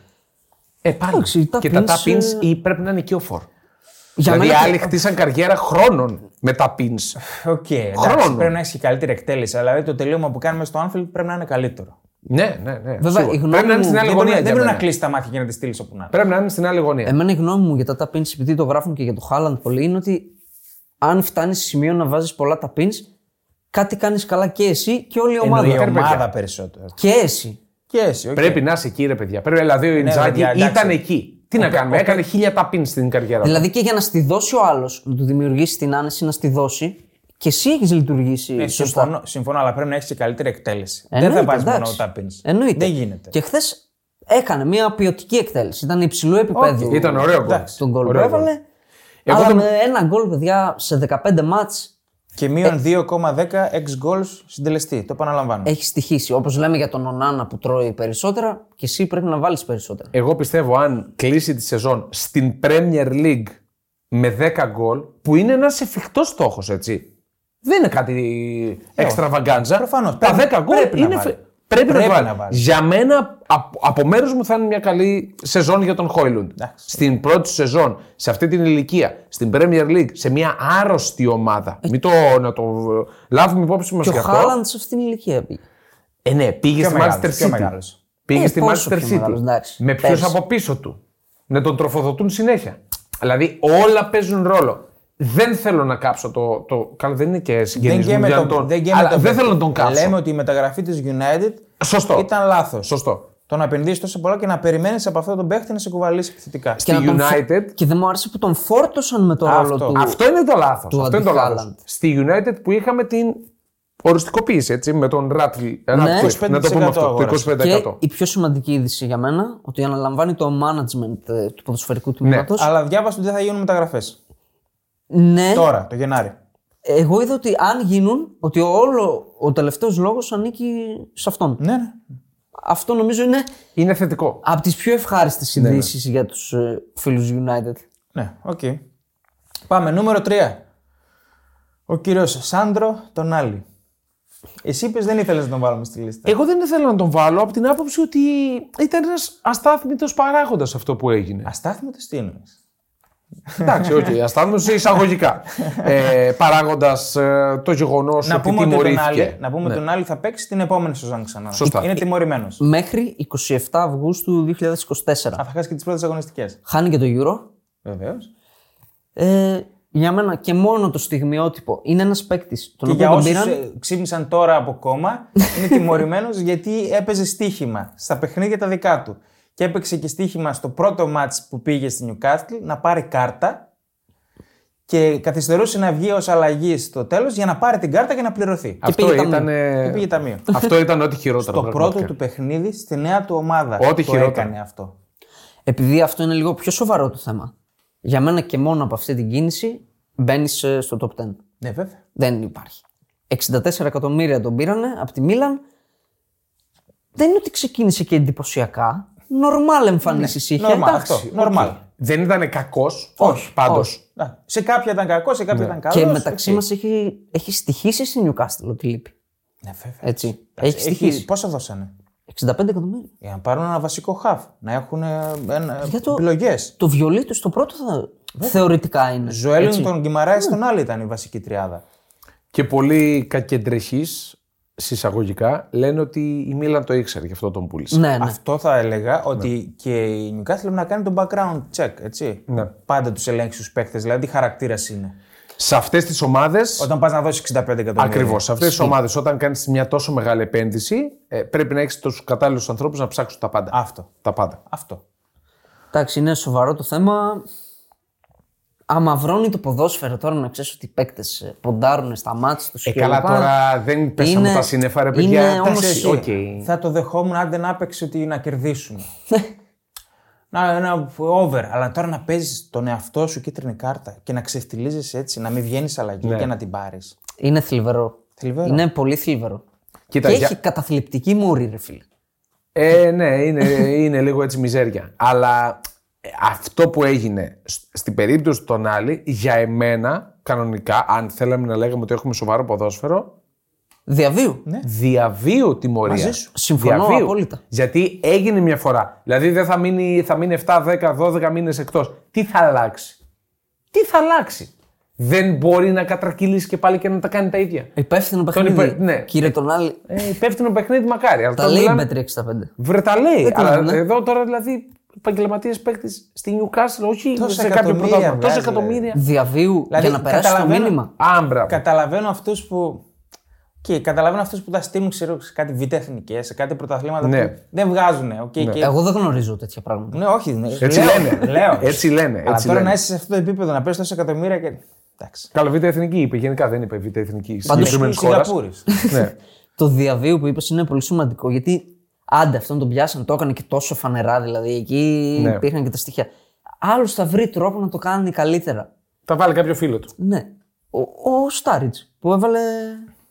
Speaker 1: Ε, πάλι.
Speaker 2: Εντάξει, τα
Speaker 1: και τα
Speaker 2: pins,
Speaker 1: ταπίνς
Speaker 2: ε,
Speaker 1: πρέπει να είναι και ο φορ.
Speaker 2: Για
Speaker 1: δηλαδή,
Speaker 2: μένα-
Speaker 1: άλλοι χτίσαν καριέρα χρόνων με τα pins.
Speaker 3: Οκ, εντάξει,
Speaker 1: Χρόνο.
Speaker 3: πρέπει να έχεις και καλύτερη εκτέλεση. Αλλά δηλαδή το τελείωμα που κάνουμε στο Anfield πρέπει να είναι καλύτερο.
Speaker 1: ναι, ναι, ναι.
Speaker 2: Βέβαια,
Speaker 1: σίγουρα.
Speaker 2: η γνώμη
Speaker 1: πρέπει να είναι
Speaker 2: μου-
Speaker 1: στην άλλη
Speaker 3: Δεν μπορεί,
Speaker 1: γωνία.
Speaker 3: να- δεν
Speaker 1: για
Speaker 3: μπορεί να
Speaker 1: μένα.
Speaker 3: κλείσει τα μάτια και να τη στείλεις όπου να είναι.
Speaker 1: Πρέπει να είναι στην άλλη γωνία.
Speaker 2: Εμένα η γνώμη μου για τα ταπίνς, επειδή το γράφουν και για το Χάλαντ πολύ, είναι ότι αν φτάνεις σε σημείο να βάζεις πολλά ταπίνς, κάτι κάνεις καλά και εσύ και όλη η ομάδα.
Speaker 3: Η
Speaker 1: Πρέπει
Speaker 3: ομάδα
Speaker 1: να-
Speaker 3: περισσότερο.
Speaker 2: Και εσύ.
Speaker 3: Και εσύ,
Speaker 2: ναι.
Speaker 3: οκ.
Speaker 1: Πρέπει να είσαι εκεί, ρε παιδιά. Πρέπει, δηλαδή, ο Ιντζάκη
Speaker 3: παιδιά, εντάξει.
Speaker 1: ήταν εκεί.
Speaker 2: Ε,
Speaker 1: Τι να κάνουμε, έκανε χίλια τα pins στην καριέρα του.
Speaker 2: Δηλαδή και για να στη δώσει ο άλλος, να του δημιουργήσει την άνεση να στη δώσει, και εσύ έχεις λειτουργήσει.
Speaker 3: Ναι,
Speaker 2: σωστά.
Speaker 3: συμφωνώ, συμφωνώ, αλλά πρέπει να έχεις και καλύτερη εκτέλεση. δεν
Speaker 2: Εννοείται,
Speaker 3: θα βάζει μόνο
Speaker 2: εντάξει.
Speaker 3: τα pins.
Speaker 2: Εννοείται.
Speaker 3: Δεν γίνεται.
Speaker 2: Και χθες έκανε μια ποιοτική εκτέλεση. Ήταν υψηλού επίπεδου.
Speaker 1: Ήταν ωραίο γκολ.
Speaker 3: Εντάξει,
Speaker 2: Ε, Τον γκολ που
Speaker 1: Ωραίο γκολ.
Speaker 2: έβαλε.
Speaker 1: Εγώ
Speaker 2: αλλά
Speaker 1: το-
Speaker 2: με ένα γκολ, παιδιά, σε 15 μάτς
Speaker 3: Και
Speaker 1: Ε-
Speaker 3: μείον 2,10 ex goals συντελεστή. Το επαναλαμβάνω.
Speaker 2: έχεις στοιχήσει. Όπως λέμε για τον Ονάνα που τρώει περισσότερα, και εσύ πρέπει να βάλεις περισσότερα.
Speaker 1: Εγώ πιστεύω αν κλείσει τη σεζόν στην Premier League με 10 γκολ, που είναι ένας εφικτός στόχος, έτσι. Δεν είναι κάτι εξτραβαγκάντζα.
Speaker 3: Ε, Προφανώς.
Speaker 1: Τα
Speaker 3: Πρέπει-
Speaker 1: 10 γκολ
Speaker 3: πρέπει να
Speaker 1: είναι
Speaker 3: βάλει.
Speaker 1: φε- Πρέπει,
Speaker 3: Πρέπει
Speaker 1: να, βάλει.
Speaker 3: να βάλεις.
Speaker 1: Για μένα, από, από μέρους μου θα είναι μια καλή σεζόν για τον Χόιλουντ.
Speaker 3: Εντάξει.
Speaker 1: Στην πρώτη σου σεζόν, σε αυτή την ηλικία, στην Premier League, σε μια άρρωστη ομάδα.
Speaker 3: Ε,
Speaker 1: Μην το, να το ε, λάβουμε υπόψη μας
Speaker 2: Και
Speaker 1: γι'
Speaker 2: ο
Speaker 1: αυτό.
Speaker 2: Χάλαντ σε αυτήν την ηλικία πήγε.
Speaker 1: Ε, ναι, πήγε
Speaker 3: Πιο
Speaker 1: στη
Speaker 3: μεγάλος,
Speaker 1: Manchester
Speaker 3: πιο
Speaker 1: City.
Speaker 3: μεγάλος.
Speaker 1: Πήγε
Speaker 2: Ε,
Speaker 1: στη
Speaker 2: πόσο
Speaker 1: Manchester
Speaker 2: πιο
Speaker 1: City.
Speaker 2: μεγάλος, εντάξει,
Speaker 1: με ποιους
Speaker 2: πέρσι.
Speaker 1: από πίσω του. Να τον τροφοδοτούν συνέχεια. Δηλαδή όλα παίζουν ρόλο. Δεν θέλω να κάψω το. το καλά, δεν είναι και
Speaker 3: Δεν
Speaker 1: συγγενής μου,
Speaker 3: γκέμε
Speaker 1: για να
Speaker 3: τον,
Speaker 1: τον.
Speaker 3: δεν γκέμε
Speaker 1: αλλά
Speaker 3: τον
Speaker 1: δεν
Speaker 3: παίκτη.
Speaker 1: θέλω να τον κάψω.
Speaker 3: Λέμε ότι η μεταγραφή της United
Speaker 1: Σωστό.
Speaker 3: ήταν λάθος.
Speaker 1: Σωστό.
Speaker 3: Το να επενδύσεις τόσο πολλά και να περιμένεις από αυτό τον παίχτη να σε κουβαλήσει επιθετικά.
Speaker 1: Στη
Speaker 2: να τον φο-
Speaker 1: United.
Speaker 2: Και δεν μου άρεσε που τον φόρτωσαν με το
Speaker 3: Αυτό.
Speaker 2: ρόλο του.
Speaker 1: Αυτό είναι το λάθος.
Speaker 2: του
Speaker 1: Αυτό είναι το
Speaker 2: αντιχάλαντ.
Speaker 1: λάθος. Στη United που είχαμε την οριστικοποίηση έτσι, με τον Ράτλ. Να το πούμε
Speaker 3: 25%
Speaker 1: αυτό. Το
Speaker 3: αγόρασε.
Speaker 1: 25%.
Speaker 2: Ναι. Και η πιο σημαντική είδηση για μένα, ότι αναλαμβάνει το management ε, του ποδοσφαιρικού
Speaker 1: Ναι.
Speaker 2: τμήματος.
Speaker 3: Αλλά διάβασα ότι δεν θα γίνουν μεταγραφές.
Speaker 2: Ναι,
Speaker 3: Τώρα, το Γενάρη.
Speaker 2: εγώ είδα ότι αν γίνουν, ότι όλο ο τελευταίος λόγος ανήκει σε αυτόν.
Speaker 3: Ναι, ναι.
Speaker 2: Αυτό νομίζω είναι
Speaker 1: Είναι θετικό.
Speaker 2: από τις πιο
Speaker 1: Ναι,
Speaker 2: ευχάριστε ειδήσεις για τους ε, φίλους United.
Speaker 3: Ναι, οκ. Πάμε, νούμερο 3. Ο κύριος Σάντρο τον Άλλη. Εσύ είπες δεν ήθελες να τον βάλουμε στη λίστα.
Speaker 1: Εγώ δεν ήθελα να τον βάλω από την άποψη ότι ήταν ένας αστάθμητος παράγοντας αυτό που έγινε.
Speaker 3: Αστάθμητος τι είναι.
Speaker 1: Εντάξει, οκ, okay, αστάθμιση εισαγωγικά. ε, Παράγοντας ε, το γεγονός ότι
Speaker 3: Να πούμε ότι τον Άλλη,
Speaker 1: τιμωρήθηκε. Ναι.
Speaker 3: να πούμε τον Άλλη θα παίξει την επόμενη σεζόν ξανά.
Speaker 1: Σωστά. Ε,
Speaker 3: Είναι τιμωρημένος.
Speaker 2: Μέχρι 27 Αυγούστου 2024.
Speaker 3: Θα χάσει και τις πρώτες αγωνιστικές.
Speaker 2: Χάνει και το Euro.
Speaker 3: Βεβαίως.
Speaker 2: Ε, για μένα και μόνο το στιγμιότυπο είναι ένας παίκτης. Τον
Speaker 3: Και
Speaker 2: οποίο
Speaker 3: για
Speaker 2: τον
Speaker 3: όσους
Speaker 2: πήραν.
Speaker 3: ξύπνησαν τώρα από κόμμα, είναι τιμωρημένος γιατί έπαιζε στοίχημα στα παιχνίδια τα δικά του. Και έπαιξε και στοίχημα στο πρώτο μάτς που πήγε στη Newcastle να πάρει κάρτα και καθυστερούσε να βγει ως αλλαγή στο τέλος για να πάρει την κάρτα και να πληρωθεί.
Speaker 1: Αυτό
Speaker 2: πήγε
Speaker 1: ήταν.
Speaker 2: ταμείο.
Speaker 1: ε,
Speaker 3: Και πήγε ταμείο.
Speaker 1: Αυτό ήταν ό,τι χειρότερο.
Speaker 3: Το πρώτο
Speaker 1: πραγματικά.
Speaker 3: του παιχνίδι στη νέα του ομάδα.
Speaker 1: Ό,τι
Speaker 3: το
Speaker 1: χειρότερο.
Speaker 3: έκανε αυτό.
Speaker 2: Επειδή αυτό είναι λίγο πιο σοβαρό το θέμα. Για μένα και μόνο από αυτή την κίνηση μπαίνεις ε, στο top 10.
Speaker 3: Ναι, βέβαια.
Speaker 2: Δεν υπάρχει. 64 εκατομμύρια τον πήρανε από τη Μίλαν. Δεν είναι ότι ξεκίνησε και εντυπωσιακά. Νορμάλ εμφανίσει είχε.
Speaker 3: Ναι, Νορμάλ.
Speaker 2: Ε, εντάξει.
Speaker 3: Αυτό. Νορμάλ.
Speaker 1: Δεν ήταν κακός.
Speaker 3: Όχι,
Speaker 1: Πάντω.
Speaker 3: Ναι. Σε κάποια ήταν κακός, σε κάποια ήταν Ε, καλός.
Speaker 2: Και μεταξύ μας έχει, έχει στοιχήσει στη Νιουκάστιλ ότι λείπει.
Speaker 3: Ναι, βέβαια.
Speaker 2: Έτσι. Ε, Έχει στοιχήσει.
Speaker 3: Πόσα δώσανε.
Speaker 2: 65 εκατομμύρια.
Speaker 3: Για να πάρουν ένα βασικό χαφ. Να έχουν ε,
Speaker 2: Για το-
Speaker 3: επιλογές.
Speaker 2: Το βιολί τους στο πρώτο θα... θεωρητικά είναι.
Speaker 3: Ζωέλιν, τον Γκυμαράη, τον άλλη ήταν η βασική τριάδα.
Speaker 1: Και πολλοί κακεντρεχεί συσσαγωγικά λένε ότι η Μίλαν το ήξερε, γι' αυτό τον πούλησε.
Speaker 2: Ναι, ναι.
Speaker 3: Αυτό θα έλεγα ότι και η Νιουκάθλη να κάνει τον background check. Έτσι.
Speaker 1: Ναι.
Speaker 3: Πάντα τους ελέγξει τους παίκτες, δηλαδή τι χαρακτήρας είναι.
Speaker 1: Σε αυτές τις ομάδες.
Speaker 3: Όταν πας να δώσεις 65 εκατομμύρια.
Speaker 1: Ακριβώς. Σε αυτές τις ομάδες, όταν κάνεις μια τόσο μεγάλη επένδυση, ε, πρέπει να έχεις του κατάλληλους ανθρώπους να ψάξουν τα πάντα.
Speaker 3: Αυτό.
Speaker 1: Τα πάντα.
Speaker 3: Αυτό.
Speaker 2: Εντάξει, είναι σοβαρό το θέμα. Αμαυρώνει το ποδόσφαιρο τώρα να ξέρεις ότι οι παίκτες ποντάρουν στα μάτια τους.
Speaker 1: Ε, καλά τώρα δεν πέσαμε τα σύννεφα, ρε παιδιά.
Speaker 2: λοιπόν, Είναι όμω.
Speaker 1: Εντάξει, οκ.
Speaker 3: Θα το δεχόμουν άντε να έπαιξε ότι να κερδίσουμε.
Speaker 2: Ναι.
Speaker 3: να, ένα over. Αλλά τώρα να παίζεις τον εαυτό σου κίτρινη κάρτα και να ξεφτιλίζει έτσι, να μην βγαίνεις αλλαγή και να την πάρεις.
Speaker 2: Είναι θλιβερό.
Speaker 3: Θλιβερό.
Speaker 2: Ναι. Είναι πολύ θλιβερό.
Speaker 1: Κοίτα,
Speaker 2: και
Speaker 1: για-
Speaker 2: έχει καταθλιπτική μούρη, ρε φίλε.
Speaker 1: Ε, ναι, είναι, είναι λίγο έτσι μιζέρια. Αλλά ε, αυτό που έγινε σ- στην περίπτωση των άλλων, για εμένα, κανονικά, αν θέλαμε να λέγαμε ότι έχουμε σοβαρό ποδόσφαιρο,
Speaker 2: Διαβίου.
Speaker 1: Ναι. διαβίου τιμωρία.
Speaker 3: Μαζί σου.
Speaker 2: Συμφωνώ απόλυτα.
Speaker 1: Γιατί έγινε μια φορά. Δηλαδή δεν θα μείνει, θα μείνει 7, 10, 12 μήνες εκτός. Τι θα αλλάξει. Τι θα αλλάξει. Δεν μπορεί να κατρακυλήσει και πάλι και να τα κάνει τα ίδια.
Speaker 2: Υπεύθυνο παιχνίδι.
Speaker 1: υπε- ναι.
Speaker 2: Κύριε τον άλλη.
Speaker 1: Ε, υπεύθυνο παιχνίδι μακάρι. Αλλά
Speaker 2: Τα
Speaker 1: τώρα
Speaker 2: λέει
Speaker 1: μιλάμε-
Speaker 2: η Bet365.
Speaker 1: Βρε τα λέει.
Speaker 2: τι
Speaker 1: Αλλά
Speaker 2: να είναι.
Speaker 1: εδώ τώρα δηλαδή επαγγελματίε παίκτης στη Newcastle, όχι
Speaker 3: Τόσα
Speaker 1: σε κάποιο
Speaker 3: εκατομμύρια
Speaker 1: πρωτάθλημα. Τόσα
Speaker 3: βγάζει,
Speaker 1: εκατομμύρια.
Speaker 2: Διαβίου
Speaker 3: Δηλαδή,
Speaker 2: για να περάσει το
Speaker 3: καταλαβαίνω-
Speaker 2: μήνυμα.
Speaker 1: Άμπρα.
Speaker 3: Καταλαβαίνω αυτούς που. Και καταλαβαίνω αυτούς που τα στείλουν ξέρω, σε κάτι β' εθνικές, σε κάτι πρωταθλήματα
Speaker 1: Ναι. Ε,
Speaker 3: που δεν βγάζουν. Okay, και...
Speaker 2: Εγώ δεν γνωρίζω τέτοια πράγματα.
Speaker 3: ναι, όχι. Ναι.
Speaker 1: Έτσι
Speaker 3: λέω,
Speaker 1: λένε.
Speaker 3: Λέω.
Speaker 1: Έτσι λένε,
Speaker 3: Αλλά
Speaker 1: έτσι
Speaker 3: τώρα
Speaker 1: λένε.
Speaker 3: να είσαι σε αυτό το επίπεδο, να παίρνεις τόσα εκατομμύρια και. Εντάξει.
Speaker 1: Καλό β' εθνική είπε. Γενικά δεν είπε β' εθνική
Speaker 2: Πάντως,
Speaker 1: συγκεκριμένη χώρας.
Speaker 3: Σιγκαπούρης.
Speaker 1: ναι.
Speaker 2: Το διαβίου που είπες είναι πολύ σημαντικό γιατί άντε αυτόν τον πιάσαν, το έκανε και τόσο φανερά δηλαδή. Εκεί
Speaker 1: Ναι.
Speaker 2: υπήρχαν και τα στοιχεία. Άλλος θα βρει τρόπο να το κάνει καλύτερα.
Speaker 1: Τα βάλει κάποιο φίλο του.
Speaker 2: Ναι. Ο, ο Στάριτ που έβαλε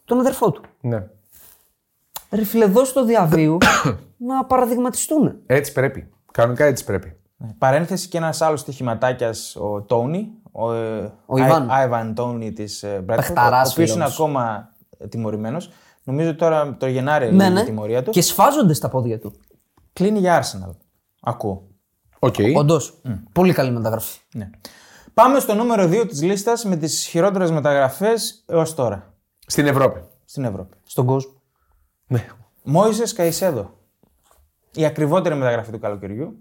Speaker 2: τον αδερφό του.
Speaker 1: Ναι.
Speaker 2: Ρε φίλε, δώσ' το διαβίου να παραδειγματιστούν.
Speaker 1: Έτσι πρέπει. Κανονικά έτσι πρέπει.
Speaker 3: Ναι. Παρένθεση και ένας άλλος στοιχηματάκιας, ο Τόνι. Ο, ε,
Speaker 2: Ο Ιβάν.
Speaker 3: Άι- Άιβαν Τόνι της Μπρέτφορντ. Ο
Speaker 2: Παιχταράς
Speaker 3: οποίο
Speaker 2: φίλος.
Speaker 3: είναι ακόμα τιμωρημένος. Νομίζω τώρα το Γενάρη
Speaker 2: Ναι,
Speaker 3: είναι
Speaker 2: ναι.
Speaker 3: η τιμωρία του.
Speaker 2: Και σφάζονται στα πόδια του.
Speaker 3: Κλείνει για Arsenal. Ακούω.
Speaker 1: Οκ.
Speaker 2: Όντως. Πολύ καλή μεταγραφή.
Speaker 3: Ναι. Πάμε στο νούμερο 2 της λίστας με τις χειρότερες μεταγραφές έως τώρα
Speaker 1: Στην Ευρώπη.
Speaker 3: στην Ευρώπη.
Speaker 2: Στον κόσμο.
Speaker 1: Ναι.
Speaker 3: Μόιζες Καϊσέδο. Η ακριβότερη μεταγραφή του καλοκαιριού.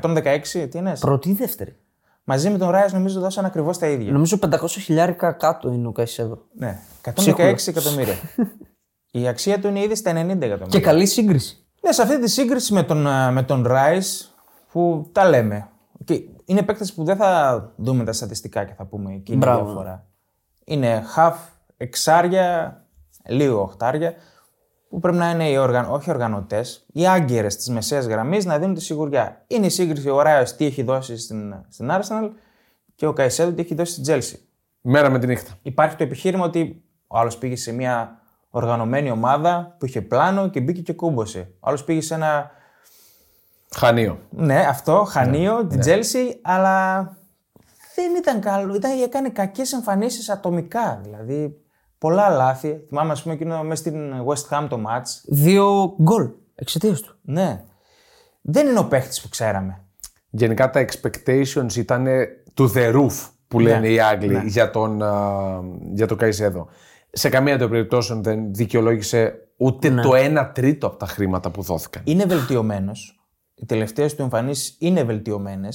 Speaker 3: 116 τι είναι.
Speaker 2: Πρώτη ή δεύτερη.
Speaker 3: Μαζί με τον Ράις νομίζω δώσαν ακριβώς τα ίδια.
Speaker 2: Νομίζω 500 χιλιάρικα κάτω είναι ο Καϊσέδο.
Speaker 3: Ναι. 116 εκατομμύρια. Η αξία του είναι ήδη στα 90 εκατομμύρια.
Speaker 2: Και καλή σύγκριση.
Speaker 3: Ναι, σε αυτή τη σύγκριση με τον, ε, με τον Rice που τα λέμε. Και είναι παίκτες που δεν θα δούμε τα στατιστικά και θα πούμε εκείνη τη
Speaker 2: Μπράβο.
Speaker 3: διαφορά. Είναι half, εξάρια, λίγο οχτάρια, που πρέπει να είναι οι οργαν... όχι οργανωτές, οι άγκαιρε της μεσαίας γραμμής να δίνουν τη σιγουριά. Είναι η σύγκριση ο Ράιο τι έχει δώσει στην, στην Arsenal και ο Καϊσέδο τι έχει δώσει στην Chelsea.
Speaker 1: Μέρα με τη νύχτα.
Speaker 3: Υπάρχει το επιχείρημα ότι ο άλλος πήγε σε μια οργανωμένη ομάδα που είχε πλάνο και μπήκε και κούμπωσε. Ο άλλος πήγε σε ένα
Speaker 1: Χανίο.
Speaker 3: ναι, αυτό, Χανίο, την Τζέλσι, αλλά δεν ήταν καλό. Ήταν, έκανε κακές εμφανίσεις ατομικά. Δηλαδή, πολλά λάθη. Θυμάμαι, ας πούμε, εκείνο μέσα στην West Ham το match.
Speaker 2: Δύο γκολ εξαιτίας του.
Speaker 3: Ναι. Δεν είναι ο παίχτης που ξέραμε.
Speaker 1: Γενικά τα expectations ήταν to the roof που λένε οι Άγγλοι για τον, α, για τον Καϊσέδο. Σε καμία των περιπτώσεων δεν δικαιολόγησε ούτε το 1 τρίτο από τα χρήματα που δόθηκαν.
Speaker 3: Είναι βελτιωμένος. Οι τελευταίες του εμφανίσεις είναι βελτιωμένες.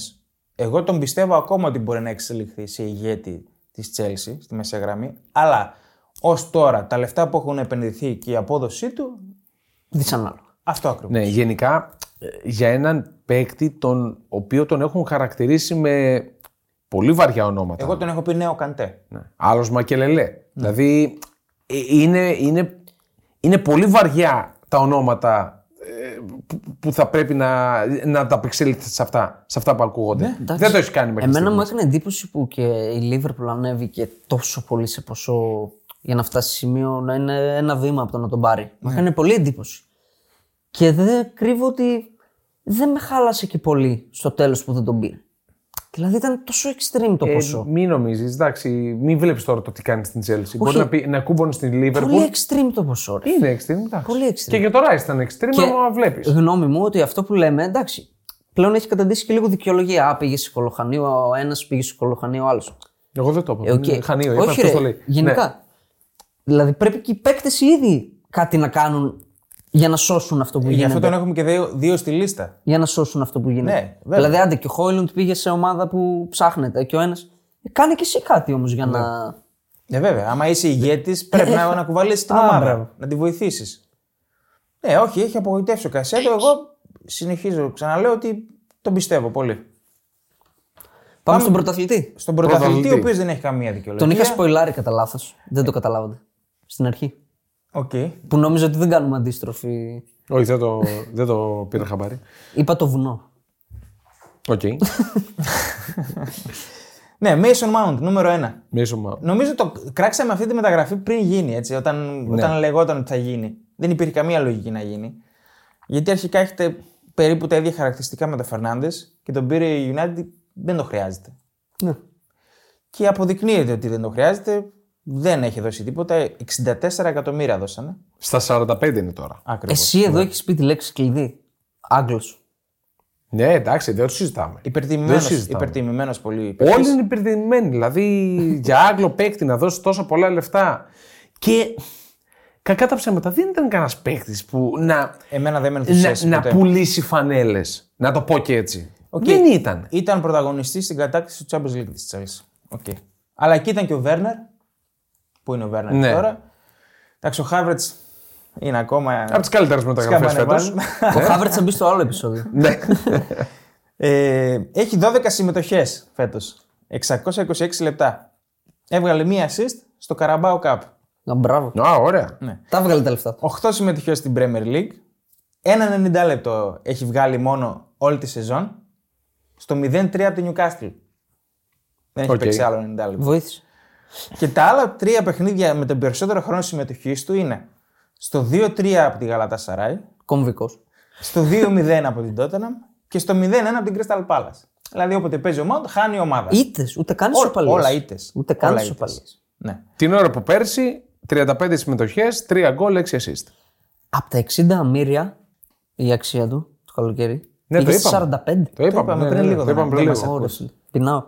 Speaker 3: Εγώ τον πιστεύω ακόμα ότι μπορεί να εξελιχθεί σε ηγέτη της Chelsea στη μεσαία γραμμή. Αλλά ως τώρα τα λεφτά που έχουν επενδυθεί και η απόδοσή του,
Speaker 2: Δυσανάλογα.
Speaker 3: αυτό ακριβώς.
Speaker 1: Ναι, γενικά ε, για έναν παίκτη τον οποίο τον έχουν χαρακτηρίσει με πολύ βαριά ονόματα.
Speaker 3: Εγώ τον έχω πει νέο καντέ.
Speaker 1: Ναι. Άλλος Μακελελέ. Δηλαδή ε, είναι, είναι, είναι πολύ βαριά τα ονόματα ε, που, που θα πρέπει να, να ανταπεξέλθετε σε αυτά, σε αυτά που ακούγονται.
Speaker 2: Ναι, εντάξει.
Speaker 1: Δεν το έχεις κάνει μέχρι
Speaker 2: Εμένα
Speaker 1: στιγμής.
Speaker 2: μου έκανε εντύπωση που και η Λίβερπουλ ανέβηκε τόσο πολύ σε ποσό για να φτάσει σε σημείο να είναι ένα βήμα από το να τον πάρει.
Speaker 1: Ναι.
Speaker 2: Μου έκανε πολύ εντύπωση. Και δεν κρύβω ότι δεν με χάλασε και πολύ στο τέλος που δεν τον πήρε. Δηλαδή ήταν τόσο extreme
Speaker 1: Ε,
Speaker 2: το ποσό.
Speaker 1: μην νομίζεις, εντάξει, μην βλέπεις τώρα το τι κάνει στην Chelsea. Μπορεί να, πει, να κούμπονε στην Liverpool.
Speaker 2: πολύ extreme το ποσό. Ρε.
Speaker 1: Είναι extreme, εντάξει.
Speaker 2: Πολύ extreme.
Speaker 1: Και για το Rice ήταν extreme,
Speaker 2: Και- Ε,
Speaker 1: άμα βλέπεις.
Speaker 2: Γνώμη μου ότι αυτό που λέμε, εντάξει, πλέον έχει καταντήσει και λίγο δικαιολογία. Α, πήγε σε κολοχανίο, ο ένας πήγε σε κολοχανίο, ο άλλος.
Speaker 1: Εγώ δεν το είπα.
Speaker 2: Ε, οκ.
Speaker 1: Okay. Χανίο, Ναι, είπα,
Speaker 2: Όχι,
Speaker 1: αυτό
Speaker 2: ρε,
Speaker 1: το λέει.
Speaker 2: γενικά.
Speaker 1: Ναι.
Speaker 2: Δηλαδή πρέπει και οι παίκτες ήδη κάτι να κάνουν για να σώσουν αυτό που
Speaker 3: Γι'
Speaker 2: γίνεται.
Speaker 3: αυτό τον έχουμε και δύο, δύο στη λίστα.
Speaker 2: Για να σώσουν αυτό που γίνεται.
Speaker 3: Ναι, βέβαια.
Speaker 2: δηλαδή, άντε και ο Χόιλουντ πήγε σε ομάδα που ψάχνεται και ο ένας. Κάνε και εσύ κάτι όμως για να.
Speaker 3: Ε, βέβαια. Άμα είσαι ηγέτης, πρέπει να, να κουβαλήσεις την
Speaker 2: Α,
Speaker 3: ομάδα.
Speaker 2: μπράβο.
Speaker 3: Να τη βοηθήσεις. Ναι, όχι, έχει απογοητεύσει ο Κασέτο. Εγώ συνεχίζω. Ξαναλέω ότι τον πιστεύω πολύ.
Speaker 2: Πάμε στον πρωταθλητή.
Speaker 3: Στον πρωταθλητή, ο
Speaker 1: Πρωταθλητή.
Speaker 3: οποίος δεν έχει καμία δικαιολογία.
Speaker 2: Τον είχα σποϊλάρει κατά λάθος. Δεν το καταλάβατε. Στην αρχή.
Speaker 3: Οκ.
Speaker 2: Που νόμιζα ότι δεν κάνουμε αντίστροφη.
Speaker 1: Ναι. Όχι, δεν το, δεν το πήρα χαμπάρι.
Speaker 2: Είπα το βουνό.
Speaker 1: Οκ.
Speaker 3: Ναι, Mason Mount, νούμερο 1.
Speaker 1: Μίσομα.
Speaker 3: Νομίζω το κράξαμε αυτή τη μεταγραφή πριν γίνει, έτσι, όταν,
Speaker 1: Ναι.
Speaker 3: όταν λεγόταν ότι θα γίνει. Δεν υπήρχε καμία λογική να γίνει. Γιατί αρχικά έχετε περίπου τα ίδια χαρακτηριστικά με τον Φερνάντες και τον πήρε η United, δεν το χρειάζεται.
Speaker 2: Ναι.
Speaker 3: Και αποδεικνύεται ότι δεν το χρειάζεται, δεν έχει δώσει τίποτα. 64 εκατομμύρια δώσανε.
Speaker 1: Στα 45 είναι τώρα.
Speaker 3: Άκριβο.
Speaker 2: Εσύ εδώ έχεις πει τη λέξη κλειδί. Άγγλος.
Speaker 1: Ναι, εντάξει, δεν το συζητάμε. Δεν
Speaker 3: Υπερτιμημένος,
Speaker 1: συζητάμε.
Speaker 3: υπερτιμημένος πολύ.
Speaker 1: Όλοι είναι υπερδημημένοι. Δηλαδή για Άγγλο παίκτη να δώσει τόσα πολλά λεφτά. Και κακά τα ψέματα, δεν ήταν κανένας παίκτης που να,
Speaker 3: Εμένα δεν με ενθουσίασε
Speaker 1: να, να
Speaker 3: ποτέ.
Speaker 1: πουλήσει φανέλες. Να το πω και έτσι.
Speaker 3: Οκ.
Speaker 1: Δεν ήταν.
Speaker 3: Ήταν πρωταγωνιστής στην κατάκτηση του Champions League της Chelsea. Okay. Αλλά εκεί ήταν και ο Βέρνερ. Πού είναι ο Βέρνερ
Speaker 1: Ναι.
Speaker 3: τώρα. Εντάξει, ο Χάβρετ είναι ακόμα.
Speaker 1: Από τις καλύτερες μεταγραφές φέτο.
Speaker 3: σκαμπανεβάζουμε.
Speaker 2: Ο Χάβερτ θα μπει στο άλλο επεισόδιο.
Speaker 1: ναι.
Speaker 3: ε, έχει 12 συμμετοχές φέτος. 626 λεπτά. Έβγαλε μία assist στο Carabao Cup.
Speaker 2: Να, Μπράβο.
Speaker 1: Α, ωραία.
Speaker 2: Τα βγάλε τα λεφτά του.
Speaker 3: 8 συμμετοχές στην Premier League. Ένα 90 λεπτό έχει βγάλει μόνο όλη τη σεζόν. Στο 0-3 από την Newcastle. Δεν έχει
Speaker 1: Οκ.
Speaker 3: παίξει άλλο 90 λεπτό.
Speaker 2: Βοήθησε.
Speaker 3: Και τα άλλα τρία παιχνίδια με τον περισσότερο χρόνο συμμετοχής του είναι στο 2-3 από τη Γαλατά Σαράι,
Speaker 2: Κομβικός.
Speaker 3: στο 2-0 από την Τότεναμ και στο 0-1 από την Crystal Palace. Δηλαδή, όποτε παίζει ο Mount, χάνει η ομάδα.
Speaker 2: Ήτε, ούτε καν
Speaker 3: Ό-
Speaker 2: σοπαλίες.
Speaker 3: Όλα ήττες.
Speaker 2: Ούτε καν σοπαλίες.
Speaker 3: Ναι.
Speaker 1: Την ώρα που πέρσι 35 συμμετοχέ, 3 γκολ, 6 assist.
Speaker 2: Από τα 60 μύρια η αξία του το καλοκαίρι.
Speaker 1: Ναι, το
Speaker 2: πήγε στις
Speaker 1: είπαμε.
Speaker 2: 45.
Speaker 1: Το είπαμε,
Speaker 3: είπαμε
Speaker 1: ναι,
Speaker 3: πριν
Speaker 1: ναι,
Speaker 3: λίγο,
Speaker 1: Το είπαμε
Speaker 3: δεν
Speaker 1: πριν
Speaker 3: μας
Speaker 1: λίγο.
Speaker 2: Ωραία, φίλε. Πεινάω.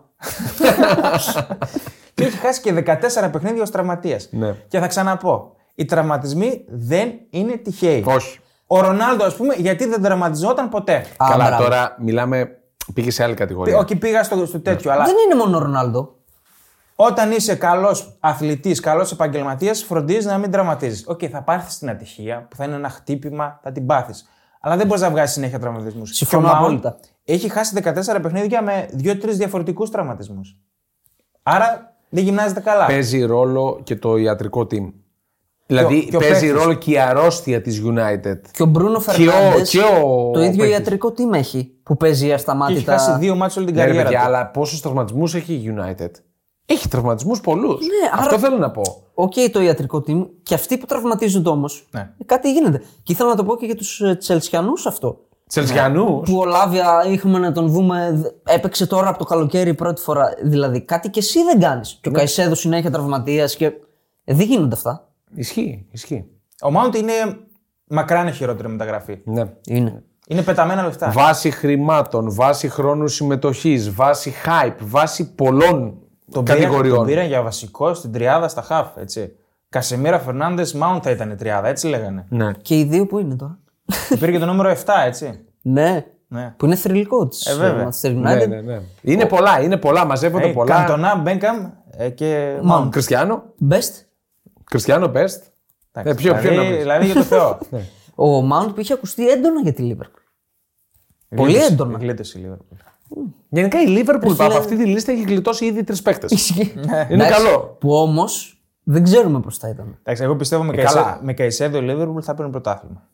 Speaker 3: Και έχει χάσει και 14 παιχνίδια ως τραυματίας.
Speaker 1: Ναι.
Speaker 3: Και θα ξαναπώ. Οι τραυματισμοί δεν είναι τυχαίοι.
Speaker 1: Όχι.
Speaker 3: Ο Ρονάλντο, ας πούμε, γιατί δεν τραυματιζόταν ποτέ.
Speaker 2: Α,
Speaker 1: Καλά,
Speaker 2: μπράβο.
Speaker 1: τώρα μιλάμε. Πήγε σε άλλη κατηγορία.
Speaker 3: Όχι, πήγα στο, στο τέτοιο, αλλά
Speaker 2: Δεν είναι μόνο ο Ρονάλντο.
Speaker 3: Όταν είσαι καλός αθλητής, καλός επαγγελματίας, φροντίζεις να μην τραυματίζεις. Οκ, θα πάθεις την ατυχία που θα είναι ένα χτύπημα, θα την πάθεις. Αλλά δεν μπορείς να βγάζεις συνέχεια τραυματισμούς.
Speaker 2: Συμφωνώ απόλυτα.
Speaker 3: Έχει χάσει 14 παιχνίδια με 2-3 διαφορετικούς τραυματισμούς. Άρα δεν γυμνάζεται καλά.
Speaker 1: παίζει ρόλο και το ιατρικό team. Δηλαδή
Speaker 3: και ο
Speaker 1: παίζει
Speaker 3: παίκτης.
Speaker 1: ρόλο και η αρρώστια της United.
Speaker 2: Και ο Μπρούνο
Speaker 1: Και ο-
Speaker 2: Φερνάνδε.
Speaker 1: και ο
Speaker 2: Το ίδιο
Speaker 1: παίκτης.
Speaker 2: ιατρικό τι έχει που παίζει
Speaker 3: Και
Speaker 2: ασταμάτητα.
Speaker 3: έχει χάσει δύο μάτς όλη την
Speaker 1: Ναι, ρε
Speaker 3: καριέρα.
Speaker 1: παιδιά,
Speaker 3: του.
Speaker 1: αλλά πόσους τραυματισμούς έχει η United. Έχει τραυματισμούς πολλούς. Αυτό
Speaker 2: άρα-
Speaker 1: θέλω να πω.
Speaker 2: Οκ, το ιατρικό team και αυτοί που τραυματίζονται όμως.
Speaker 3: Ναι.
Speaker 2: Κάτι γίνεται. Και ήθελα να το πω και για τους Τσελσιανούς αυτό.
Speaker 1: Τσελσιανού.
Speaker 2: Που ο Λάβια είχαμε να τον δούμε. δ- Έπαιξε τώρα από το καλοκαίρι πρώτη φορά. Δηλαδή κάτι και εσύ δεν κάνεις. Και ο Καϊσέδο συνέχεια τραυματίας και. Ε, Δεν γίνονται αυτά.
Speaker 1: Ισχύει, ισχύει.
Speaker 3: Ο Μάουντ είναι μακράν η χειρότερη μεταγραφή.
Speaker 1: Ναι.
Speaker 2: Είναι.
Speaker 3: Είναι πεταμένα λεφτά.
Speaker 1: Βάση χρημάτων, βάση χρόνου συμμετοχής, βάση hype, βάση πολλών
Speaker 3: πήραν-
Speaker 1: κατηγοριών.
Speaker 3: Τον πήραν για βασικό στην τριάδα στα χαφ. Έτσι. Κασεμίρα Φερνάνδε Μάουντ θα ήταν η τριάδα, έτσι λέγανε.
Speaker 1: Ναι.
Speaker 2: Και οι δύο που είναι τώρα.
Speaker 3: Υπήρχε και το νούμερο 7, έτσι.
Speaker 2: ναι.
Speaker 3: Ναι.
Speaker 2: Που είναι θρηλυκό τη
Speaker 3: Ε, βέβαια.
Speaker 2: Manchester United.
Speaker 1: Ναι, ναι, ναι. Είναι πολλά, είναι πολλά, μαζεύονται
Speaker 3: Ε,
Speaker 1: πολλά.
Speaker 3: Καντονά, Μπέγκαμ ε, και Μάουντ.
Speaker 1: Κριστιανό,
Speaker 2: Best.
Speaker 1: Κριστιανό Best. Ε, Ναι. ποιο- ποιο
Speaker 3: δηλαδή,
Speaker 1: να πεις.
Speaker 3: δηλαδή για το Θεό.
Speaker 2: Ο Mount που είχε ακουστεί έντονα για τη Liverpool. Πολύ
Speaker 3: Γλίτωσε-
Speaker 2: έντονα.
Speaker 3: Γλίτωσε η Liverpool.
Speaker 1: Γενικά η Liverpool από αυτή τη λίστα έχει γλιτώσει ήδη τρεις παίκτες. Είναι
Speaker 2: Εντάξει,
Speaker 1: καλό.
Speaker 2: Που όμως δεν ξέρουμε πώς θα ήταν.
Speaker 3: Εντάξει, εγώ πιστεύω με,
Speaker 1: Ε, καλά.
Speaker 3: Καϊσέ, με Καϊσέδο η Liverpool θα παίρνει πρωτάθλημα.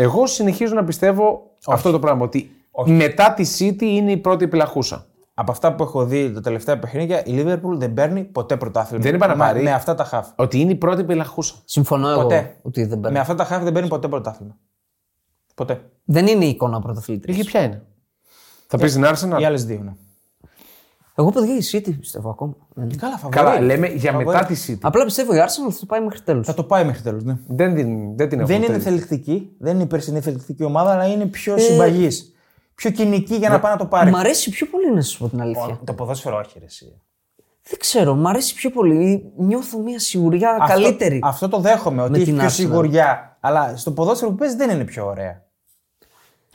Speaker 1: Εγώ συνεχίζω να πιστεύω αυτό το πράγμα ότι μετά τη City είναι η πρώτη επιλαχούσα.
Speaker 3: από αυτά που έχω δει τα τελευταία παιχνίδια, η Liverpool δεν παίρνει ποτέ πρωτάθλημα.
Speaker 1: Δεν είπα να
Speaker 3: Με-
Speaker 1: πάρει.
Speaker 3: Με αυτά τα χαφ.
Speaker 1: Ότι είναι η πρώτη πελαχούσα.
Speaker 2: Συμφωνώ εγώ
Speaker 3: Ποτέ. Ναι.
Speaker 2: ότι δεν
Speaker 1: Ναι.
Speaker 2: παίρνει.
Speaker 3: Με αυτά τα χαφ δεν παίρνει ποτέ πρωτάθλημα. Ποτέ.
Speaker 2: Δεν είναι η εικόνα πρωταθλήτριας.
Speaker 1: Εκεί ποια είναι. Θα πεις την Arsenal.
Speaker 3: Οι άλλες δύο είναι.
Speaker 2: Εγώ παιδιά η City πιστεύω ακόμα. Δεν-
Speaker 3: Καλά, φαβορή.
Speaker 1: Ε, Καλά, λέμε για
Speaker 3: Φαβορή.
Speaker 1: μετά τη City.
Speaker 2: Απλά πιστεύω η Arsenal θα το πάει μέχρι τέλου.
Speaker 3: Θα το πάει μέχρι τέλου. Ναι.
Speaker 1: Δεν, την- δεν την έχω
Speaker 3: Δεν είναι
Speaker 1: τέλει.
Speaker 3: θελκτική, δεν είναι η περσινή θελκτική ομάδα, αλλά είναι πιο
Speaker 1: Ε,
Speaker 3: συμπαγής. Πιο κοινική για να πάει να το πάρει.
Speaker 2: Μ' αρέσει πιο πολύ να σα πω την αλήθεια.
Speaker 3: Το ποδόσφαιρο, όχι, ρε, εσύ.
Speaker 2: Δεν ξέρω, μ' αρέσει πιο πολύ. Νιώθω μια σιγουριά καλύτερη.
Speaker 3: Αυτό, αυτό το δέχομαι, ότι έχει
Speaker 2: την
Speaker 3: πιο
Speaker 2: Arsenal.
Speaker 3: σιγουριά. Αλλά στο ποδόσφαιρο που παίζει δεν είναι πιο ωραία.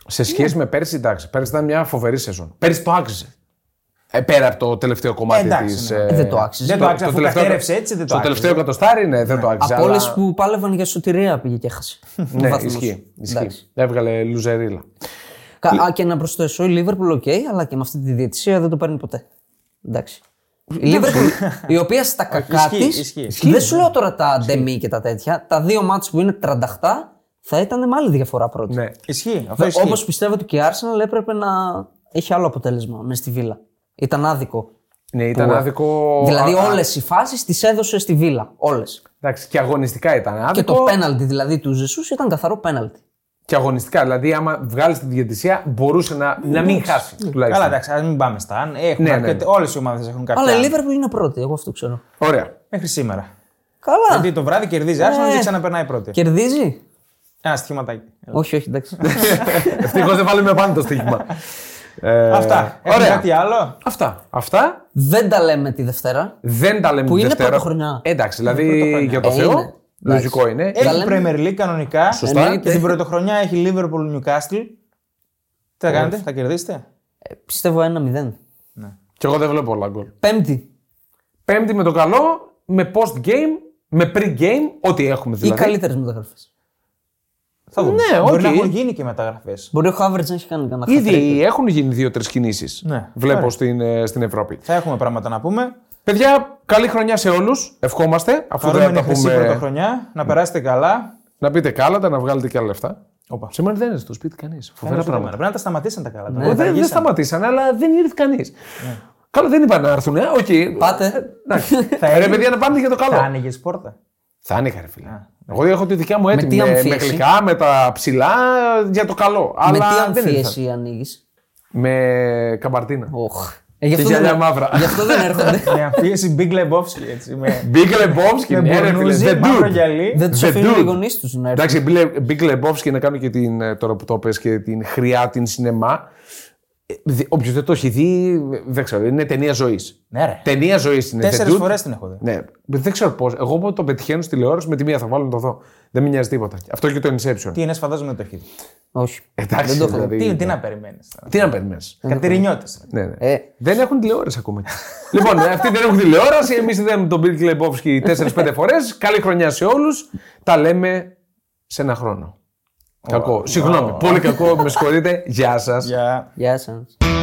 Speaker 1: Σε σχέση με πέρσι, εντάξει, πέρσι ήταν μια φοβερή σεζόν. Πέρσι το άξιζε. Ε, πέρα από το τελευταίο κομμάτι
Speaker 3: Εντάξει,
Speaker 1: της.
Speaker 3: ναι.
Speaker 2: Ε, δεν το άξιζε.
Speaker 3: Δεν το άξιζε, αφού κατέρευσε έτσι, δεν το
Speaker 1: Το
Speaker 3: άξιζε.
Speaker 1: τελευταίο εκατοστάρι, ναι, δεν το άξιζε.
Speaker 2: Από
Speaker 1: αλλά-
Speaker 2: όλες που πάλευαν για σωτηρία πήγε και έχασε.
Speaker 1: Ναι,
Speaker 2: Βαθμούς.
Speaker 1: ισχύει.
Speaker 2: Εντάξει.
Speaker 1: ισχύει. Έβγαλε λουζερίλα.
Speaker 2: Κα- Α, και να προσθέσω, η Liverpool οκ, αλλά και με αυτή τη διαιτησία δεν το παίρνει ποτέ. Εντάξει. Η Liverpool, η οποία στα κακά
Speaker 3: Ναι, Ισχύει, ισχύει. ναι.
Speaker 2: τη. Δεν σου λέω τώρα τα ντεμί και τα τέτοια. Τα δύο μάτς που είναι 38 θα ήταν με άλλη διαφορά πρώτη.
Speaker 1: Ναι.
Speaker 3: Ισχύει. Αυτό ισχύει.
Speaker 2: Όπως πιστεύω ότι και η Arsenal έπρεπε να έχει άλλο αποτέλεσμα μες στη Βίλα. Ήταν άδικο.
Speaker 1: Ναι, ήταν
Speaker 2: Που-
Speaker 1: άδικο.
Speaker 2: Δηλαδή,
Speaker 1: Α, α,
Speaker 2: όλες οι φάσεις τις έδωσε στη Βίλα. Όλες.
Speaker 1: Εντάξει, και αγωνιστικά ήταν άδικο.
Speaker 2: Και το πέναλτι δηλαδή του Ζεσούς ήταν καθαρό πέναλτι.
Speaker 1: Και αγωνιστικά. Δηλαδή, άμα βγάλεις τη διαιτησία, μπορούσε να, να μην χάσει. Τουλάχιστον.
Speaker 3: Καλά, εντάξει, ας μην πάμε στα αν. Έχουν
Speaker 1: Ναι, ναι,
Speaker 3: αρκετ-
Speaker 1: ναι.
Speaker 3: Όλες οι ομάδες έχουν κάποια.
Speaker 2: Αλλά η
Speaker 3: αν.
Speaker 2: Liverpool είναι πρώτη, εγώ αυτό ξέρω.
Speaker 1: Ωραία.
Speaker 3: Μέχρι σήμερα.
Speaker 2: Καλά.
Speaker 3: Γιατί το βράδυ κερδίζει
Speaker 1: Ε,
Speaker 3: η Arsenal και ξαναπερνάει πρώτη.
Speaker 2: Κερδίζει.
Speaker 3: Ένα σχηματάκι.
Speaker 2: Όχι, όχι, εντάξει.
Speaker 1: Ευτυχώς δεν βάλουμε πάνω το στοίχημα. Ε,
Speaker 3: Αυτά. Έχουμε
Speaker 1: Ωραία.
Speaker 3: κάτι άλλο.
Speaker 1: Αυτά. Αυτά
Speaker 2: δεν τα λέμε τη Δευτέρα.
Speaker 1: δεν τα λέμε
Speaker 2: Που
Speaker 1: τη
Speaker 2: είναι
Speaker 1: Δευτέρα.
Speaker 2: πρωτοχρονιά.
Speaker 1: Εντάξει, δηλαδή
Speaker 3: πρωτοχρονιά.
Speaker 1: για το
Speaker 2: Ε, είναι.
Speaker 1: Θεό. Λογικό είναι.
Speaker 2: Ε,
Speaker 3: Έχει
Speaker 2: λέμε.
Speaker 3: Premier League κανονικά.
Speaker 1: Σωστά. Ε.
Speaker 3: Και
Speaker 2: Εννοείται.
Speaker 3: την πρωτοχρονιά έχει Liverpool Newcastle. Τι θα κάνετε, θα κερδίσετε.
Speaker 2: Ε, Πιστεύω 1-0.
Speaker 1: Και εγώ δεν βλέπω πολλά γκολ.
Speaker 2: Πέμπτη.
Speaker 1: Πέμπτη με το καλό, με post game, με pre game, ό,τι έχουμε
Speaker 2: Ή
Speaker 1: δηλαδή.
Speaker 2: καλύτερες μεταγραφές.
Speaker 3: Θα δούμε.
Speaker 1: Ναι,
Speaker 3: Μπορεί
Speaker 1: οκ.
Speaker 3: να έχουν γίνει και μεταγραφές.
Speaker 2: Μπορεί ο Χάβερτ να έχει κάνει κανένα hat-trick.
Speaker 1: Ήδη έχουν γίνει δύο-τρει κινήσεις.
Speaker 3: Ναι.
Speaker 1: Βλέπω
Speaker 3: Ωραία.
Speaker 1: στην, ε, στην Ευρώπη.
Speaker 3: Θα έχουμε πράγματα να πούμε.
Speaker 1: Παιδιά, καλή χρονιά σε όλους. Ευχόμαστε. Αφού δεν
Speaker 3: Χαρούμενη
Speaker 1: τα
Speaker 3: χρυσή
Speaker 1: πούμε.
Speaker 3: πρωτοχρονιά. Να περάσετε καλά.
Speaker 1: Να πείτε κάλατα, να βγάλετε και άλλα λεφτά.
Speaker 3: Όπα.
Speaker 1: Σήμερα δεν είναι στο σπίτι κανείς. Φοβερά
Speaker 3: Ένα πράγμα.
Speaker 1: πράγματα.
Speaker 3: Πρέπει να τα σταματήσουν τα καλά.
Speaker 1: Ε,
Speaker 3: τώρα.
Speaker 1: δεν- Δεν σταματήσαν, αλλά δεν ήρθε κανείς. Καλά, δεν είπαν να έρθουν. Ε, οκ.
Speaker 2: Πάτε.
Speaker 1: Εντάξει.
Speaker 3: Θα
Speaker 1: Ρε παιδιά, να πάνε για το
Speaker 3: Θα
Speaker 1: καλό.
Speaker 3: άνοιγες πόρτα.
Speaker 1: Θα άνοιγα, ρε φίλε. Εγώ έχω τη δικιά μου
Speaker 2: τι
Speaker 1: έτοιμη. Με, με
Speaker 2: αμφίεση?
Speaker 1: γλυκά, με τα ψηλά, για το καλό.
Speaker 2: Με τι
Speaker 1: Αλλά δεν ήρθαν.
Speaker 2: αμφίεση ανοίγεις.
Speaker 1: Με καμπαρτίνα.
Speaker 2: Οχ. Ε, γι'
Speaker 1: Και
Speaker 2: αυτό
Speaker 1: γυαλιά
Speaker 2: δεν-
Speaker 1: μαύρα.
Speaker 2: Γι' αυτό δεν έρχονται.
Speaker 3: Με αμφίεση Big Lebowski έτσι. Με
Speaker 1: Big Lebowski, ναι, ρε φίλε.
Speaker 3: μπουρνούζι,
Speaker 1: The
Speaker 3: μαύρο
Speaker 1: Dude.
Speaker 3: γυαλί.
Speaker 2: δεν τους
Speaker 1: The
Speaker 2: αφήνουν οι
Speaker 1: dude.
Speaker 2: γονείς τους να έρθουν.
Speaker 1: Εντάξει, Big Le- Big Lebowski να κάνω και την, ε, τώρα που το πες και την χρειά την σινεμά. Όποιος δεν το έχει δει, ε, δεν ξέρω, είναι ταινία ζωής.
Speaker 3: Ναι, ρε.
Speaker 1: Ταινία ζωής είναι.
Speaker 3: Τέσσερις
Speaker 1: The Dude.
Speaker 3: φορές την έχω δει.
Speaker 1: Ναι, δεν ξέρω πώς. Εγώ που το πετυχαίνω στη τηλεόραση με τη μία θα βάλω να το δω. Δεν με νοιάζει τίποτα. Αυτό και το Inception.
Speaker 3: Τι είναι, φαντάζομαι ότι το έχει δει.
Speaker 2: Όχι.
Speaker 1: Εντάξει,
Speaker 2: δεν το έχω
Speaker 1: δηλαδή.
Speaker 3: Τι- Τι να περιμένεις.
Speaker 1: Τι να περιμένεις.
Speaker 3: Κατερινιώτε.
Speaker 1: Ναι, ναι.
Speaker 2: Ε.
Speaker 1: Δεν έχουν τηλεόραση ακόμα. λοιπόν, αυτοί δεν έχουν τηλεόραση. Εμείς είδαμε τον Bill Κλεμπόφσκι 4-5 φορές. Καλή χρονιά σε όλους. Τα λέμε σε ένα χρόνο. Κακό. Συγγνώμη. Πολύ κακό. Με συγχωρείτε. Γεια σας.
Speaker 3: Για
Speaker 2: Γεια σας.